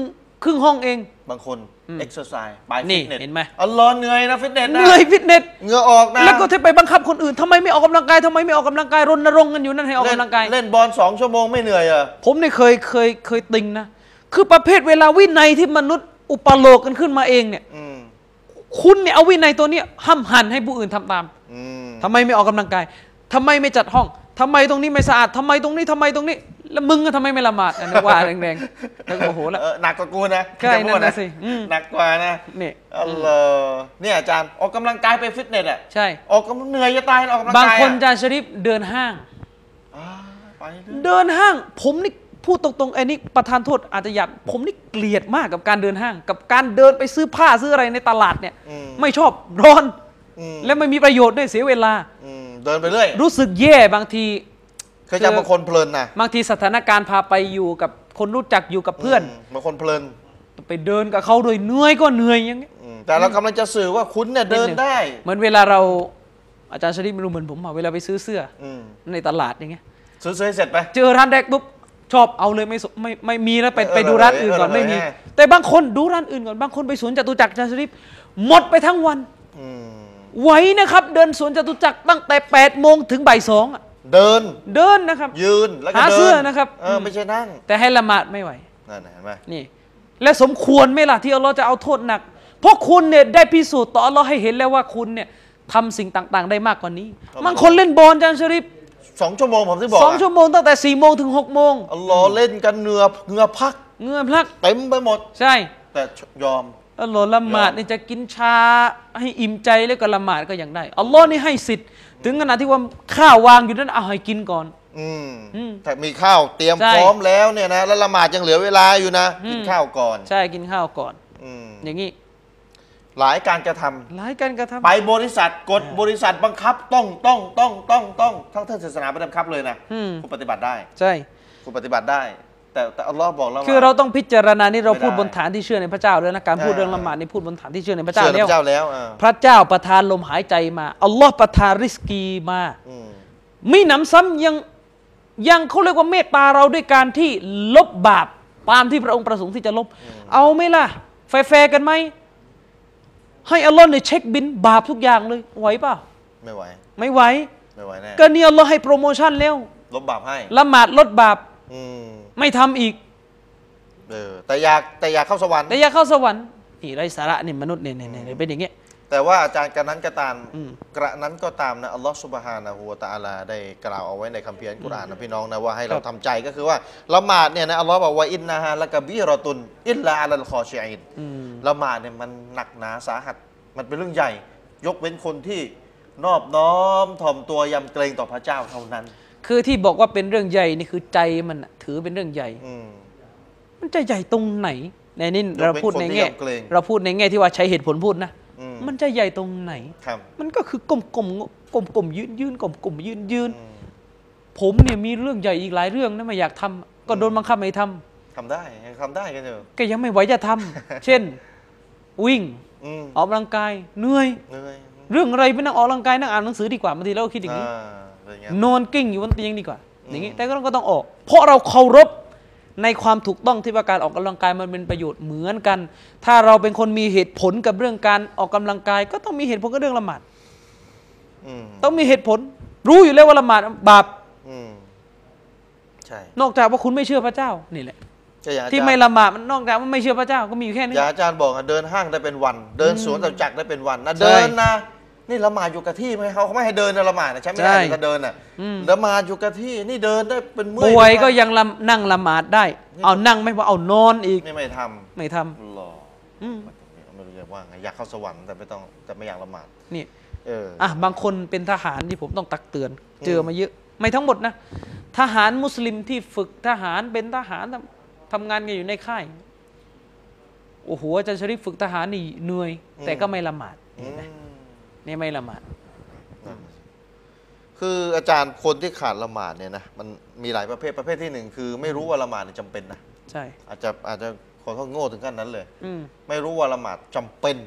B: ครึ่งห้องเอง
A: บางคน exercise ไป
B: นี่
A: ฟิตเนส
B: เห็นไหม
A: อัลลอฮ์เหนื่อยนะฟิตเนส
B: เหนื่อยฟิตเนส
A: เหงื่อออกนะ
B: แล้วก็ที่ไปบังคับคนอื่นทำไมไม่ออกกำลังกายทำไมไม่ออกกำลังกายรณรงค์กันอยู่นั่นให้ออกกำลังกาย
A: เล่นบอลสองชั่วโมงไม่เหนื่อยเหรอ
B: ผมเนี่ยเคยเคยเคยติงนะ คือประเภทเวลาวินัยที่มนุษย์อุปโลกกันขึ้นมาเองเนี่ย
A: อืม
B: คุณเนี่ยเอาวินัยตัวเนี้ยห้ามหันให้ผู้อื่นทำตาม
A: อืม
B: ทำไมไม่ออกกำลังกายทำไมไม่จัดห้องทำไมตรงนี้ไม่สะอาดทำไมตรงนี้ทำไมตรงนี้ แล้วมึงก็ทำไมไม่ละหมาดอันนี้ว่าแรงๆแล้วก็โมโหละ
A: เออหนักกว่ากูนะ
B: ใช่
A: อย่าพูด
B: นั่นน่ะสิอืม
A: หนักกว่านะ
B: เนี่ย
A: อัลลอฮ์เนี่ยอาจารย์ออกกำลังกายไปฟิตเนสอ่ะ
B: ใช่
A: ออกกำลังเหนื่อยจะตายออกกำลัง
B: บาง
A: กาย
B: คนอา
A: จะ
B: จารย์ชริฟเดินห้าง
A: ไปเรื่อย
B: เดินห้าง ผมนี่พูดตรงๆไอ้นี่ประธานโทษอาจจะหยาบผมนี่เกลียดมากกับการเดินห้าง กับการเดินไปซื้อผ้าซื้ออะไรในตลาดเนี่ย
A: อืม
B: ไม่ชอบร้อน
A: อืม
B: และไม่มีประโยชน์ด้วยเสียเวลา
A: อืมเดินไปเรื่อย
B: รู้สึกแย่บางที
A: เคยจำบางคนเพลินนะ
B: บางทีสถานการณ์พาไปอยู่กับคนรู้จักอยู่กับเพื่อน
A: มบางคนเพลิน
B: ไปเดินกับเขาโดยเหนื่อยก็เหนื่อยอย่างเงี้ย
A: อืมแต่เรากำลังจะสื่อว่าคุณเนี่ยเดินได้
B: เหมือนเวลาเราอาจารย์ชริฟไม่รู้เหมือนผมอะเวลาไปซื้อเสื้อ
A: อืม
B: ในตลาดอย่างเงี้ย
A: ซื้อๆให้เสร็จไป
B: เจอร้านแรกปุ๊บชอบเอาเลยไม่สไม่ไม่มีแล้วไป
A: เออ
B: ไปดูร้านอื่นก่อน
A: เออ
B: ไม่มี
A: เออ
B: แต่บางคนดูร้านอื่นก่อนบางคนไปสวนจตุจักรอาจารย์ชริปหมดไปทั้งวัน
A: อืม
B: ไหวนะครับ เดินสวนจตุจักรตั้งแต่8ปดโมงถึงบ่ายสองอะ
A: เดิน
B: เดินนะครับ
A: ยืนแล้วก็
B: หา
A: ดิน
B: เสื้อนะครับ
A: เอออ
B: ม
A: ไม่ใช่นั่ง
B: แต่ให้ละหมาดไม่ไหว
A: นั่นน่ะเห็นไหม
B: นี่ และสมควรไหมล่ะที่อัลลอฮ์จะเอาโทษหนัก เพราะคุณเนี่ยได้พิสูจน์ต่ออัลลอฮ์ให้เห็นแล้วว่าคุณเนี่ยทำสิ่งต่างๆ ได้มากกว่านี้
A: ครับ
B: บางคนเล่นบอลอาจารย์ชริป
A: สองชั่วโมงผมถึงบอก
B: สอง
A: อะ
B: ชั่วโมงตั้งแต่สี่โมงถึงหกโมง
A: อัลลอฮ์เล่นกันเหงือเหงือพัก
B: เงื่อนพลัก
A: เต็มไปหมด
B: ใช่
A: แต่ยอม
B: อัลลอฮ์ละหมาด
A: ยอม
B: นี่จะกินชาให้อิ่มใจแล้วก็ละหมาดก็ยังได้ อัลลอฮ์นี่ให้สิทธิ์ ถึงขนาดที่ว่าข้าววางอยู่นั้นเอาให้กินก่อน
A: อืม
B: อืม
A: แต่มีข้าวเตรียม
B: ใช่
A: พร้อมแล้วเนี่ยนะ แล้วละหมาดยังเหลือเวลาอยู่นะ
B: อืม
A: กินข้าวก่อน
B: ใช่กินข้าวก่อน
A: อืม
B: อย่างนี้
A: หลายการกระทำ
B: หลายการกระทำ
A: ไปบริษัทกฎบริษัทบังคับต้องต้องต้องต้องต้องทั้งท่านศาสนาไม่บังคับเลยนะ
B: อืม
A: คุณปฏิบัติได้
B: ใช่
A: คุณปฏิบัติได้ แต่แต่อัลลอฮ์บอกแล้ว
B: คือเรา
A: ว่า
B: ต้องพิจารณานี่เรา
A: ไม่ได้
B: พูดบนฐานที่เชื่อในพระเจ้าแล้วนะการพูด
A: อ่า
B: เรื่องละหมาดนี่พูดบนฐานที่เชื่อในพระเจ้า
A: เชื่อใน
B: แล้
A: พระ
B: ว
A: เจ้าแล้วอ่า
B: พระเจ้าประทานลมหายใจมาอัลลอฮ์ประทานริสกีมา
A: อืม
B: มีหนำซ้ำยังยังเขาเรียกว่าเมตตาเราด้วยการที่ลบบาปตามที่พระองค์ประสงค์ที่จะลบ เอาไหมล่ะ แฟร์ๆกันไหม ให้อัลลอฮ์เนี่ยเช็คบินบาปทุกอย่างเลยไหวเปล่า
A: ไม่ไหว
B: ไม่ไหว
A: ไม่ไหวแน่
B: ก็เนี่ยอัลลอฮ์ให้โปรโมชั่นแล้ว
A: ลบบาปให้
B: ละหมาดลดบาป
A: อืม
B: ไม่ทำอีก
A: เออแต่อยากแต่อยากเข้าสวรรค์
B: แต่อย่าเข้าสวรรค์นี่ไรสาระนี่มนุษย์เนี่ยเนี่ยเนี่ยเป็นอย่างเงี้ย
A: แต่ว่าอาจารย์กระนั้นก็ตาม
B: อืม
A: กระนั้นก็ตามนะอัลลอฮฺสุบฮานะฮูวะตะอาลาได้กล่าวเอาไว้ในคัมภีร์อัลกุรอานนะพี่น้องนะว่าให้เราทำใจก็คือว่าละหมาดเนี่ยนะอัลลอฮฺบอกว่าอินนาฮาละกะบีรอตุนอิลลาอัลลคอชีอิน
B: อืม
A: ละหมาดเนี่ยมันหนักหนาสาหัส มันเป็นเรื่องใหญ่ ยกเว้นคนที่นอบน้อมถ่อมตัวยำเกรงต่อพระเจ้าเท่านั้น
B: คือที่บอกว่าเป็นเรื่องใหญ่นี่คือใจมันน่ะถือเป็นเรื่องใหญ่
A: อืม
B: มันจะใหญ่ตรงไหนในนี่เราพูดในแง่
A: ยกเว้นคนที่ยอมเกรง
B: เราพูดในแง่ที่ว่าใช้เหตุผลพูดนะ
A: อืม
B: มันจะใหญ่ตรงไหน
A: ครับ
B: มันก็คือกลมกลมกลมกลมยืนยืนกลมกลมยืนยืน
A: อืม
B: ผมเนี่ยมีเรื่องใหญ่อีกหลายเรื่องนะไม่อยากทำก็โดนบังคับให้ทำ
A: ทำได้ยังทำได้กันอยู่
B: ก็ยังไม่ไหวจะทำ
A: *laughs*
B: เช่น วิ่ง
A: อืม
B: ออกกำลังกายเหนื่อย
A: เหนื่อย
B: เรื่องอะไรไปนั่งออกกำลังกายนั่งอ่านหนังสือดีกว่าบางทีเราก็คิดอย่างนี้
A: อ่าเป็นไง
B: นอนกิ้งอยู่บนเตียงดีกว่าอย่างนี้
A: อืม
B: แต่ก็ต้องก็ต้องออก เพราะเราเคารพในความถูกต้องที่ว่าการออกกำลังกายมันเป็นประโยชน์เหมือนกัน ถ้าเราเป็นคนมีเหตุผลกับเรื่องการออกกำลังกาย ก็ต้องมีเหตุผลกับเรื่องละหมาด
A: อืม
B: ต้องมีเหตุผล รู้อยู่แล้วว่าละหมาดบาป
A: อืมใช่
B: นอกจากว่าคุณไม่เชื่อพระเจ้านี่แหละ
A: ก็อย่างอาจารย์
B: ที่ไม่ละหมาดมันนอกจากว่าไม่เชื่อพระเจ้าก็มีอยู่แค่นี้
A: อย่าอาจารย์บอกอะเดินห้างได้เป็นวัน เดินสวนจตุจักรได้เป็นวันนะ
B: ใช่
A: เดินนะนี่ละหมาดอยู่กับที่ไหมเขาเขาไม่ให้เดินนะละหมาดนะใช่ไหม
B: ใช่
A: ให้ก็เดินอ่ะละหมาดอยู่กับที่นี่เดินได้เป็นเมื่อย
B: ป่วยก็
A: เป็นวัน
B: ยังละนั่งละหมาดได้ เอานั่งไม่พอเอานอนอีก
A: นี่ไม่ท
B: ไม่ทำ
A: ำหรอ
B: อืม
A: ไม่รู้จะว่าไงอยากเข้าสวรรค์แต่ไม่ต้องแต่ไม่อยากละหมาด
B: นี่
A: เอออ
B: อ่ะบางคนเป็นทหารที่ผมต้องตักเตือน
A: อืม
B: เจอมาเยอะ ไม่ทั้งหมดนะ ทหารมุสลิมที่ฝึกทหารเป็นทหารทำทำงานกันอยู่ในค่าย โอ้โหอาจารย์ชริฟฝึกทหารนี่เหนื่อย แต่ก็ไม่ละหมาด
A: อืม
B: เนี่ยไม่ละหมาด
A: คืออาจารย์คนที่ขาดละหมาดเนี่ยนะมันมีหลายประเภทประเภทที่หนึ่งคือ ไม่รู้ว่าละหมาดเนี่ยจำเป็นนะ
B: ใช่
A: อาจจะอาจจะขอโทษโง่ถึงขั้นนั้นเลย
B: อืม
A: ไม่รู้ว่าละหมาดจำเป็น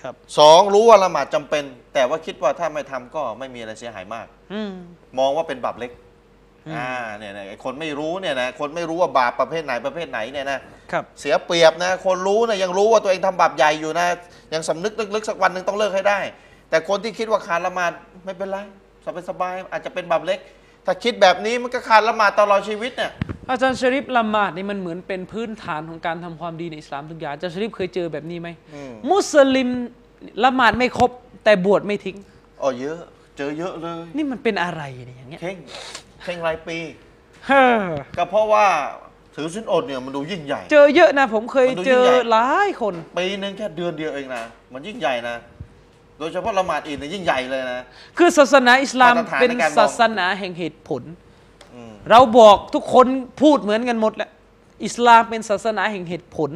B: ครับ
A: สองรู้ว่าละหมาดจำเป็น แต่ว่าคิดว่าถ้าไม่ทำก็ไม่มีอะไรเสียหายมาก
B: อืม
A: มองว่าเป็นบาปเล็ก
B: อืม
A: อ่าเนี่ยนะไอ้คนไม่รู้เนี่ยนะคนไม่รู้ว่าบาปประเภทไหนประเภทไหนเนี่ยนะครับ เสียเปรียบนะ คนรู้นะยังรู้ว่าตัวเองทำบาปใหญ่อยู่นะยังสำนึกลึกๆสักวันหนึ่งต้องเลิกให้ได้ แต่คนที่คิดว่าขาดละหมาดไม่เป็นไรสบายสบายๆอาจจะเป็นบาปเล็ก ถ้าคิดแบบนี้มันก็ขาดละหมาดตลอดชีวิตเนี่ย
B: อาจารย์ชริฟละหมาดนี่มันเหมือนเป็นพื้นฐานของการทำความดีในอิสลามทุกอย่างอาจารย์ชริฟเคยเจอแบบนี้ไหม
A: อืม
B: มุสลิมละหมาดไม่ครบ แต่บวชไม่ทิ้ง
A: อ๋อเยอะเจอเยอะเลย
B: นี่มันเป็นอะไรเนี่ยอย่างเงี้ย
A: เข่งเข่งรายปี
B: เฮ้อ
A: ก็เพราะว่าถือสินอดเนี่ยมันดูยิ่งใหญ่
B: เจอเยอะนะผมเคย
A: มันดู
B: เจ
A: ยิ่ง
B: อ
A: ใหญ่
B: หลายคน
A: ปีหนึงแค่เดือนเดียวเองนะ มันยิ่งใหญ่นะ โดยเฉพาะละหมาดอีดเนี่ยยิ่งใหญ่เลยนะ
B: คือศาสนาอิสลาม
A: มาตรฐาน
B: เป็น
A: ในการมอง
B: ศาสนาแห่งเหตุผล
A: อืม
B: เราบอกทุกคนพูดเหมือนกันหมดแหละอิสลามเป็นศาสนาแห่งเหตุผล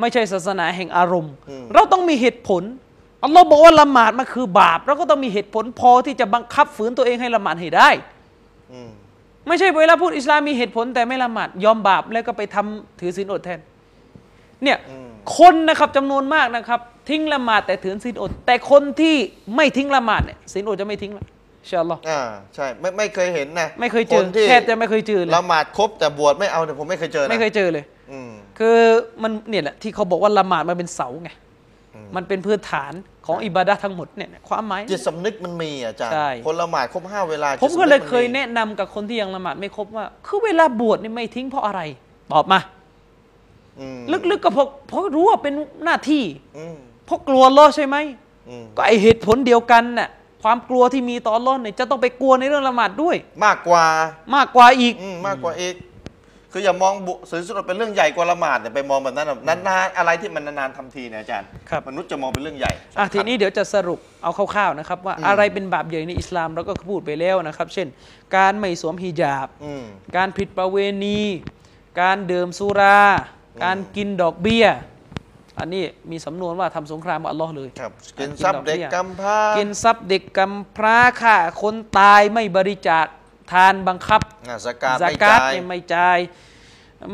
B: ไม่ใช่ศาสนาแห่งอารมณ์ เราต้องมีเหตุผลอัลลอฮ์บอกว่าละหมาดมันคือบาปเราก็ต้องมีเหตุผลพอที่จะบังคับฝืนตัวเองให้ละหมาดให้ได้
A: อืม
B: ไม่ใช่เวลาพูดอิสลามมีเหตุผลแต่ไม่ละหมาดยอมบาปแล้วก็ไปทำถือศีลอดแทน เนี่ยคนนะครับจำนวนมากนะครับ ทิ้งละหมาดแต่ถือศีลอด แต่คนที่ไม่ทิ้งละหมาดเนี่ยศีลอดจะไม่ทิ้งละอินชาอัลลอฮ์
A: อ่าใช่ไม่ไม่เคยเห็นนะ
B: ไม่เคยเจ
A: ค
B: อน
A: ที่
B: แทบจะไม่เคยเจอเลย
A: ละหมาดครบแต่บวชไม่เอาเนี่ยผมไม่เคยเจอนะ
B: ไม่เคยเจอเลย
A: อืม
B: คือมันเนี่ยแหละที่เขาบอกว่าละหมาดมันเป็นเสาไง
A: อืม
B: มันเป็นพื้นฐานของอิบาดะห์ทั้งหมดเนี่ยความหมาย
A: จิตสำนึกมันมีอาจารย์
B: ใช่
A: คนละหมาดครบห้าเวลาจิต
B: ผม
A: สำนึ
B: ก็เลยเคย
A: มันมี
B: แนะนำกับคนที่ยังละหมาดไม่ครบว่า คือเวลาบวชนี่ไม่ทิ้งเพราะอะไรตอบมา
A: อืม
B: ลึกๆก็เพราะเพราะรู้ว่าเป็นหน้าที่
A: อืม
B: เพราะกลัวอัลเลอใช่ไหม
A: อืม
B: ก็ไอเหตุผลเดียวกันน่ะความกลัวที่มีต่ออัลเลอเนี่ยจะต้องไปกลัวในเรื่องละหมาดด้วย
A: มากกว่า
B: มากกว่าอีก
A: อืมมากกว่าอีกคืออย่ามองบุสือสุดเป็นเรื่องใหญ่กว่าละหมาดเนี่ยไปมองแบบนั้นอะนานๆอะไรที่มันนานๆทำทีเนี่ยอาจารย์
B: ครับ
A: มนุษย์จะมองเป็นเรื่องใหญ่
B: อ่ะ
A: สำคัญ
B: ทีนี้เดี๋ยวจะสรุปเอาคร่าวๆนะครับว่า
A: อืม
B: อะไรเป็นบาปใหญ่ในอิสลามเราก็พูดไปแล้วนะครับ เช่น การไม่สวมฮิญาบ
A: อืม
B: การผิดประเวณี การดื่มสุรา การกินดอกเบี้ย อันนี้มีสำนวนว่าทำสงครามกับอัลเลอฮ์เลย
A: ครับกินทรัพย์เด็กกำพร้า
B: กินทรัพย์เด็กกำพร้าค่ะคนตายไม่บริจาคทานบังคับ
A: อ่ะสกาด
B: ซา
A: ไม่
B: กาต
A: จ่าย
B: เนี่ยไม่จ่าย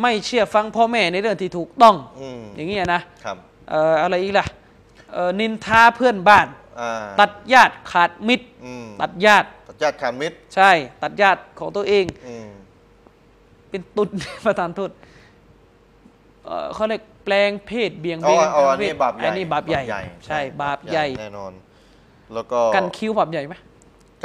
B: ไม่เชื่อฟังพ่อแม่ในเรื่องที่ถูกต้อง
A: อืม
B: อย่างเงี้ยนะครับ เอ่ออะไรอีกล่ะเอ่อนินทาเพื่อนบ้าน
A: อ่า
B: ตัดญาติขาดมิตร
A: อืม
B: ตัดญาติ
A: ตัดญาติขาดมิตร
B: ใช่ ตัดญาติของตัวเอง
A: อืม
B: เป็นตุน *laughs* ประธานโทษเอ่อเขาเรียกแปลงเพศเบี่ยง
A: อ๋
B: เบ
A: อน อ๋ออันนี้บาปใหญ่
B: อันนี้บาปใหญ่ ใช่บาปใหญ่
A: แน่นอน แล้วก็
B: กันคิ้วบาปใหญ่ไหม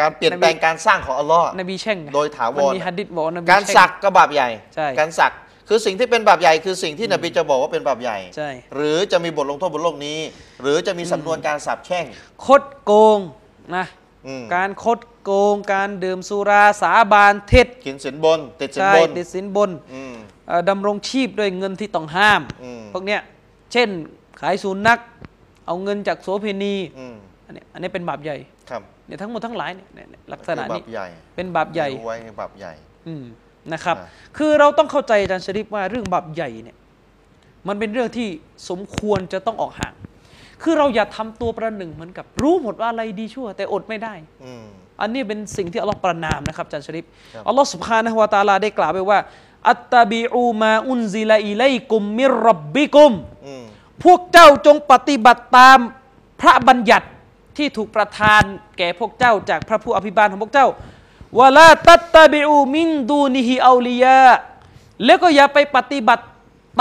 A: การเปลี่ยน
B: นบี
A: แปลงการสร้างของอัลลอฮ์
B: นบีแช่งไง
A: โดยถาวร
B: มันมีฮัดดิษบอกว่นบี
A: การ
B: แช่ง
A: สักก็บาปใหญ่
B: ใช่
A: การสัก คือสิ่งที่เป็นบาปใหญ่คือสิ่งที่นบีจะบอกว่าเป็นบาปใหญ่
B: ใช่
A: หรือจะมีบทลงโทษบนโลกนี้ หรือจะมีสำนวนการสาปแช่ง
B: คดโกงนะ
A: อืม
B: การคดโกง การดื่มสุราสาบานเท็จ
A: กินสินบน ติดสิน
B: ใช่
A: บน
B: ติดสินบน
A: อืม
B: เอ่อดำรงชีพด้วยเงินที่ต้องห้าม
A: อืม
B: พวกเนี้ยเช่นขายสุนัขเอาเงินจากโสเพณี
A: อืม
B: อันเนี้ยอันนี้เป็นบาปใหญ่
A: ครับ
B: เนี่ยทั้งหมดทั้งหลายเนี่ยเนี่ยเนี่ยลักษณะ
A: คือบา
B: นี้
A: ปใหญ่
B: เป็นบาปใหญ่
A: รู้ไว้คือบาปใหญ่
B: อืมนะครับ
A: อ่า
B: คือเราต้องเข้าใจอาจารย์ชริปว่าเรื่องบาปใหญ่เนี่ยมันเป็นเรื่องที่สมควรจะต้องออกห่าง คือเราอย่าทำตัวประหนึ่งเหมือนกับ รู้หมดว่าอะไรดีชั่ว แต่อดไม่ได้
A: อืม
B: อันนี้เป็นสิ่งที่อัลลอฮ์ประนามนะครับอาจารย์ชริป
A: ครับ
B: อัลลอฮ์สุบฮานะฮุวาตาลาได้กล่าวไปว่า อัตตาบิอูมาอุนซิลาอิไลกุมมิรรับบิกุม
A: อืม
B: พวกเจ้าจงปฏิบัติตามพระบัญญัติที่ถูกประทานแก่พวกเจ้าจากพระผู้อภิบาลของพวกเจ้าวะลาตัตตะบิอูมินดูนิฮิอาลียาแล้วก็อย่าไปปฏิบัติ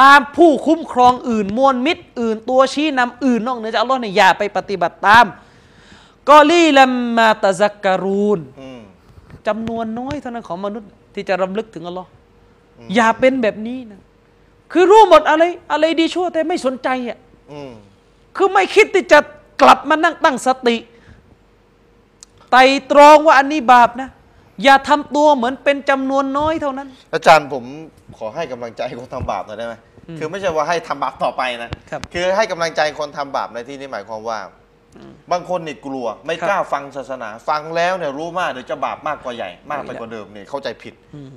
B: ตามผู้คุ้มครองอื่นมวลมิตรอื่นตัวชี้นำอื่นนอกเหนือจากอัลลอฮ์เนี่ยอย่าไปปฏิบัติตามกอลีลัมมาตะซักการูน
A: อืม
B: จำนวนน้อยเท่านั้นของมนุษย์ที่จะรำลึกถึงอัลลอฮ์อย่าเป็นแบบนี้นะคือรู้หมดอะไรอะไรดีชั่วแต่ไม่สนใจอ่ะ
A: อืม
B: คือไม่คิดที่จะกลับมานั่งตั้งสติไตรตรองว่าอันนี้บาปนะ อย่าทำตัวเหมือนเป็นจำนวนน้อยเท่านั้น
A: อาจารย์ผมขอให้กำลังใจคนทำบาปหน่อยได้ไหมคือไม่ใช่ว่าให้ทำบาปต่อไปนะครับ อให้กำลังใจคนทำบาปในที่นี้หมายความว่า บางคนนี่กลัว ไม่
B: ครับ
A: กล้าฟังศาสนา ฟังแล้วเนี่ยรู้มากเดี๋ยวจะบาปมากกว่าใหญ่ มากไป
B: เอาอีกแล้ว
A: กว่าเดิมเนี่ยเข้าใจผิด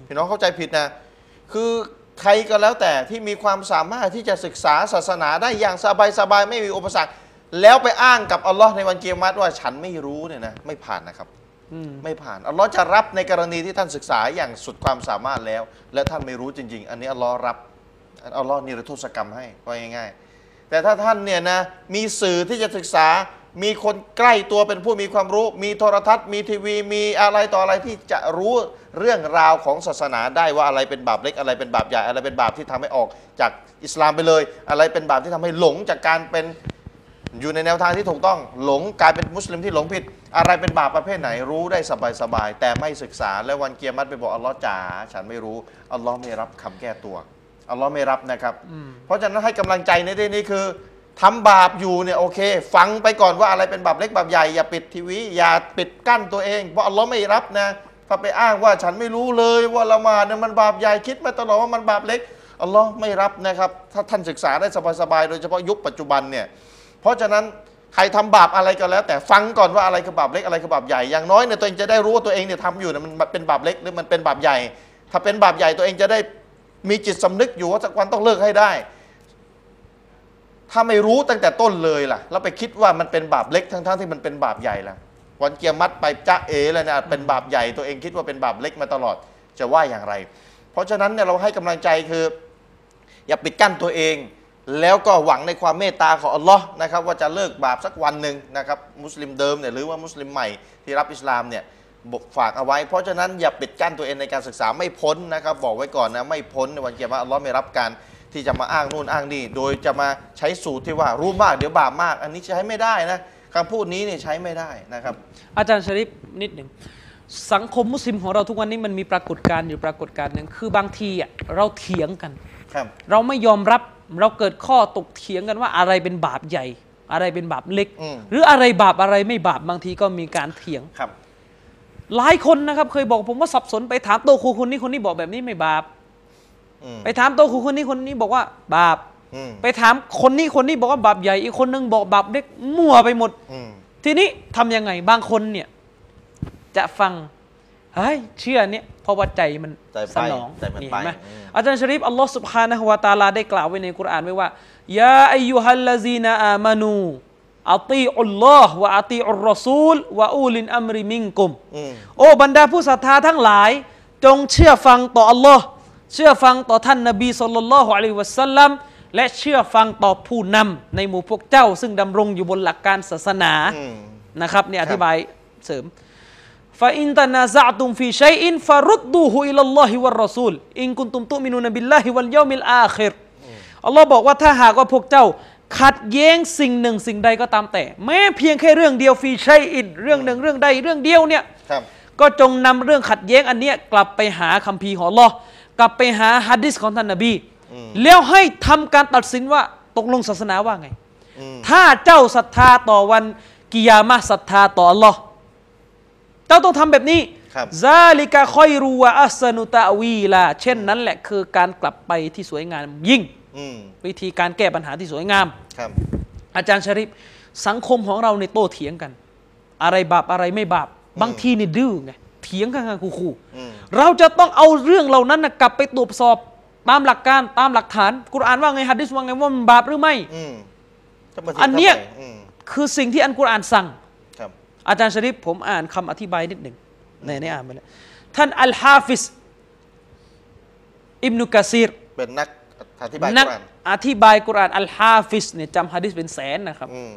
A: พี่น้องเข้าใจผิดนะ คือใครก็แล้วแต่ที่มีความสามารถที่จะศึกษาศาสนาได้อย่างสบายๆไม่มีอุปสรรค แล้วไปอ้างกับอัลลอฮ์ในวันเกียรติว่าฉันไม่รู้เนี่ยนะไม่ผ่านนะครับ
B: อืม
A: ไม่ผ่านอัลลอฮ์จะรับในกรณีที่ท่านศึกษาอย่างสุดความสามารถแล้ว และท่านไม่รู้จริง ๆ อันนี้อัลลอฮ์รับอัลลอฮ์นิรโทษกรรมให้ว่าง่ายๆ แต่ถ้าท่านเนี่ยนะมีสื่อที่จะศึกษา มีคนใกล้ตัวเป็นผู้มีความรู้ มีโทรทัศน์ มีทีวี มีอะไรต่ออะไรที่จะรู้เรื่องราวของศาสนาได้ว่าอะไรเป็นบาปเล็กอะไรเป็นบาปใหญ่อะไรเป็นบาปที่ทำให้ออกจากอิสลามไปเลย อะไรเป็นบาปที่ทำให้หลงจากการเป็น อยู่ในแนวทางที่ถูกต้องหลงกลายเป็นมุสลิมที่หลงผิด อะไรเป็นบาปประเภทไหนรู้ได้สบายๆแต่ไม่ศึกษาและวันเกียรติมัดไปบอกอัลลอฮ์จ๋าฉันไม่รู้อัลลอฮ์ไม่รับคำแก้ตัวอัลลอฮ์ไม่รับนะครับ เพราะฉะนั้นให้กำลังใจในที่นี้คือทำบาปอยู่เนี่ยโอเค ฟังไปก่อนว่าอะไรเป็นบาปเล็กบาปใหญ่อย่าปิดทีวีอย่าปิดกั้นตัวเองเพราะอัลลอฮ์ไม่รับนะถ้าไปอ้างว่าฉันไม่รู้เลยว่าละหมาดเนี่ยมันบาปใหญ่คิดมาตลอดว่ามันบาปเล็กอัลลอฮ์ไม่รับนะครับ ถ้าท่านศึกษาได้สบายๆโดยเฉพาะยุคปัจจุบันเนี่ย เพราะฉะนั้นใครทำบาปอะไรก็แล้ว แต่ฟังก่อนว่าอะไรคือบาปเล็กอะไรคือบาปใหญ่อย่างน้อยเนี่ยตัวเองจะได้รู้ว่าตัวเองเนี่ยทำอยู่เนี่ยมันเป็นบาปเล็กหรือมันเป็นบาปใหญ่ ถ้าเป็นบาปใหญ่ตัวเองจะได้มีจิตสำนึกอยู่ว่าสักวันต้องเลิกให้ได้ ถ้าไม่รู้ตั้งแต่ต้นเลยล่ะ แล้วไปคิดว่ามันเป็นบาปเล็กทั้งๆที่มันเป็นบาปใหญ่ล่ะ วันเกียร์มัดไปจ้าเอเลยนะเป็นบาปใหญ่ตัวเองคิดว่าเป็นบาปเล็กมาตลอดจะว่าอย่างไร เพราะฉะนั้นเนี่ยเราให้กำลังใจคือ อย่าปิดกั้นตัวเอง แล้วก็หวังในความเมตตาของอัลลอฮ์นะครับว่าจะเลิกบาปสักวันหนึ่งนะครับมุสลิมเดิมเนี่ยหรือว่ามุสลิมใหม่ที่รับอิสลามเนี่ยบอกฝากเอาไว้ เพราะฉะนั้นอย่าปิดกั้นตัวเองในการศึกษาไม่พ้นนะครับบอกไว้ก่อนนะไม่พ้นในวันเกียรติอัลลอฮ์ไม่รับการที่จะมาอ้างนู่นอ้างนี่โดยจะมาใช้สูตรที่ว่ารู้มากเดี๋ยวบาปมาก อันนี้ใช้ไม่ได้นะคำพูดนี้เนี่ยใช้ไม่ได้นะครับ
B: อาจารย์ชริปนิดหนึ่งสังคมมุสลิมของเราทุกวันนี้มันมีปรากฏการณ์อยู่ปรากฏการณ์หนึ่งคือบางทีอ่ะเราเถียงกัน
A: ครับ
B: เราไม่ยอมรับเราเกิดข้อตกเถียงกันว่าอะไรเป็นบาปใหญ่ อะไรเป็นบาปเล็ก
A: อืม
B: หรืออะไรบาปอะไรไม่บาปบางทีก็มีการเถียง
A: ครับ
B: หลายคนนะครับเคยบอกผมว่าสับสนไปถามตัวครูคนนี้คนนี้บอกแบบนี้ไม่บาป
A: อืม
B: ไปถามตัวครูคนนี้คนนี้บอกว่าบาป
A: อืม
B: ไปถามคนนี้คนนี้บอกว่าบาปใหญ่อีกคนนึงบอกบาปเล็กมั่วไปหมด
A: อืม
B: ทีนี้ทำยังไงบางคนเนี่ยจะฟังเฮ้ยเชื่อเนี่ยเพราะว่าใจมัน
A: ใจไป
B: สนอง
A: ใจมัน
B: เห็
A: ไป
B: นไหม
A: อืม
B: อาจารย์ชริฟอัลลอฮ์สุบฮานะฮุวาตาลาได้กล่าวไว้ในกุรอานไว้ว่ายาอายุฮัลลาซีนาอามานูอัตีอุลลอฮ์วะอัตีอุรรอซูลวะอูลินอัมริมิงกุม
A: อืม
B: โอ้บรรดาผู้ศรัทธาทั้งหลาย จงเชื่อฟังต่ออัลลอฮ์เชื่อฟังต่อท่านนบีสุลต่านละฮ์อะลัยฮิวะสัลลัมและเชื่อฟังต่อผู้นำในหมู่พวกเจ้า ซึ่งดำรงอยู่บนหลักการศาสนา
A: อืม
B: นะครับเนี่ยอธิบายเสริมฟาอินตานาซาตุมฟีชัยอินฟารุดดูฮุอิลลอฮิวะรอซูลอินกุนตุมตุมินุนบิลลาฮิวัลยอมิลอาคิรอัลลอฮ์บอกว่าถ้าหากว่าพวกเจ้า ขัดแย้งสิ่งหนึ่งสิ่งใดก็ตามแต่ แม้เพียงแค่เรื่องเดียวฟีชัยอินเรื่องหนึ่งเรื่องใดเรื่องเดียวเนี่ย
A: ครับ
B: ก็จงนำเรื่องขัดแย้งอันเนี้ยกลับไปหาคัมภีร์ของอัลลอฮ์กลับไปหาฮะดิษของท่านนบี
A: อืม
B: แล้วให้ทำการตัดสินว่าตกลงศาสนาว่าไง
A: อืม
B: ถ้าเจ้าศรัทธาต่อวันกิยามะห์ศรัทธาต่อ Allah เจ้าต้องทำแบบนี้
A: ครับ
B: ซาลิกาคอยรูวะอัสนุตะวีลาเช่นนั้นแหละคือการกลับไปที่สวยงามยิ่ง
A: อืม
B: วิธีการแก้ปัญหาที่สวยงาม
A: ครับ
B: อาจารย์ชริปสังคมของเราในยโต้เถียงกัน อะไรบาปอะไรไม่บาป บางทีเนี่ยดื้อไงเถียงกันกันคู่
A: อืม
B: ๆเราจะต้องเอาเรื่องเหล่านั้นนะกลับไปตรวจสอบตามหลักการตามหลักฐานกุรอานว่าไงฮัดดิสว่าไงว่ามันบาปหรือไม่
A: อืมถ้ามาถึง
B: อันเนี้ย
A: ทำไมอืม
B: คือสิ่งที่อันกุรอานสั่ง
A: ครับ
B: อาจารย์ชริปผมอ่านคำอธิบายนิดหนึ่งในในอ่านไปแล้วท่านอัลฮาฟิซอิบนุกะซีร
A: เป็นนักอธิบาย
B: นั
A: กุรอาน
B: อธิบายกุรอานอัลฮาฟิซเนี่ยจำฮะดิษเป็นแสนนะครับ
A: อืม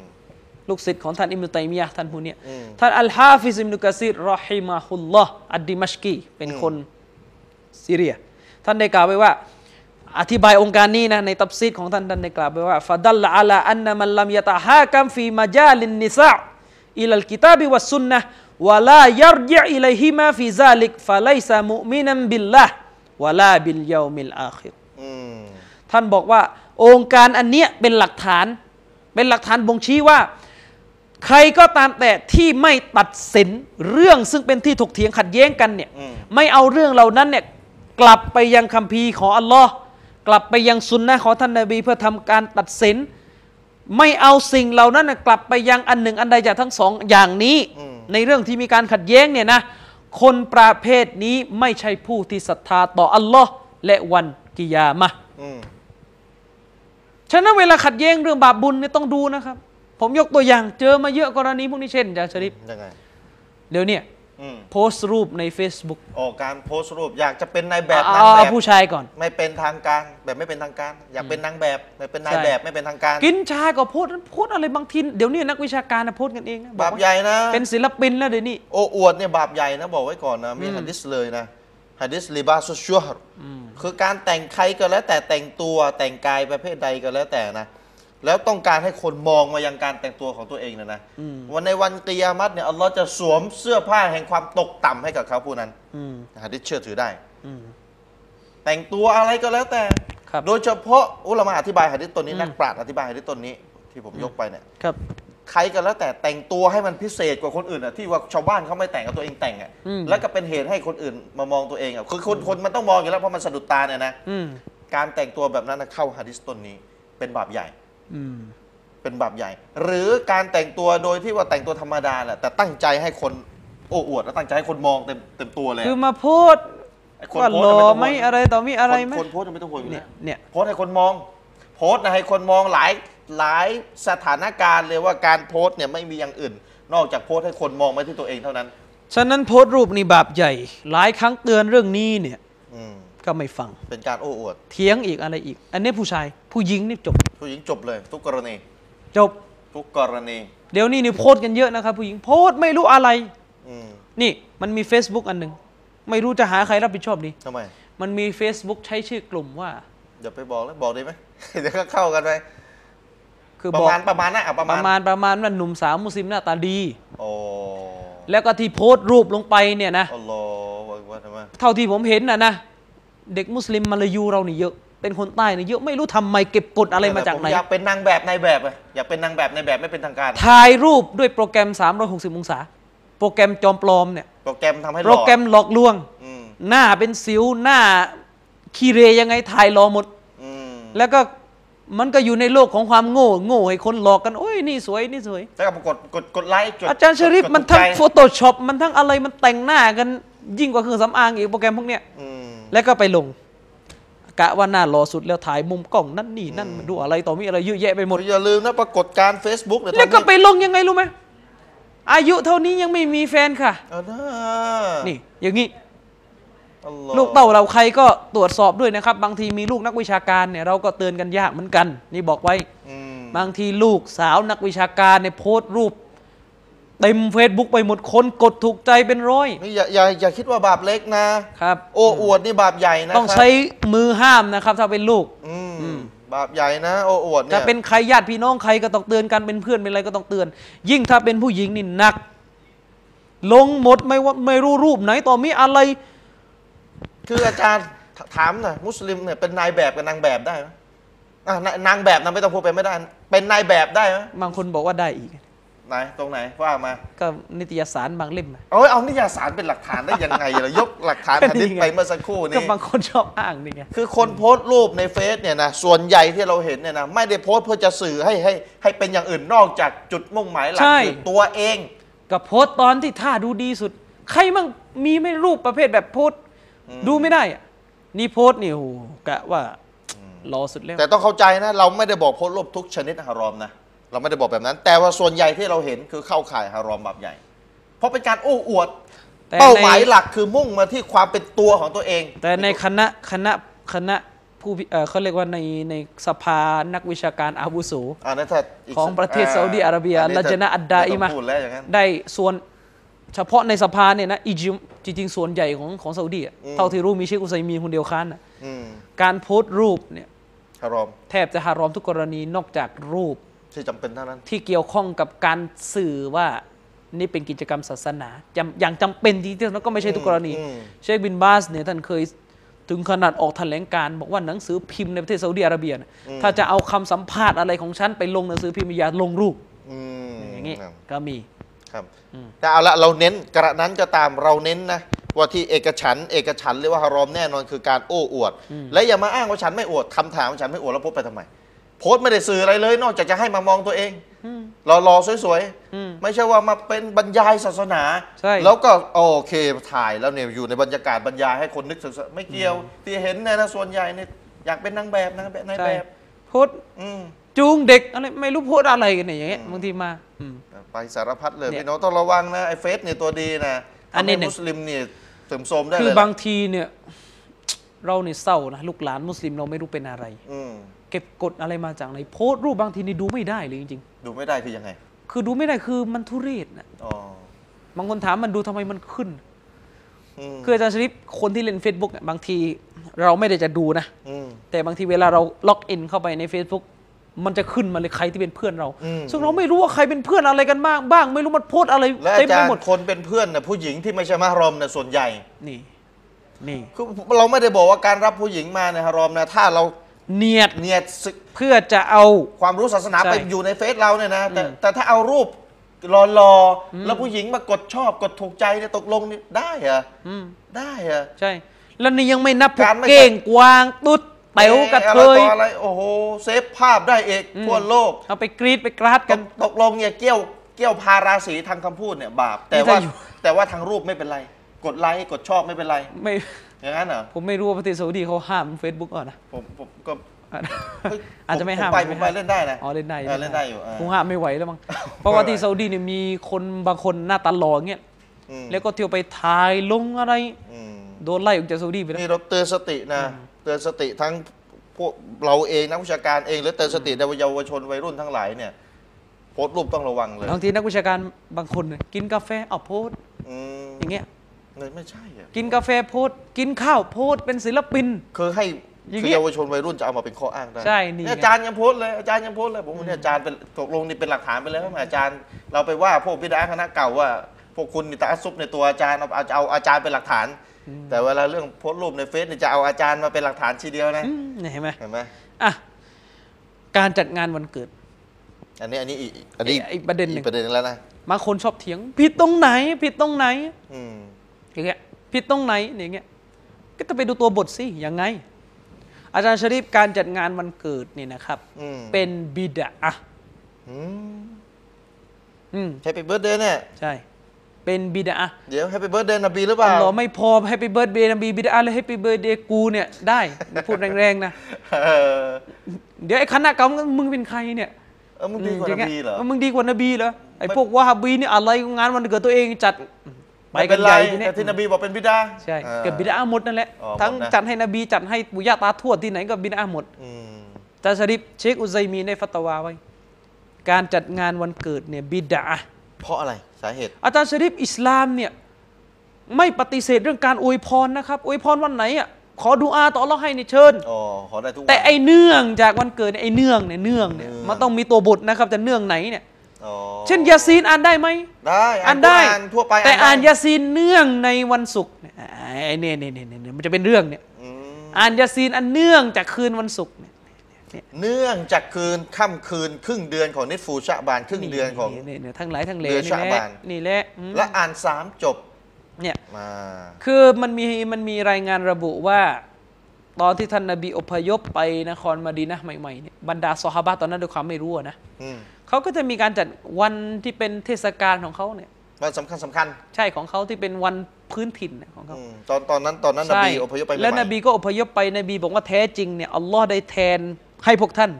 B: ลูกศิษย์ของท่านอิมนุตัยมียะห์ท่านผู้เนี้ย
A: อืม
B: ท่านอัลฮาฟิซอิมนุกะซีรรอฮิมาฮุลลอฮ์อัดดิมัชกี เป็นคนซีเรีย ท่านได้กล่าวไว้ว่า อธิบายองค์การนี้นะ ในตับซีดของท่านท่านได้กล่าวไว้ว่าฟะดัลละอัลาอันนะมันลัมยะตะฮากัมฟีมาจาลินนิซาอิลัลกิตาบิวัสซุนนะวะลายัรจิอิลัยฮิมาฟิซาลิกฟะไลซะมุมินันบิลลาห์วะลาบิลยาวมิลอาคิร
A: อืม
B: ท่านบอกว่าองค์การอันเนี้ยเป็นหลักฐาน เป็นหลักฐานบ่งชี้ว่า ใครก็ตามแต่ที่ไม่ตัดสินเรื่องซึ่งเป็นที่ถกเถียงขัดแย้งกันเนี่ยไม่เอาเรื่องเหล่านั้นเนี่ยกลับไปยังคัมภีร์ของอัลลอฮ์กลับไปยังสุนนะของท่านนาบีเพื่อทำการตัดสิน ไม่เอาสิ่งเหล่านั้นน่ะกลับไปยังอันหนึ่งอันใดจากทั้งสองอย่างนี้ ในเรื่องที่มีการขัดแย้งเนี่ยนะคนประเภทนี้ไม่ใช่ผู้ที่ศรัทธาต่ออัลลอฮ์และวันกิยามะห์
A: อืม
B: ฉะนั้นเวลาขัดแย้งเรื่องบาปบุญเนี่ยต้องดูนะครับ ผมยกตัวอย่างเจอมาเยอะกรณีพวกนี้เช่นอาจารย์ชริป
A: ยังไง
B: เดี๋ยวเนี่ย
A: อืม
B: โพสต์รูปใน Facebook
A: ออกการโพสต์รูปอยากจะเป็นนายแบบ
B: เอา
A: นาง
B: เอา
A: แบ
B: เอา
A: บ
B: ผู้ชายก่อน
A: ไม่เป็นทางการ แบบไม่เป็นทางการ อยากเป็นนางแบบไม่เป็นนาย
B: ใช่
A: แบบไม่เป็นทางการ
B: กินชาก็โพสต์โพสต์อะไรบางทีเดี๋ยวนี้นักวิชาการนะโพสต์กันเองนะอบ
A: า
B: อก
A: ป
B: ว่า
A: ใหญ่นะ
B: เป็นศิลปินแล้วเดี๋ยวนี้
A: โอ้อวดเนี่ยบาปใหญ่นะบอกไว้ก่อนนะมีฮะดิษเลยนะฮะดิษลิบาสุชชัวฮ์คือการแต่งใครก็แล้วแต่แต่งตัวแต่งกายประเภทใดก็แล้วแต่นะ แล้วต้องการให้คนมองมายังการแต่งตัวของตัวเองนะนะวันในวันกิยามัตเนี่ยอัลลอฮ์จะสวมเสื้อผ้าแห่งความตกต่ำให้กับเขาผู้นั้น
B: อืม
A: ฮะดิษเชื่อถือได้
B: อืม
A: แต่งตัวอะไรก็แล้วแต่
B: ครับ
A: โดยเฉพาะอุลามะอธิบายหะดิษตนนี้นักปราชญ์อธิบายหะดิษตนนี้ที่ผมยกไปเนี่ย
B: ครับ
A: ใครก็แล้วแต่แต่งตัวให้มันพิเศษกว่าคนอื่นอ่ะที่ว่าชาวบ้านเขาไม่แต่งกับตัวเองแต่งอ่ะ
B: อืม
A: แล้วก็เป็นเหตุให้คนอื่นมามองตัวเองอ่ะคือคนคนมันต้องมองอยู่แล้วเพราะมันสะดุดตาเนี่ยนะ
B: อืม
A: การแต่งตัวแบบนั้นน่ะเข้าฮะดิษต้นนี้ เป็นบาปใหญ่
B: อืม
A: เป็นบาปใหญ่ หรือการแต่งตัวโดยที่ว่าแต่งตัวธรรมดาแหละแต่ตั้งใจให้คนโอ้อวด แล้วตั้งใจให้คนมองเต็มเต็มตัวเลย
B: คือ
A: อะ
B: มาโพสต์
A: ไอ้คน
B: ว่า
A: โพ
B: ห
A: ส
B: ล่อ
A: ต์น่ะ
B: ไหม
A: ม่ต้งห่วง
B: อะไรต่อมีอะไรไหม
A: คนคนโพสต์น่ะไม่ต้องห่วงอยู่
B: เนี่
A: แล้
B: ยว เนี่ย
A: โพสต์ให้คนมอง โพสต์นะให้คนมองหลายหลายสถานการณ์เลยว่าการโพสต์เนี่ยไม่มีอย่างอื่น นอกจากโพสต์ให้คนมองมาที่ตัวเองเท่านั้น
B: ฉะนั้นโพสต์รูปนี่บาปใหญ่ หลายครั้งเตือนเรื่องนี้เนี่ย
A: อืม
B: ก็ไม่ฟัง
A: เป็นการโอ้อวด
B: เถียงอีกอะไรอีก อันนี้ผู้ชายผู้หญิงนี่จบ
A: ผู้หญิงจบเลย ทุกกรณี
B: จบ
A: ทุกกรณี
B: เดี๋ยวนี้นี่โพสต์กันเยอะนะครับ ผู้หญิงโพสต์ไม่รู้อะไร
A: อืม
B: นี่มันมี Facebook อันหนึ่งไม่รู้จะหาใครรับผิดชอบดี
A: ทำไม
B: มันมี Facebook ใช้ชื่อกลุ่มว่า
A: เดี๋ยวไปบอกแล้วบอกได้ไหม *laughs* เดี๋ยวก็เข้ากันไป
B: คือ
A: ป
B: บ
A: ระ
B: อก
A: มาณประมาณนะอ่ะประ
B: ป
A: มาณ
B: ระมาณประมาณว่าหนุ่มสาวมุสลิมหน้าตาดี
A: โอ้
B: แล้วก็ที่โพสต์รูปลงไปเนี่ยนะ
A: อัลลอฮฺอักบัรทำไม
B: เท่าที่ผมเห็นนะนะ เด็กมุสลิมมาลายูเรานี่เยอะ เป็นคนใต้นี่เยอะไม่รู้ทำไมเก็บกดอะไรมาจากไหน
A: ผอยากเป็นนางแบบนายแบบอะอยากเป็นนางแบบนายแบบไม่เป็นทางการ
B: ถ่ายรูปด้วยโปรแกรม 360 องศา โปรแกรมจอมปลอมเนี่ย
A: โปรแกรมทำให้ห
B: โป
A: ล่อ
B: รแกรมหลอกลวง
A: อืม
B: หน้าเป็นสิวหน้าคีเรยังไงถ่ายรอหมด
A: อืม
B: แล้วก็มันก็อยู่ในโลกของความโง่ โง่ให้คนหลอกกัน โอ้ยนี่สวยนี่สวย
A: แล้วก็กดกดกดไลค์กด
B: อาจารย์ชริฟ
A: กด
B: มันทั้ง
A: ถูกใจ
B: โฟโต้ช็อปมันทั้งอะไรมันแต่งหน้ากันยิ่งกว่าเครื่องสำอางอีกโปรแกรมพวกเนี้ย
A: อืม
B: แล้วก็ไปลง กะว่าหน้าหล่อสุดแล้วถ่ายมุมกล้องนั่นนี่นั่นดูอะไรต่อมีอะไรเยอะแยะไปหมด
A: อย่าลืมนะปรากฏการณ์ Facebook เนี่ย
B: แล้วก็ไป
A: ตอนนี้
B: ลงยังไงรู้ไหมอายุเท่านี้ยังไม่มีแฟนค่ะ
A: เอานะ
B: นี่ อย่างนี้
A: อัลอฮ์
B: ลูกเต้าเราใครก็ตรวจสอบด้วยนะครับ บางทีมีลูกนักวิชาการเนี่ยเราก็เตือนกันยากเหมือนกัน นี่บอกไว้
A: อืม
B: บางทีลูกสาวนักวิชาการในยโพสต์รูปเต็ม Facebook ไปหมดคนกดถูกใจเป็นร้อย
A: นี่อย่าอย่าอย่าคิดว่าบาปเล็กนะ
B: ครับ
A: โอ้อวดนี่บาปใหญ่นะ
B: ต้อง
A: ครับ
B: ใช้มือห้ามนะครับ ถ้าเป็นลูก
A: อืมบาปใหญ่นะ โอ้อวดเนี่
B: จะ
A: ย
B: เป็นใครญาติพี่น้องใครก็ต้องเตือนกันเป็นเพื่อนเป็นอะไรก็ต้องเตือน ยิ่งถ้าเป็นผู้หญิงนี่หนัก ลงหมดไม่ว่าไม่รู้รูปไหนต่อมีอะไร
A: คืออาจารย์ ถถามหน่อยมุสลิมเนี่ยเป็นนายแบบกับนางแบบได้ไหมอ่ะนายนางแบบนะไม่ต้องพูดเป็นไม่ได้ เป็นนายแบบได้ไหม
B: บางคนบอกว่าได้อีก
A: ไหนตรงไหนว่ามา
B: ก็นิตยสารบางเล่มอะ
A: เอาเอานิยายสารเป็นหลักฐานได้ยังไงเรายกหลักฐาน
B: ก็
A: หะ
B: นี่
A: ดิษ
B: ไง
A: ไปเมื่อสักครู่
B: ก็
A: นี้
B: บางคนชอบอ้างนี่ไง
A: คือคนโพสต์รูปในเฟซเนี่ยนะส่วนใหญ่ที่เราเห็นเนี่ยนะไม่ได้โพสต์เพื่อจะสื่อให้ให้ให้เป็นอย่างอื่นนอกจากจุดมุ่งหมายหลัก
B: ใช่
A: คือตัวเอง
B: กับโพสต์ตอนที่ท่าดูดีสุด ใครมั่งมีไหม่รูปประเภทแบบโพสต์ดูไม่ได้อะนี่โพสต์นี่โหกะว่ารอสุดแล้ว
A: แต่ต้องเข้าใจนะ เราไม่ได้บอกโพสต์รูปทุกชนิดฮารอมนะ เราไม่ได้บอกแบบนั้น แต่ว่าส่วนใหญ่ที่เราเห็นคือเข้าข่ายฮารอมแบบใหญ่ เพราะเป็นการโอ้อวด
B: แต่
A: เป้า
B: ใน
A: หมายหลักคือมุ่งมาที่ความเป็นตัวของตัวเอง
B: แต่ในคณะคณะคณะผู้พิเอ่อเขาเรียกว่าในในสภานักวิชาการอาวุโส
A: อ่านะถ้าอีก
B: ของประเทศซาอุดีอาระเบีย
A: นนี้
B: ลาจนะอัดดาอิมะ
A: ไต้งพูดแล้วอย่างนั้น
B: ได้ส่วนเฉพาะในสภาเนี่ยนะอียิปต์จริงๆ ส่วนใหญ่ของของซาอุดีอะ
A: อืม
B: เท่าที่รู้มีเชคอุซัยมีนคนเดียวค้านอะ
A: อืม
B: การโพสต์รูปเนี่ย
A: ฮารอม
B: แทบจะฮารอมทุกกรณีนอกจากรูป
A: ที่จำเป็นเท่านั้น
B: ที่เกี่ยวข้องกับการสื่อว่านี่เป็นกิจกรรมศาสนาจำอย่างจำเป็นจริงๆแล้วก็ไม่ใช่ทุกกรณี
A: อืม
B: เชคบินบาสเนี่ยท่านเคยถึงขนาดออกแถลงการณ์บอกว่าหนังสือพิมพ์ในประเทศซาอุดิอาระเบียเนี่ยถ้าจะเอาคำสัมภาษณ์อะไรของฉันไปลงหนังสือพิมพ์อย่าลงรูป
A: อืม
B: อย่างนี้
A: ครับ
B: ก็มี
A: ครับแต่เอาละเราเน้นกระนั้นก็ตามเราเน้นนะว่าที่เอกฉันท์เอกฉันท์หรือว่าฮารอมแน่นอนคือการโอ้อวด และอย่ามาอ้างว่าฉันไม่อวดคำถามว่าฉันไม่อวดแล้วโพสต์ไปทำไม โพสต์ไม่ได้สื่ออะไรเลย นอกจากจะให้มามองตัวเองรอรอๆสวยๆไม่ใช่ว่ามาเป็นบรรยายศาสนา
B: ใช่
A: แล้วก็โอเคถ่ายแล้วเนี่ยอยู่ในบรรยากาศบรรยายให้คนนึกถึงสไม่เกี่ยว ที่เห็นเนยนะส่วนใหญ่เนี่ยอยากเป็นนางแบบนางแบบนาย
B: ใช่
A: แบบ
B: โพสต์
A: อืม
B: จูงเด็กอะไรไม่รู้โพสต์อะไรกันเนี่ยอย่างเงี้ย
A: อืม
B: บางทีมาอืม
A: ไปสารพัดเลย
B: เนี่ย
A: พี่น้องต้องระวังนะไอ้เฟซเนี่ยตัวดีนะ
B: อันนี้
A: ทำให้
B: หนึ่ง
A: มุสลิมเนี่ยเสริมโทรมได้
B: คื
A: เล
B: อย บา
A: ล่ะ
B: งทีเนี่ยเราเนี่ยเศร้านะลูกหลานมุสลิมเราไม่รู้เป็นอะไร
A: อืม
B: เก็บกดอะไรมาจากไหนโพสต์รูปบางทีนี่ดูไม่ได้เลยจริง
A: ดูไม่ได้คือยังไง
B: ๆ คือดูไม่ได้คือมันทุเรศนะ
A: อ๋อบ
B: างคนถามมันดูทำไมมันขึ้น
A: อืม
B: คืออาจารย์ชลิปคนที่เล่น Facebook เนี่ยบางทีเราไม่ได้จะดูนะ
A: อืม
B: แต่บางทีเวลาเราล็อกอินเข้าไปใน Facebook มันจะขึ้นมาเลยใครที่เป็นเพื่อนเรา
A: อืม
B: ซึ่งเราไม่รู้ว่าใครเป็นเพื่อนอะไรกันบ้างบ้าง ไม่รู้มันโพสต์อะไร
A: และอา
B: เต็ม
A: จา
B: ไป
A: ร
B: หมด
A: ย์คนเป็นเพื่อนนะผู้หญิงที่ไม่ใช่มารอมนะส่วนใหญ่
B: นี่นี่
A: คือเราไม่ได้บอกว่าการรับผู้หญิงมาเนี่ยฮารอมนะถ้าเรา
B: เนียด
A: เนียดศึก
B: เพื่อจะเอา
A: ความรู้ศาสนา
B: ใช่
A: ไปอยู่ในเฟซเราเนี่ยนะแต่
B: อืม
A: แต่ถ้าเอารูปรอรอๆแล้วผู้หญิงมากดชอบกดถูกใจเนี่ยตกลงนี่ได้เหรอ
B: อืม
A: ได้เหรอ
B: ใช่ แล้วนี่ยังไม่นับพวก
A: การไม่
B: เก้งกวางตุ๊ดเต๋วกระเทย
A: อะไรต่ออะไรโอ้โหเซฟภาพได้เอก
B: อืม
A: ทั่วโลก
B: เอาไปกรีดไปกรา
A: ต
B: ดกัน
A: กตกลงเนี่ยเกี่ยวเกี่ยวพาราศีทางคำพูดเนี่ยบาป แต่ว่า
B: นี่ถ้าอยู่
A: แต่ว่าทางรูปไม่เป็นไร กดไลค์กดชอบไม่เป็นไร
B: ไม่
A: อย่างนั้นเหรอ
B: ผมไม่รู้ว่าประเทศซาอุดีเขาห้าม Facebook อ่ะนะ
A: ผมผมก็เฮ้ย
B: อาจจะไม่
A: ผ
B: ห้าม
A: ไป
B: อาจ
A: ผ
B: จะไม่
A: มไป
B: ห้าม
A: เล่นได้นะ
B: อ๋อเล่นได้
A: ออเล่นได้อยู่อ่า
B: คงห้ามไม่ไหวแล้วมั้ง เพราะว่าที่ซาอุดีเนี่ยมีคนบางคนหน้าตาหล่อเงี้ย
A: อืม
B: แล้วก็เที่ยวไปถ่ายลงอะไร
A: อืม
B: โดนไล่ออกจากซาอุดีไปแล้ว
A: นี่เราเตือนสตินะ เตือนสติทั้งพวกเราเองนักวิชาการเองหรือเตือนสติเยาวชนวัยรุ่นทั้งหลายเนี่ยโพสต์รูปต้องระวังเลย
B: บางทีนักวิชาการบางคนเนี่ยกินกาแฟเอาโพสต์
A: อืม
B: อย่างเงี้ย
A: เลยไม่ใช่อะ
B: กินกาแฟโพสต์กินข้าวโพสต์เป็นศิลปิน
A: คือให้
B: อย่าง
A: คื
B: เงี้
A: อย เยาวชนวัยรุ่นจะเอามาเป็นข้ออ้างได้
B: ใช่นี่
A: เย
B: ไง
A: อาจารย์ยังโพสต์เลยอาจารย์ยังโพสต์เลยผมว่าเนี่ยอาจารย์เป็นตกลงนี่เป็นหลักฐานไปแล้วไหมอาจารย์ เราไปว่าพวกพิดาคณะเก่าว่า พวกคุณนี่ตาซุปในตัวอาจารย์เอาเอาอาจารย์เป็นหลักฐาน แต่เวลาเรื่องโพสต์รูปในเฟซนี่จะเอาอาจารย์มาเป็นหลักฐานทีเดียวนะ
B: อืมเนี่ยเห็นไหม
A: เห็นไหม
B: อ่ะการจัดงานวันเกิด
A: อันนี้อันนี้อีกอันนี้
B: อีกประเด็นหนึ่ง
A: ประเด็นงแล้วนะ
B: บางคนชอบเถียง ผิดตรงไหน ผิดตรงไหน
A: อืม
B: อย่างเงี้ยผิดตรงไหนอย่างเงี้ยก็จะไปดูตัวบทสิยังไง อาจารย์ชะรีฟการจัดงานวันเกิดเนี่ยนะครับ
A: อืม
B: เป็นบิดอะห์
A: อืม
B: อืม
A: แฮปปี้เบิร์ดเดย์เนี่ย
B: ใช่ เป็นบิดอะห์
A: เดี๋ยวแฮปปี้เบิร์ดเดย์นบีหรือเป
B: อั
A: ล่า
B: ลลอฮ์ไม่พอให้ไปเบิร์ดเดย์นบีบิดอะห์แล้วให้ไปเบิร์ดเดย์กูเนี่ยได้อย่าพูดแรงๆนะ
A: เออ
B: เดี๋ยวไอ้คณะเก่ามึงมึงเป็นใครเนี่ย
A: เออมึงดีกว่าน
B: อืย่งงี้ย
A: บีเหรอ
B: มึงดีกว่านบีเหรอไอ้
A: ไม่
B: พวกวะฮาบีเนี่ยอะไรงานวันเกิดตัวเองจัดไป
A: ไม่
B: กั
A: เป็น น
B: ให
A: ไร
B: ญ่ที
A: แต่
B: เนี้
A: ที่น
B: ย
A: บีบอกเป็นบิดา
B: ใช่
A: ออ
B: เกิดบิดอะห์หมดนั่นแหละ
A: อ๋อหมดนะ
B: ทั้งจัดให้นบีจัดให้ปุยาตาทวดที่ไหนก็บิดอะห์หมด
A: อืม
B: จาชริปเชคอุซัยมีนได้ฟัตวาไว้ การจัดงานวันเกิดเนี่ยบิดา
A: เพราะอะไรสาเหตุ
B: อาจารย์ชริปอิสลามเนี่ยไม่ปฏิเสธเรื่องการอวยพรนะครับอวยพรวันไหนอ่ะขอดูอาต่อเราให้เนี่ยเชิญ
A: อ๋อ ขอได้ทุกวัน
B: แต่ไอเนื่องจากวันเกิดเนี่ยไอเนื่องเนี่ยเนื่องเนี่ย
A: เนื่อง
B: มันต้องมีตัวบทนะครับจะเนื่องไหนเนี่ย
A: อ๋อ
B: เช่นยาซีนอ่านได้ไหม
A: ได้
B: อ่านได้
A: กุรอ่านทั่วไป
B: แต่อ่าน
A: ได้
B: ยาซีนเนื่องในวันศุกร์เนี่ยไอเนี่ยเนี่ยเนี่ยเนี่ยมันจะเป็นเรื่องเนี่ย
A: อืม
B: อ่านยาซีนอันเนื่องจากคืนวันศุกร์เนี่ย
A: เนื่องจากคืนค่ำคืน ครึ่งเดือนของนิสฟูชะบานครึ่งเดือนของ
B: นี่เนี่ยทั้งหลายทั้งเหล
A: เดือน
B: นี่แห
A: ชะบา
B: ละ
A: น
B: นี่แหละอืม
A: และอ่านสามจบ
B: เนี่ย
A: มา
B: คือมันมีมันมีรายงานระบุว่า ตอนที่ท่านนบีอพยพไปนครมาดีนะห์ใหม่ๆเนี่ยบรรดาซอฮาบะห์ตอนนั้นด้วยความไม่รู้อะนะ
A: อืม
B: เขาก็จะมีการจัดวันที่เป็นเทศกาลของเขาเนี่ย
A: มันสำคัญสำคัญ
B: ใช่ของเขาที่เป็นวันพื้นถิ่นน่ะของเขา
A: อืมตอนตอนนั้นตอนนั้นน
B: ใช่
A: บีอพยพไปใหม่ๆ
B: และนบีก็อพยพไปนบีบอกว่าแท้จริงเนี่ยอัลลอฮ์ได้แทนให้พวกท่าน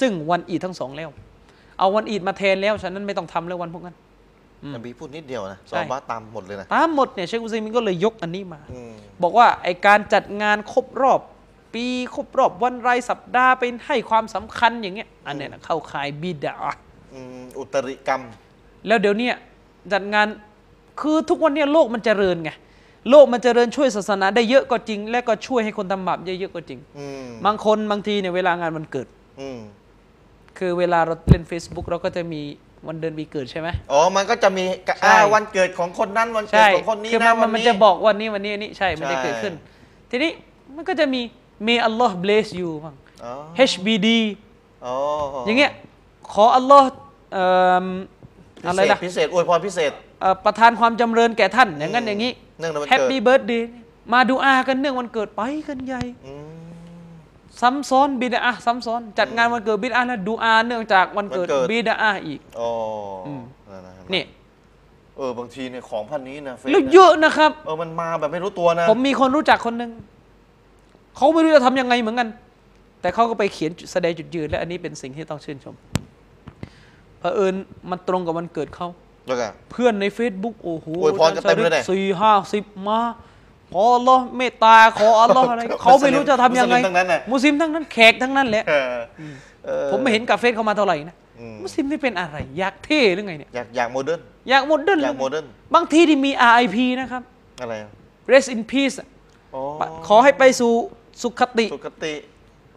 B: ซึ่งวันอีดทั้งสองแล้ว เอาวันอีดมาแทนแล้วฉะนั้นไม่ต้องทำแล้ววันพวกนั้น
A: นบีพูดนิดเดียวนะซ
B: ใช่
A: อฮาบะห์ตามหมดเลยนะ
B: ตามหมดเนี่ยเชคอุซัยมินก็เลยยกอันนี้มา
A: อืม
B: บอกว่าไอการจัดงานครบรอบ ปีครบรอบวันรายสัปดาห์เป็นให้ความสำคัญอย่างเงี้ยอันเนี้ยนะเข้าข่ายบิดา
A: อืมอุตริกรรม
B: แล้วเดี๋ยวเนี้ยจัดงานคือทุกวันเนี้ยโลกมันเจริญไงโลกมันเจริญช่วยศาสนาได้เยอะก็จริง และก็ช่วยให้คนทำบาปเยอะๆก็จริง
A: อืม
B: บางคนบางทีเนี่ยเวลางานมันเกิด
A: อืม
B: คือเวลาเราเล่น Facebook เราก็จะมีวันเดือนปีเกิดใช่ไหม
A: อ๋อ มันก็จะมีกะ
B: ใช่
A: อ่าวันเกิดของคนนั้นวันเกิด
B: ใช่
A: ของคนนี้
B: คือ
A: นะ
B: มั
A: วัน น
B: มัน
A: นี้
B: จะบอกวันนี้วันนี้อันนี้ใช่มันจะเกิด
A: ใช่
B: ขึ้น ทีนี้มันก็จะมี may Allah bless you บ้าง
A: อ๋อ
B: HBD
A: อ๋อ
B: อย่างเงี้ยขออัลลอฮ์เอิ่ม
A: พิ
B: อะไร
A: เศษ
B: ล่ะ
A: พิเศษอวยพรพิเศษ
B: เอ่อประทานความจำเริญแก่ท่าน อย่างนั้นอย่างนี้
A: เนื่องในวันเกิด
B: Happy Birthday มาดูอากันเนื่องวันเกิดไปกันใหญ่
A: อืม
B: ซ้ำซ้อนบิดาซ้ำซ้อน จัดงานวันเกิดบิดาแล้วดูอาเนื่องจากวันเกิด
A: วันเกิด
B: บิดาอีก
A: อ๋ออ
B: ม
A: ะครับ
B: นี่
A: เออบางทีเนี่ยของพันนี้นะเฟซ
B: แล้ว
A: นะ
B: เยอะนะครับ
A: เออมันมาแบบไม่รู้ตัวนะ
B: ผมมีคนรู้จักคนหนึ่งเขาไม่รู้จะทำยังไงเหมือนกัน แต่เขาก็ไปเขียนแสดงจุดยืน และอันนี้เป็นสิ่งที่ต้องชื่นชมเผอิญมันตรงกับวันเกิดเขา
A: แล้วก็
B: เพื่อนใน Facebook โอ้โห
A: อวยพรกันเต็มเลยเนี่ย
B: สี่ห้าสิบมา ขออัลลอฮ์เมตตา ขออัลลอ
A: *laughs*
B: ฮ์อะไรเขาไม่รู้จะทำยังไง
A: มุสลิมทั้งนั้นน่ะ
B: มุสลิมทั้งนั้นแขกทั้งนั้นแหละ
A: เออเออ
B: ผมไม่เห็นกาเฟซเขามาเท่าไหร่นะ
A: อืม
B: มุสลิมนี่เป็นอะไรอยากเท่หรือไงเนี่ย
A: อยากอยากโมเดิร์น
B: อยากโมเดิร์นห
A: อ
B: รื
A: ยา
B: อก ไง
A: โมเดิร์น
B: บางที่ที่มี RIP นะครับ
A: อะไรอ่ะ
B: rest in peace อะ
A: อ๋อ
B: ขอให้ไปสู่สุขติ
A: สุกติ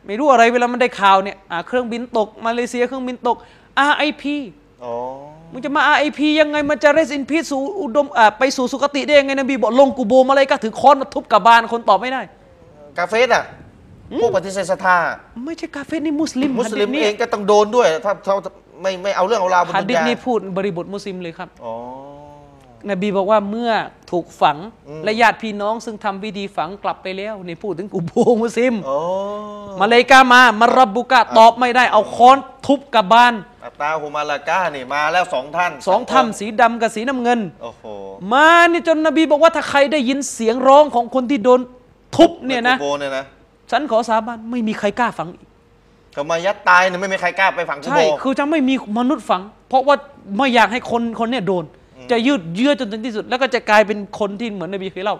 B: ไม่รู้อะไรเวลามันได้ข่าวเนี่ยอ่าเครื่องบินตก มาเลเซียเครื่องบินตก RIP
A: อ๋อ
B: มึงจะมา RIP ยังไงมันจะ rest in peace สู่อุดมอ่าไปสู่สุคติได้ยังไงนบีบอกลงกูโบมอะไรก็ถือค้อนมาทุบกับบานคนตอบไม่ได้
A: กาเฟสอ่ะ พวกปฏิเสธศรัทธา
B: ไม่ใช่กาเฟรนี่มุสลิม
A: มุสลิม
B: หะดีษนี่
A: เองก็ต้องโดนด้วย ถ้าเขาไม่ไม่เอาเรื่องเอาราวบน
B: หะ
A: ดุน
B: ดิษ
A: ยา
B: นี่พูดบริบทมุสลิมเลยครับ
A: อ๋อ
B: นบีบอกว่าเมื่อถูกฝัง
A: อืม
B: และญาติพี่น้องซึ่งทำพิธีฝังกลับไปแล้วนี่พูดถึงกูโบมุสลิม
A: อ๋อ
B: มาเลยกามามารับบุกะตอบไม่ได้เอาค้อนทุบกับบาน
A: อัตตาฮุมาลาก้านี่มาแล้วสองท่าน
B: สองถ้ำสีดำกับสีน้ำเงิน
A: โอ้โห
B: มานี่จนนบีบอกว่าถ้าใครได้ยินเสียงร้องของคนที่โดนทุบเนี่ยนะ
A: ใกูโบเนี่ยนะ
B: ฉันขอสาบานไม่มีใครกล้าฝังอีก
A: ทำไมยัดตายเนี่ยไม่มีใครกล้าไปฝังกู
B: ใช่
A: โบ
B: คือจะไม่มีมนุษย์ฝัง เพราะว่าไม่อยากให้คนคนเนี่ยโดน จะยืดเยื้อจนถึงที่สุด แล้วก็จะกลายเป็นคนที่เหมือนนบีเคยเล่า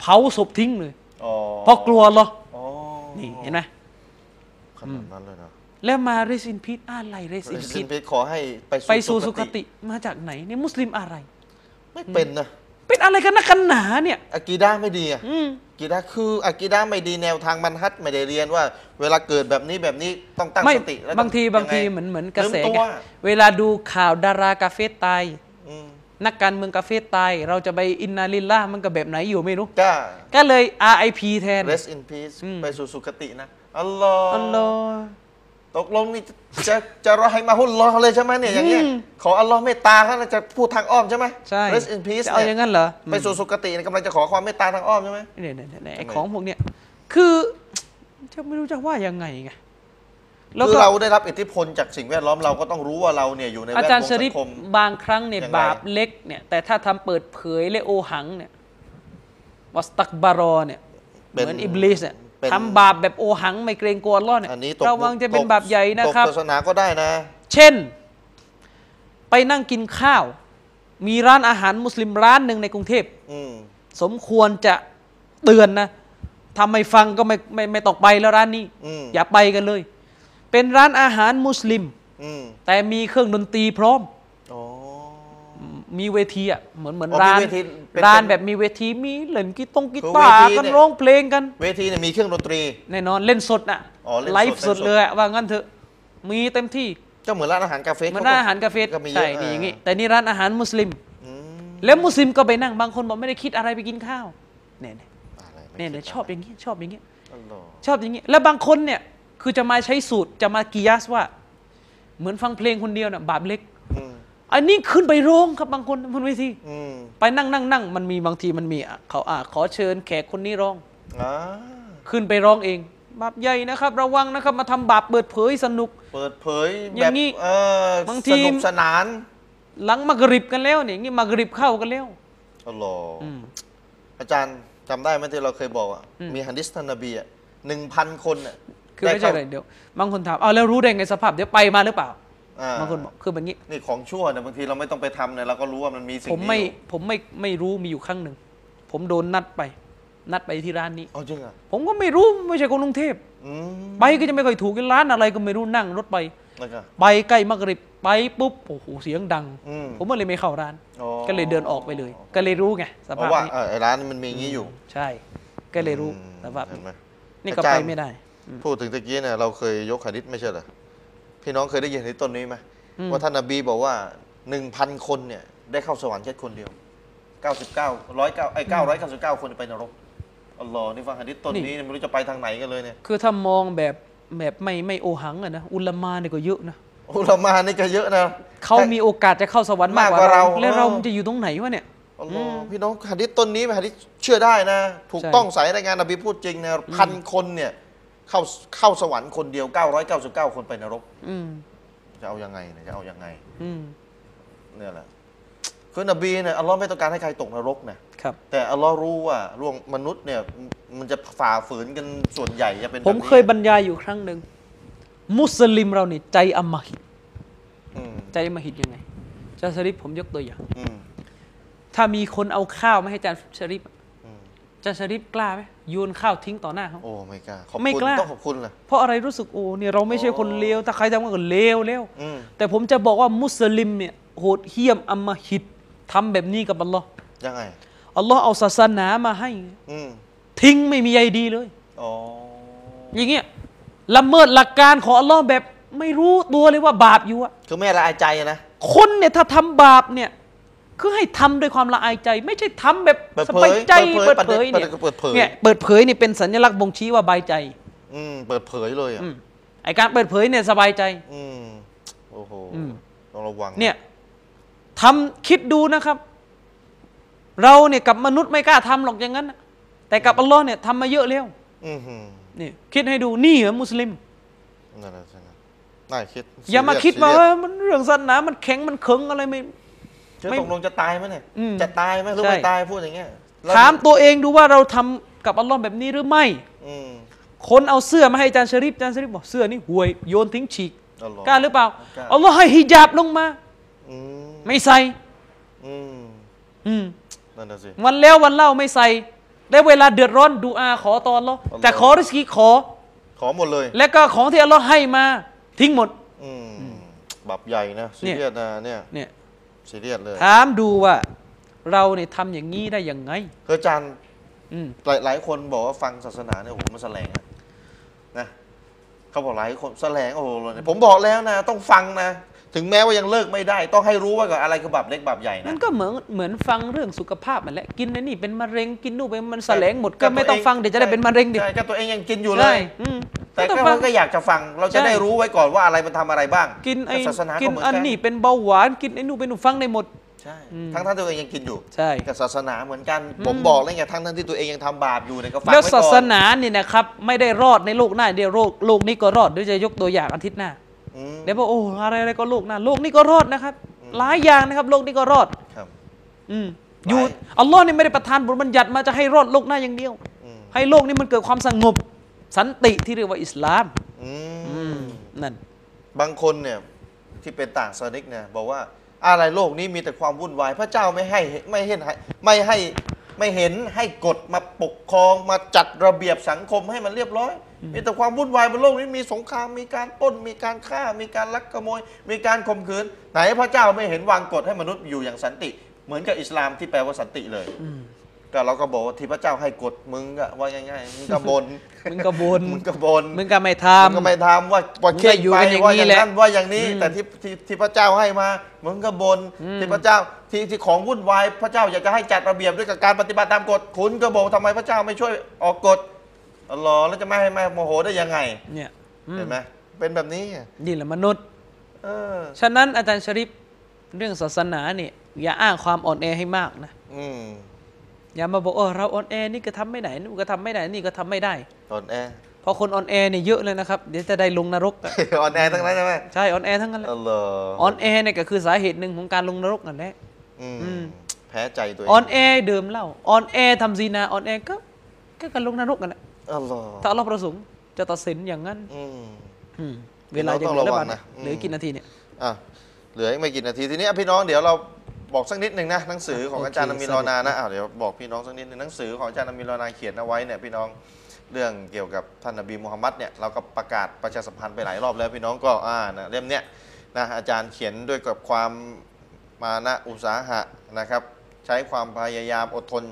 B: เผาศพทิ้งเลย
A: อ๋อ
B: เพราะกลัวเหรอ
A: อ๋อ
B: นี่เห็นไหม
A: ขนาดนั้นเลยนะ
B: แล้วมาเรซินพิษอะไรเรซินพิ
A: สิ
B: ษ
A: นพิษขอให้ไป
B: ไปสู่สุคติมาจากไหนเนี่ยมุสลิมอะไร
A: ไม่เป็นนะ
B: เป็นอะไรกันนะกันหนาเนี่ย
A: อากีดาไม่ดีอะ
B: อืม
A: อากีดาคืออากีดาไม่ดีแนวทางมันฮัดไม่ได้เรียนว่า เวลาเกิดแบบนี้แบบนี้ต้องตั้ง
B: ไม่
A: สติแล้ว
B: บาง
A: ต้อบ
B: ทีาง
A: ยัไ
B: ทีเหมือนเหมือนกระแส
A: ลืมตัว
B: ไงเวลาดูข่าวดารากาเฟตตาย
A: อืม
B: นักการเมืองกาเฟตตาย เราจะไปอินนาลิลล่าฮ์มันก็แบบไหนอยู่ไม่รู้
A: จ้า
B: ก็เลย RIP แทน
A: rest in peace ไปสู่สุคตินะอัลลอ
B: อัลล
A: ฮ
B: อ
A: ์
B: ฮ์
A: ตกลงนี่จะจะจะรอให้มาฮุลลอฮ์เลยใช่ไหมเนี่ยอย่างเงี้ย
B: อืม
A: ขออัลลอฮ์เมตตาเขาน่ะจะพูดทางอ้อมใช่ไหม
B: ใช่
A: rest in peace
B: จะเอา
A: เนี่
B: อย่างนั้นเหรอ
A: ไปสู่สุคติเนี่ยกำลังจะขอความเมตตาทางอ้อมใช่ไหม
B: เนี่ยเนี่ยเนี่ยเนี่ยไอ้
A: ทำไม
B: ของพวกเนี้ยคือจะไม่รู้จะว่ายังไงไงแล้ว
A: คือ
B: ก็
A: เราได้รับอิทธิพลจากสิ่งแวดล้อมเราก็ต้องรู้ว่าเราเนี่ยอยู่ในแว
B: อา
A: ดวง
B: จารย์ช
A: สั
B: ริป
A: งคม
B: บางครั้งเนี่ย
A: ยังไง
B: บาปเล็กเนี่ยแต่ถ้าทำเปิดเผยและโอหังเนี่ยวัสตักบารอเนี่ย เห
A: ป็
B: มือนอิบลิสเนี่ย
A: เป็น
B: ทำบาปแบบโอหังไม่เกรงกลัวอัลลอฮ์เนี่ย
A: อันนี้ตก
B: ระวังจะเป็น
A: ตก
B: บาปใหญ่นะครับ
A: ตกศาสนาก็ได้นะ
B: เช่น ไปนั่งกินข้าว มีร้านอาหารมุสลิมร้านหนึ่งในกรุงเทพ
A: อืม
B: สมควรจะเตือนนะทำไม่ฟังก็ไม่ไม่ไม่ต้องไปแล้วร้านนี้
A: อืม
B: อย่าไปกันเลย เป็นร้านอาหารมุสลิม
A: อืม
B: แต่มีเครื่องดนตรีพร้อม
A: อ๋อ
B: มีเวทีอ่ะเหมือนเหมือน
A: อ๋อมี
B: ร้าน
A: เวทีเป็น
B: ร้าน
A: เป็น
B: แบบมีเวทีมีเล่นกีตงกี
A: คือ
B: ตาร์
A: เวที
B: กัน
A: เนี่ย
B: ร้องเพลงกัน
A: เวทีเนี่ยมีเครื่องดนตรี
B: แน่นอนเล่นสดน่ะ
A: อ๋อเล่นสด
B: ไลฟ์สด
A: เล่นสด
B: เลยอะว่างั้นเถอะมีเต็มที่
A: ก็เหมือนร้านอาหารกาเฟ่
B: มันร้านอาหารกาเฟ่
A: ก็มีเย
B: ใช่
A: อะ
B: นี่อย่างงี้
A: นี้
B: แต่นี่ร้านอาหารมุสลิม แล้วมุสลิมก็ไปนั่งบางคนบอกไม่ได้คิดอะไรไปกินข้าวเนี่ยเนี่ย
A: ะไร ไม่
B: เนี่ย
A: คิด
B: เนี่ย
A: นะ
B: ชอบอย่างนี้ชอบอย่างนี้
A: อัลลอฮ์
B: ชอบอย่างนี้ แล้วบางคนเนี่ย คือจะมาใช้สูตรจะมากิยาสว่า เหมือนฟังเพลงคนเดียวน่ะบาปเล็ก
A: อืม
B: อันนี้ขึ้นไปโรงครับบางคนบนเวที
A: อืม
B: ไปนั่งนั่งนั่งมันมีบางทีมันมีอ่ะเขาอ่ะขอเชิญแขกคนนี้ร้อง
A: อ่า
B: ขึ้นไปร้องเอง บาปใหญ่นะครับ ระวังนะครับ มาทำบาปเปิดเผยสนุก
A: เปิดเผย
B: อ
A: แบ
B: ย่า
A: บ
B: งงี้
A: เออบ
B: างที
A: สนุกสนาน
B: หลังมักริบกันแล้วเนี่ยอย่างงี้มักริบเข้ากันแล้ว
A: อัลลอฮ์
B: อืม
A: อาจารย์จำได้ไหมที่เราเคยบอกอะมีฮันดิสท่านนบีอะหนึ่งพันคนอะ
B: คือไม่ใช่อะไรเดี๋ยวบางคนถามเอาแล้วรู้ได้ไงสภาพเดี๋ยวไปมาหรือเปล่า
A: อ่
B: บางคนบอกคือแบบนี้
A: นี่ของชั่วเนี่ยบางทีเราไม่ต้องไปทำเนี่ยเราก็รู้ว่ามันมีสิ่ง
B: ผม
A: นี้
B: ไม่
A: อยู่
B: ผมไม่ไม่รู้มีอยู่ครั้งหนึ่ง ผมโดนนัดไป นัดไปที่ร้านนี้
A: เอาจริงเหรอ่ะ
B: ผมก็ไม่รู้ไม่ใช่คนกรุงเทพ
A: อืม
B: ไปก็จะไม่ค่อยถูกร้านอะไรก็ไม่รู้นั่งรถไป
A: แล้วก็
B: ไปใกล้มักริบไปปุ๊บโอ้โหเสียงดัง
A: อืม
B: ผมก็เลยไม่เข้าร้าน
A: อ๋อ
B: ก็เลยเดินออกไปเลย ก็เลยรู้ไงส
A: เพ
B: ภาพ
A: ราะว่า
B: นี้
A: เออไอ้ร้านมันมีอย่างนี้อยู่
B: ใช่ ก็เลยรู้
A: อืม
B: สภาพ
A: เห็นไหม
B: นี่ก็
A: อาจาร
B: ไป
A: ย์
B: ไม่ได้
A: พูดถึงตะกี้เนี่ยเราเคยยกหะดิษไม่ใช่เหรอพี่น้องเคยได้ยินหะดิษต้นนี้ไหมว่าท่านนบีบอกว่าหนึ่งพันคนเนี่ยได้เข้าสวรรค์แค่คนเดียวเก้าสิบเก้าร้อยเก้าไอ้เก้าร้อยเก้าสิบเก้าคนไปนรกอัลลอฮ์นี่ฟังหะดิษต้น
B: นี่
A: นี้เนี่ยไม่รู้จะไปทางไหนกันเลยเนี่ย
B: คือถ้ามองแบบแบบไม่ไม่โอหังอะนะอุลามาเนี่ยก็เยอะนะ
A: อุลามะนี่จะเยอะนะ
B: เขามีโอกาสจะเข้าสวรรค์มาก
A: มาก
B: ก
A: กว่า
B: ว่าเรา
A: เรา
B: แล้วเรา
A: เออ
B: มันจะอยู่ตรงไหนวะเนี่ย
A: อัลลอฮ์พี่น้องหะดิษต้นนี้เป็นหะดิษเชื่อได้นะ ถูก
B: ใช่
A: ต้องสายรายงานนบีพูดจริงนะพันคนเนี่ยเข้าเข้าสวรรค์คนเดียวเก้าร้อยเก้าสิบเก้าคนไปนรก
B: อืม
A: จะเอายังไงเนี่ยจะเอายังไง
B: อืม
A: เนี่ยแหละคือนบีเนี่ยอัลลอฮ์ไม่ต้องการให้ใครตกนรกนะครับ แต่อัลลอฮ์รู้ว่าร่วงมนุษย์เนี่ยมมันจะฝ่าฝืนกันส่วนใหญ่จะเป็นแบบ
B: ผม
A: นี้
B: เคยบรรยายอยู่ครั้งหนึ่ง มุสลิมเราเนี่ยใจอำมหิต
A: อืม
B: ใจอำมหิตยังไงอาจารย์ชริปผมยกตัวอย่าง
A: อืม
B: ถ้ามีคนเอาข้าวมาให้อาจารย์ชริปอาจารย์ชริปกล้าไหมโยนข้าวทิ้งต่อหน้าเขา
A: โอ้ไม่กล้าขอบ
B: ไม่
A: คุณ
B: กล้า
A: ต้องขอบคุณล่ะ
B: เพราะอะไรรู้สึกโอ้เนี่ยเราไม่ใช่คนเลวถ้าใครทำก็เลวเลว
A: อืม
B: แต่ผมจะบอกว่ามุสลิมเนี่ยโหดเหี้ยมอำมหิตทำแบบนี้กับอัลลอฮ์
A: ยังไง
B: อัลลอฮ์เอาศาสนามาให้
A: อืม
B: ทิ้งไม่มีใยดีเลย
A: อ๋อ
B: อย่างเงี้ยละเมิดหลักการของอัลลอฮ์แบบไม่รู้ตัวเลยว่าบาปอยู่อะ
A: คือไม่ละอายใจนะ
B: คนเนี่ยถ้าทำบาปเนี่ยคือให้ทำด้วยความละอายใจ ไม่ใช่ทำแบบ
A: เปิด
B: ส
A: เผย
B: บายใจ
A: เปิ
B: เปิ
A: ด
B: ด
A: เผ
B: เผ
A: ย
B: ยเนี่ย
A: เปิดเผย
B: เนี่ยเปิดเผยนี่เป็นสัญลักษณ์บ่งชี้ว่าบายใจ
A: อืมเปิดเผยเลยอ่ะ
B: อืมไอการเปิดเผยเนี่ยสบายใจ
A: อืมโอ้โห
B: อืม
A: ต้องระวังะ
B: เนี่ยทำคิดดูนะครับ เราเนี่ยกับมนุษย์ไม่กล้าทำหรอกอย่างนั้นน่ะแต่กับอัลลอฮ์เนี่ยทำมาเยอะแล้ว
A: อืมหืม
B: นี่คิดให้ดูนี่เหรอมุสลิม
A: นั่นแหละสินะน่าคิด
B: อย่ามา
A: ซีเรีส
B: คิดว่า
A: ซี
B: เอ
A: เรียส
B: อมันเรื่องศาสนามันแข็งมันเขิงอะไรไม่
A: จะ
B: ไม่
A: ตกลงจะตายไหมเนี่ย
B: อืม
A: จะตายไหมหรือ
B: ใช่
A: ไม่ตายพูดอย่างเงี้ยแล้ว
B: ถามตัวเองดูว่าเราทำกับอัลลอฮ์แบบนี้หรือไม่
A: อืม
B: คนเอาเสื้อมาให้อาจารย์ชริปอาจารย์ชริปบอกเสื้อนี่ห่วยโยนทิ้งฉีก
A: อัลลอฮ์
B: กล้าหรือเปล่า
A: ล้า
B: อัลลอฮ์ให้ฮิญาบลงมา
A: อืม
B: ไม่ใส่
A: อืม
B: อืม
A: นั่นน่ะสิ
B: วันแล้ววันเล่าไม่ใส่ได้เวลาเดือดร้อนดูอาขอตอนลอฮ์
A: อัลลอฮ์
B: แต่ขอริสกีขอ
A: ขอหมดเลย
B: และก็ของที่อัลลอฮ์ให้มา ทิ้งหมด
A: อืมบับใหญ่นะซีเรียสนะเนี่ย
B: เนี่ย
A: ซีเรียสเลย
B: ถามดูว่าเราเนี่ยทำอย่างนี้ได้ยังไง
A: คืออาจารย์
B: อืม
A: หลายหลายคนบอกว่าฟังศาสนาเนี่ยโอ้โหมันแสลงอะนะเขาบอกหลายคนแสลงโอ้โหเนี่ยผมบอกแล้วนะ ต้องฟังนะ ถึงแม้ว่ายังเลิกไม่ได้ ต้องให้รู้ว่ากับอะไรคือบาปเล็กบาปใหญ่
B: มั
A: นะ
B: นก็เหมือนเหมือนฟังเรื่องสุขภาพมันแหละกินไอ้นี่เป็นมะเร็งกินนู่นเป็นมันแสลงหมดก็ไม่ต้องฟังเดี๋ยวจะได้เป็นมะเร็งดิ
A: ใช่ก็ตัวเองยังกินอยู่เล
B: ใช่
A: ย
B: อืม
A: แต่
B: ไม่
A: ก็
B: ฟัง
A: มันก็อยากจะฟัง เราจะ
B: ใช่
A: ได้รู้ไว้ก่อนว่าอะไรมันทำอะไรบ้าง
B: กินไอ้
A: แต่ศาสนา
B: กิ
A: ก็
B: น
A: เหมือน
B: อัน
A: กัน
B: นี้เป็นเบาหวานกินไอ้นู่นเป็นหนูฟังในหมด
A: ใช่ทั้งท่านตัวเองยังกินอยู่
B: ใช่
A: กับศาสนาเหมือนกัน ผมบอกแล้วไงทั้งทั้งที่ตัวเองยังทำบาปอยู่เนี่ยก็ฟัง
B: แล้ว
A: ไว้ก่อน
B: ศาสนาเนี่ยนะครับ ไม่ได้รอดในโลกหน้าเดียวโลกโลกนี้ก็รอดเดี๋ยวจะยกตัวอย่างอาทิตย์หน้า
A: อืม
B: เดี๋ยวบอกโอ้อะไรอะไรก็โลกหน้าโลกนี้ก็รอดนะครับ หลายอย่างนะครับ โลกนี้ก็รอด
A: ครับ
B: อืมอยู่
A: หลาย
B: อัลลอฮ์เนี่ยไม่ได้ประทานบทบัญญัติมาจะให้รอดโลกหน้าอย่างเดียว
A: อืม
B: ให้โลกนี้มันเกิดความสงบ สันติที่เรียกว่าอิสลาม
A: อื
B: อื
A: ม
B: มนั่น
A: บางคนเนี่ยที่เป็นต่างศาสนิกเนี่ยบอกว่าอะไรโลกนี้มีแต่ความวุ่นวาย พระเจ้าไม่ให้ไม่เห็นไม่ให้ไม่เห็นให้กฎมาปกครองมาจัดระเบียบสังคมให้มันเรียบร้อย มีแต่ความวุ่นวายบนโลกนี้มีสงครามมีการปล้นมีการฆ่ามีการลักขโมย มีการข่มขืน ไหนพระเจ้าไม่เห็นวางกฎให้มนุษย์อยู่อย่างสันติ เหมือนกับอิสลามที่แปลว่าสันติเลย ก็เราก็บอกว่าที่พระเจ้าให้กฎมึงก็ว่าง่ายๆมึงก็บน
B: *laughs* มึงก็บน
A: มึงก็บน
B: มึงก็ไม่ท
A: มึงก็ไม่
B: ำ
A: ทำว่าปล่อยเค้ก
B: มึงก็อยู่
A: ไป
B: กันอย่าง
A: ว่าอ
B: นี้
A: ย่าง
B: แหละ
A: นั้นว่าอย่างนี้ แต่ที่ที่ที่พระเจ้าให้มามึงก็บน
B: อืม
A: ที่พระเจ้าที่ที่ของวุ่นวายพระเจ้าอยากจะให้จัดระเบียบด้วยกับการปฏิบัติตามกฎคุณก็บอกทำไมพระเจ้าไม่ช่วยออกกฎอ๋อแล้วจะไม่ให้แม่โมโหได้ยังไง
B: เนี่ยอืม
A: เห็นไหมเป็นแบบนี้
B: นี่แหละมนุษย์
A: เออ
B: ฉะนั้นอาจารย์ชริปเรื่องศาสนาเนี่ยอย่าอ้างความอ่อนแอให้มากนะ
A: อืม
B: อย่ามาบอกเออเราอ่อนแอนี่ก็ทำไม่ได้นี่ก็ทำไม่ได้นี่ก็ทำไม่ได้
A: ออนแอ *laughs*
B: เพราะคนอ่อนแอเนี่ยเยอะเลยนะครับ เดี๋ยวจะได้ลงนรกอะ
A: ออนแอทั้งนั้นใช่ไหม
B: ใช่อ่อนแอทั้งนั้นแหละ
A: อ๋อ
B: อ่อนแอเนี่ยก็คือสาเหตุหนึ่งของการลงนรกนั่นแหละ
A: อืม
B: อืม
A: แพ้ใจตัวเอง
B: อ่อนแอดื่มเหล้าอ่อนแอทำซีนาอ่อนแอก็ก็กันลงนรกกันแหละ
A: อ๋อ
B: ถ้าเราประสงค์จะตัดสินอย่างนั้น
A: อืม
B: อืมเวลาจะเหลื
A: เราต้
B: อ
A: อง
B: แล้ว
A: ระวั
B: บ้าง ง
A: นะอืม
B: เหลือกี่นาทีเนี่ย
A: อ่ะเหลืออีกไม่กี่นาทีทีนี้อ่ะพี่น้องเดี๋ยวเราบอกสักนิดหนึ่งนะหนังสือของ
B: โอเค
A: อาจารย์นามินรอนา
B: สวัสดี
A: นะอ่ะเดี๋ยวบอกพี่น้องสักนิดหนึ่งหนังสือของอาจารย์นามินรอนาเขียนเอาไว้เนี่ยพี่น้องเรื่องเกี่ยวกับท่านนบีมูฮัมมัดเนี่ยเราก็ประกาศประชาสัมพันธ์ไปหลายรอบแล้วพี่น้องก็อ่านะเล่มเนี้ยนะอาจารย์เขียนด้วยกับความมานะอุตสาหะนะครับ ใช้ความพยายามอดทน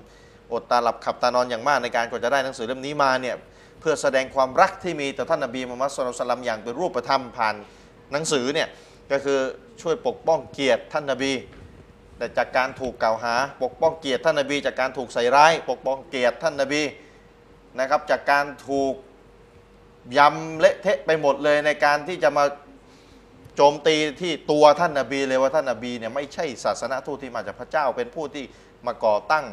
A: อดตาหลับขับตานอนอย่างมากในการกว่าจะได้หนังสือเล่มนี้มาเนี่ยเพื่อแสดงความรักที่มีต่อท่านนบีมูฮัมมัดสุลตัลลัมอย่างเป็นรูปธรรมผ่านหนังสือเนี่ยก็คือช่วยปกป้องเกียรติท่านนบี แต่จากการถูกกล่าวหา ปกป้องเกียรติท่านนบี จากการถูกใส่ร้าย ปกป้องเกียรติท่านนบีนะครับ จากการถูกยำเละเทะไปหมดเลยในการที่จะมาโจมตีที่ตัวท่านนบีเลยว่าท่านนบีเนี่ยไม่ใช่ศาสนาทูตที่มาจากพระเจ้า เป็นผู้ที่มาก่อตั้ง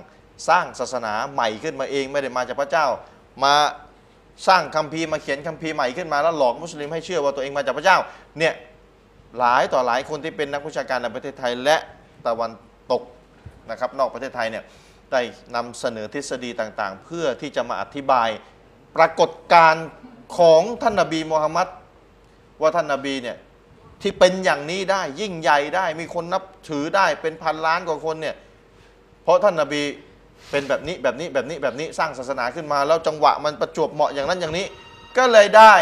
A: สร้างศาสนาใหม่ขึ้นมาเองไม่ได้มาจากพระเจ้า มาสร้างคัมภีร์มาเขียนคัมภีร์ใหม่ขึ้นมาแล้วหลอกมุสลิมให้เชื่อว่าตัวเองมาจากพระเจ้าเนี่ย หลายต่อหลายคนที่เป็นนักวิชาการในประเทศไทยและตะวันตกนะครับนอกประเทศไทยเนี่ยได้นำเสนอทฤษฎีต่างๆ เพื่อที่จะมาอธิบายปรากฏการณ์ของท่านนบีมูฮัมมัดว่าท่านนบีเนี่ยที่เป็นอย่างนี้ได้ยิ่งใหญ่ได้ มีคนนับถือได้เป็นพันล้านกว่าคนเนี่ยเพราะท่านนบีเป็นแบบนี้แบบนี้แบบนี้แบบนี้สร้างศาสนาขึ้นมา แล้วจังหวะมันประจวบเหมาะอย่างนั้นอย่างนี้ ก็เลยได้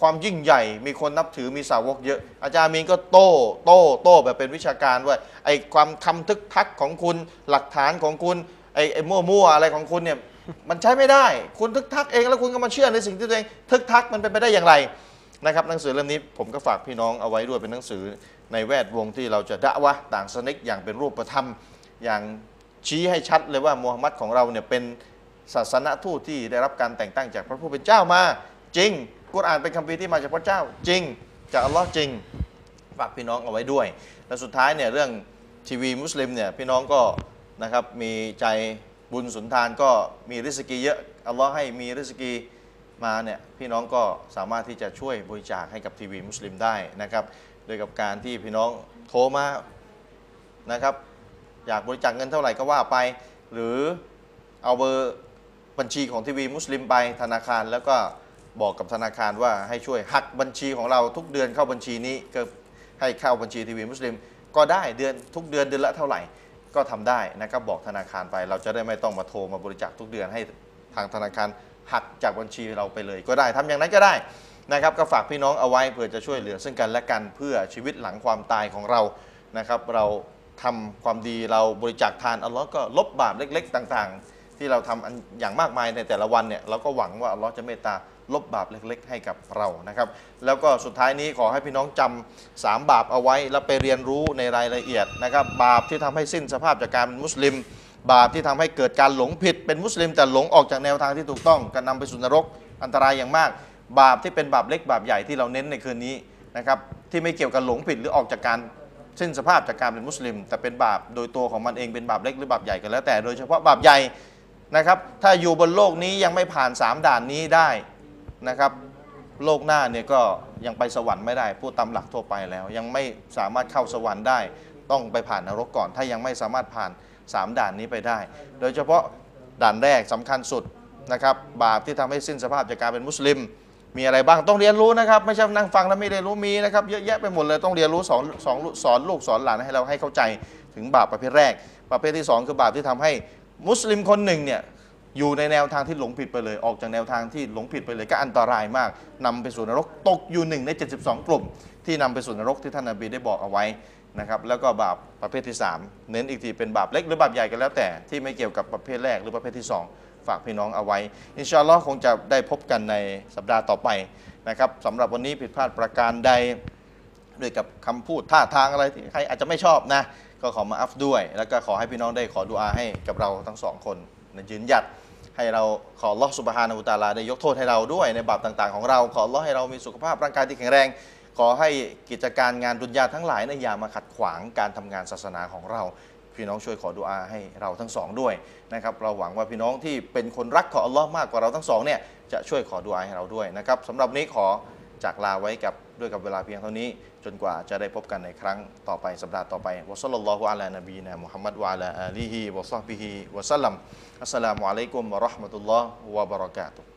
A: ความยิ่งใหญ่มีคนนับถือมีสาวกเยอะ อาจารย์มีนก็โต้ โต้ โต้แบบเป็นวิชาการว่าไอ้ความคำทึกทักของคุณหลักฐานของคุณไอ้ไอ้มั่วๆอะไรของคุณเนี่ย มันใช้ไม่ได้ คุณทึกทักเองแล้วคุณก็มาเชื่อในสิ่งที่ตัวเองทึกทักมันเป็นไปได้อย่างไรนะครับหนังสือเล่มนี้ผมก็ฝากพี่น้องเอาไว้ด้วยเป็นหนังสือในแวดวงที่เราจะดะวะต่างสนิกอย่างเป็นรูปธรรม อย่างชี้ให้ชัดเลยว่ามูฮัมหมัดของเราเนี่ยเป็น ศาสนทูตที่ได้รับการแต่งตั้งจากพระผู้เป็นเจ้ามา จริงกุรอานเป็นคัมภีร์ที่มาจากพระเจ้า จริง จากอัลลอฮ์จริง ฝากพี่น้องเอาไว้ด้วย และสุดท้ายเนี่ยเรื่องทีวีมุสลิมเนี่ยพี่น้องก็นะครับมีใจบุญสุนทานก็มีริสกีเยอะอัลลอฮ์ให้มีริสกีมาเนี่ยพี่น้องก็สามารถที่จะช่วยบริจาคให้กับทีวีมุสลิมได้นะครับโดยกับการที่พี่น้องโทรมานะครับอยากบริจาคเงินเท่าไหร่ก็ว่าไป หรือเอาเบอร์ บัญชีของทีวีมุสลิมไปธนาคารแล้วก็บอกกับธนาคารว่าให้ช่วยหักบัญชีของเราทุกเดือนเข้าบัญชีนี้ก็ให้เข้าบัญชีทีวีมุสลิม ก็ได้เดือนทุกเดือนเดือนละเท่าไหร่ก็ทำได้นะครับบอกธนาคารไป เราจะได้ไม่ต้องมาโทรมาบริจาคทุกเดือนให้ทางธนาคารหักจากบัญชีเราไปเลย ก็ได้ทำอย่างนั้นก็ได้นะครับก็ฝากพี่น้องเอาไว้เพื่อจะช่วยเหลือซึ่งกันและกันเพื่อชีวิตหลังความตายของเรานะครับเราทำความดีเราบริจาคทานอัลลอฮ์ก็ลบบาปเล็ก ๆ ต่าง ๆ ที่เราทำอันอย่างมากมายในแต่ละวันเนี่ยเราก็หวังว่าอัลเลอฮ์จะเมตตาลบบาปเล็ก ๆ ให้กับเรานะครับ แล้วก็สุดท้ายนี้ขอให้พี่น้องจำสามบาปเอาไว้ แล้วไปเรียนรู้ในรายละเอียดนะครับ บาปที่ทำให้สิ้นสภาพจากการเป็นมุสลิม บาปที่ทำให้เกิดการหลงผิดเป็นมุสลิม แต่หลงออกจากแนวทางที่ถูกต้องก็นำไปสู่นรกอันตรายอย่างมาก บาปที่เป็นบาปเล็กบาปใหญ่ที่เราเน้นในคืนนี้นะครับที่ไม่เกี่ยวกับหลงผิดหรือออกจากการ สิ้นสภาพจากการเป็นมุสลิม แต่เป็นบาปโดยตัวของมันเองเป็นบาปเล็กหรือบาปใหญ่ก็แล้วแต่โดยเฉพาะบาปใหญ่นะครับ ถ้าอยู่บนโลกนี้ยังไม่ผ่าน 3 ด่านนี้ได้นะครับ โลกหน้าเนี่ยก็ยังไปสวรรค์ไม่ได้พูดตามหลักทั่วไปแล้ว ยังไม่สามารถเข้าสวรรค์ได้ ต้องไปผ่านนรกก่อน ถ้ายังไม่สามารถผ่าน 3 ด่านนี้ไปได้ โดยเฉพาะด่านแรกสำคัญสุดนะครับ บาปที่ทำให้สิ้นสภาพจากการเป็นมุสลิม มีอะไรบ้างต้องเรียนรู้นะครับ ไม่ใช่นั่งฟังแล้วไม่เรียนรู้มีนะครับเยอะแยะไปหมดเลยต้องเรียนรู้สอนสอนสอนลูกสอนหลานให้เราให้เข้าใจถึงบาปประเภทแรก ประเภทที่สองคือบาปที่ทำให้มุสลิมคนหนึ่งเนี่ยอยู่ในแนวทางที่หลงผิดไปเลย ออกจากแนวทางที่หลงผิดไปเลยก็อันตรายมากนำไปสู่นรกตกอยู่หนึ่งใน 72 กลุ่ม ที่นำไปสู่นรกที่ท่านนบีได้บอกเอาไว้ นะครับแล้วก็บาปประเภทที่ 3 เน้นอีกทีเป็นบาปเล็กหรือบาปใหญ่ก็แล้วแต่ที่ไม่เกี่ยวกับประเภทแรกหรือประเภทที่ 2 ฝากพี่น้องเอาไว้ อินชาอัลลอฮ์คงจะได้พบกันในสัปดาห์ต่อไปนะครับสำหรับวันนี้ผิดพลาดประการใด ด้วยกับคำพูดท่าทางอะไรที่ใครอาจจะไม่ชอบนะ ก็ขอมาอัฟด้วย แล้วก็ขอให้พี่น้องได้ขอดุอาให้กับเราทั้งสองคนนะยืนหยัดให้เราขอลอสุบฮานาอุตาลาได้ยกโทษให้เราด้วยในบาปต่างๆของเรา ขอลอให้เรามีสุขภาพร่างกายที่แข็งแรง ขอให้กิจการงานดุนยาทั้งหลายในะอย่ามาขัดขวางการทำงานศาสนาของเรา พี่น้องช่วยขอดุอาให้เราทั้งสองด้วยนะครับเราหวังว่าพี่น้องที่เป็นคนรักของอัลลอฮ์มากกว่าเราทั้งสองเนี่ยจะช่วยขอดุอาให้เราด้วยนะครับสำหรับวันนี้ขอจากลาไว้กับด้วยกับเวลาเพียงเท่านี้ จนกว่าจะได้พบกันในครั้งต่อไปสัปดาห์ต่อไปวะซัลลัลลอฮุอะลานบีนะมุฮัมมัดวะอะลาอาลีฮิวะซอฮบิฮิวะสัลลัมอัสสลามุอะลัยกุมวะเราะห์มะตุลลอฮ์วะบะเราะกาตุฮ์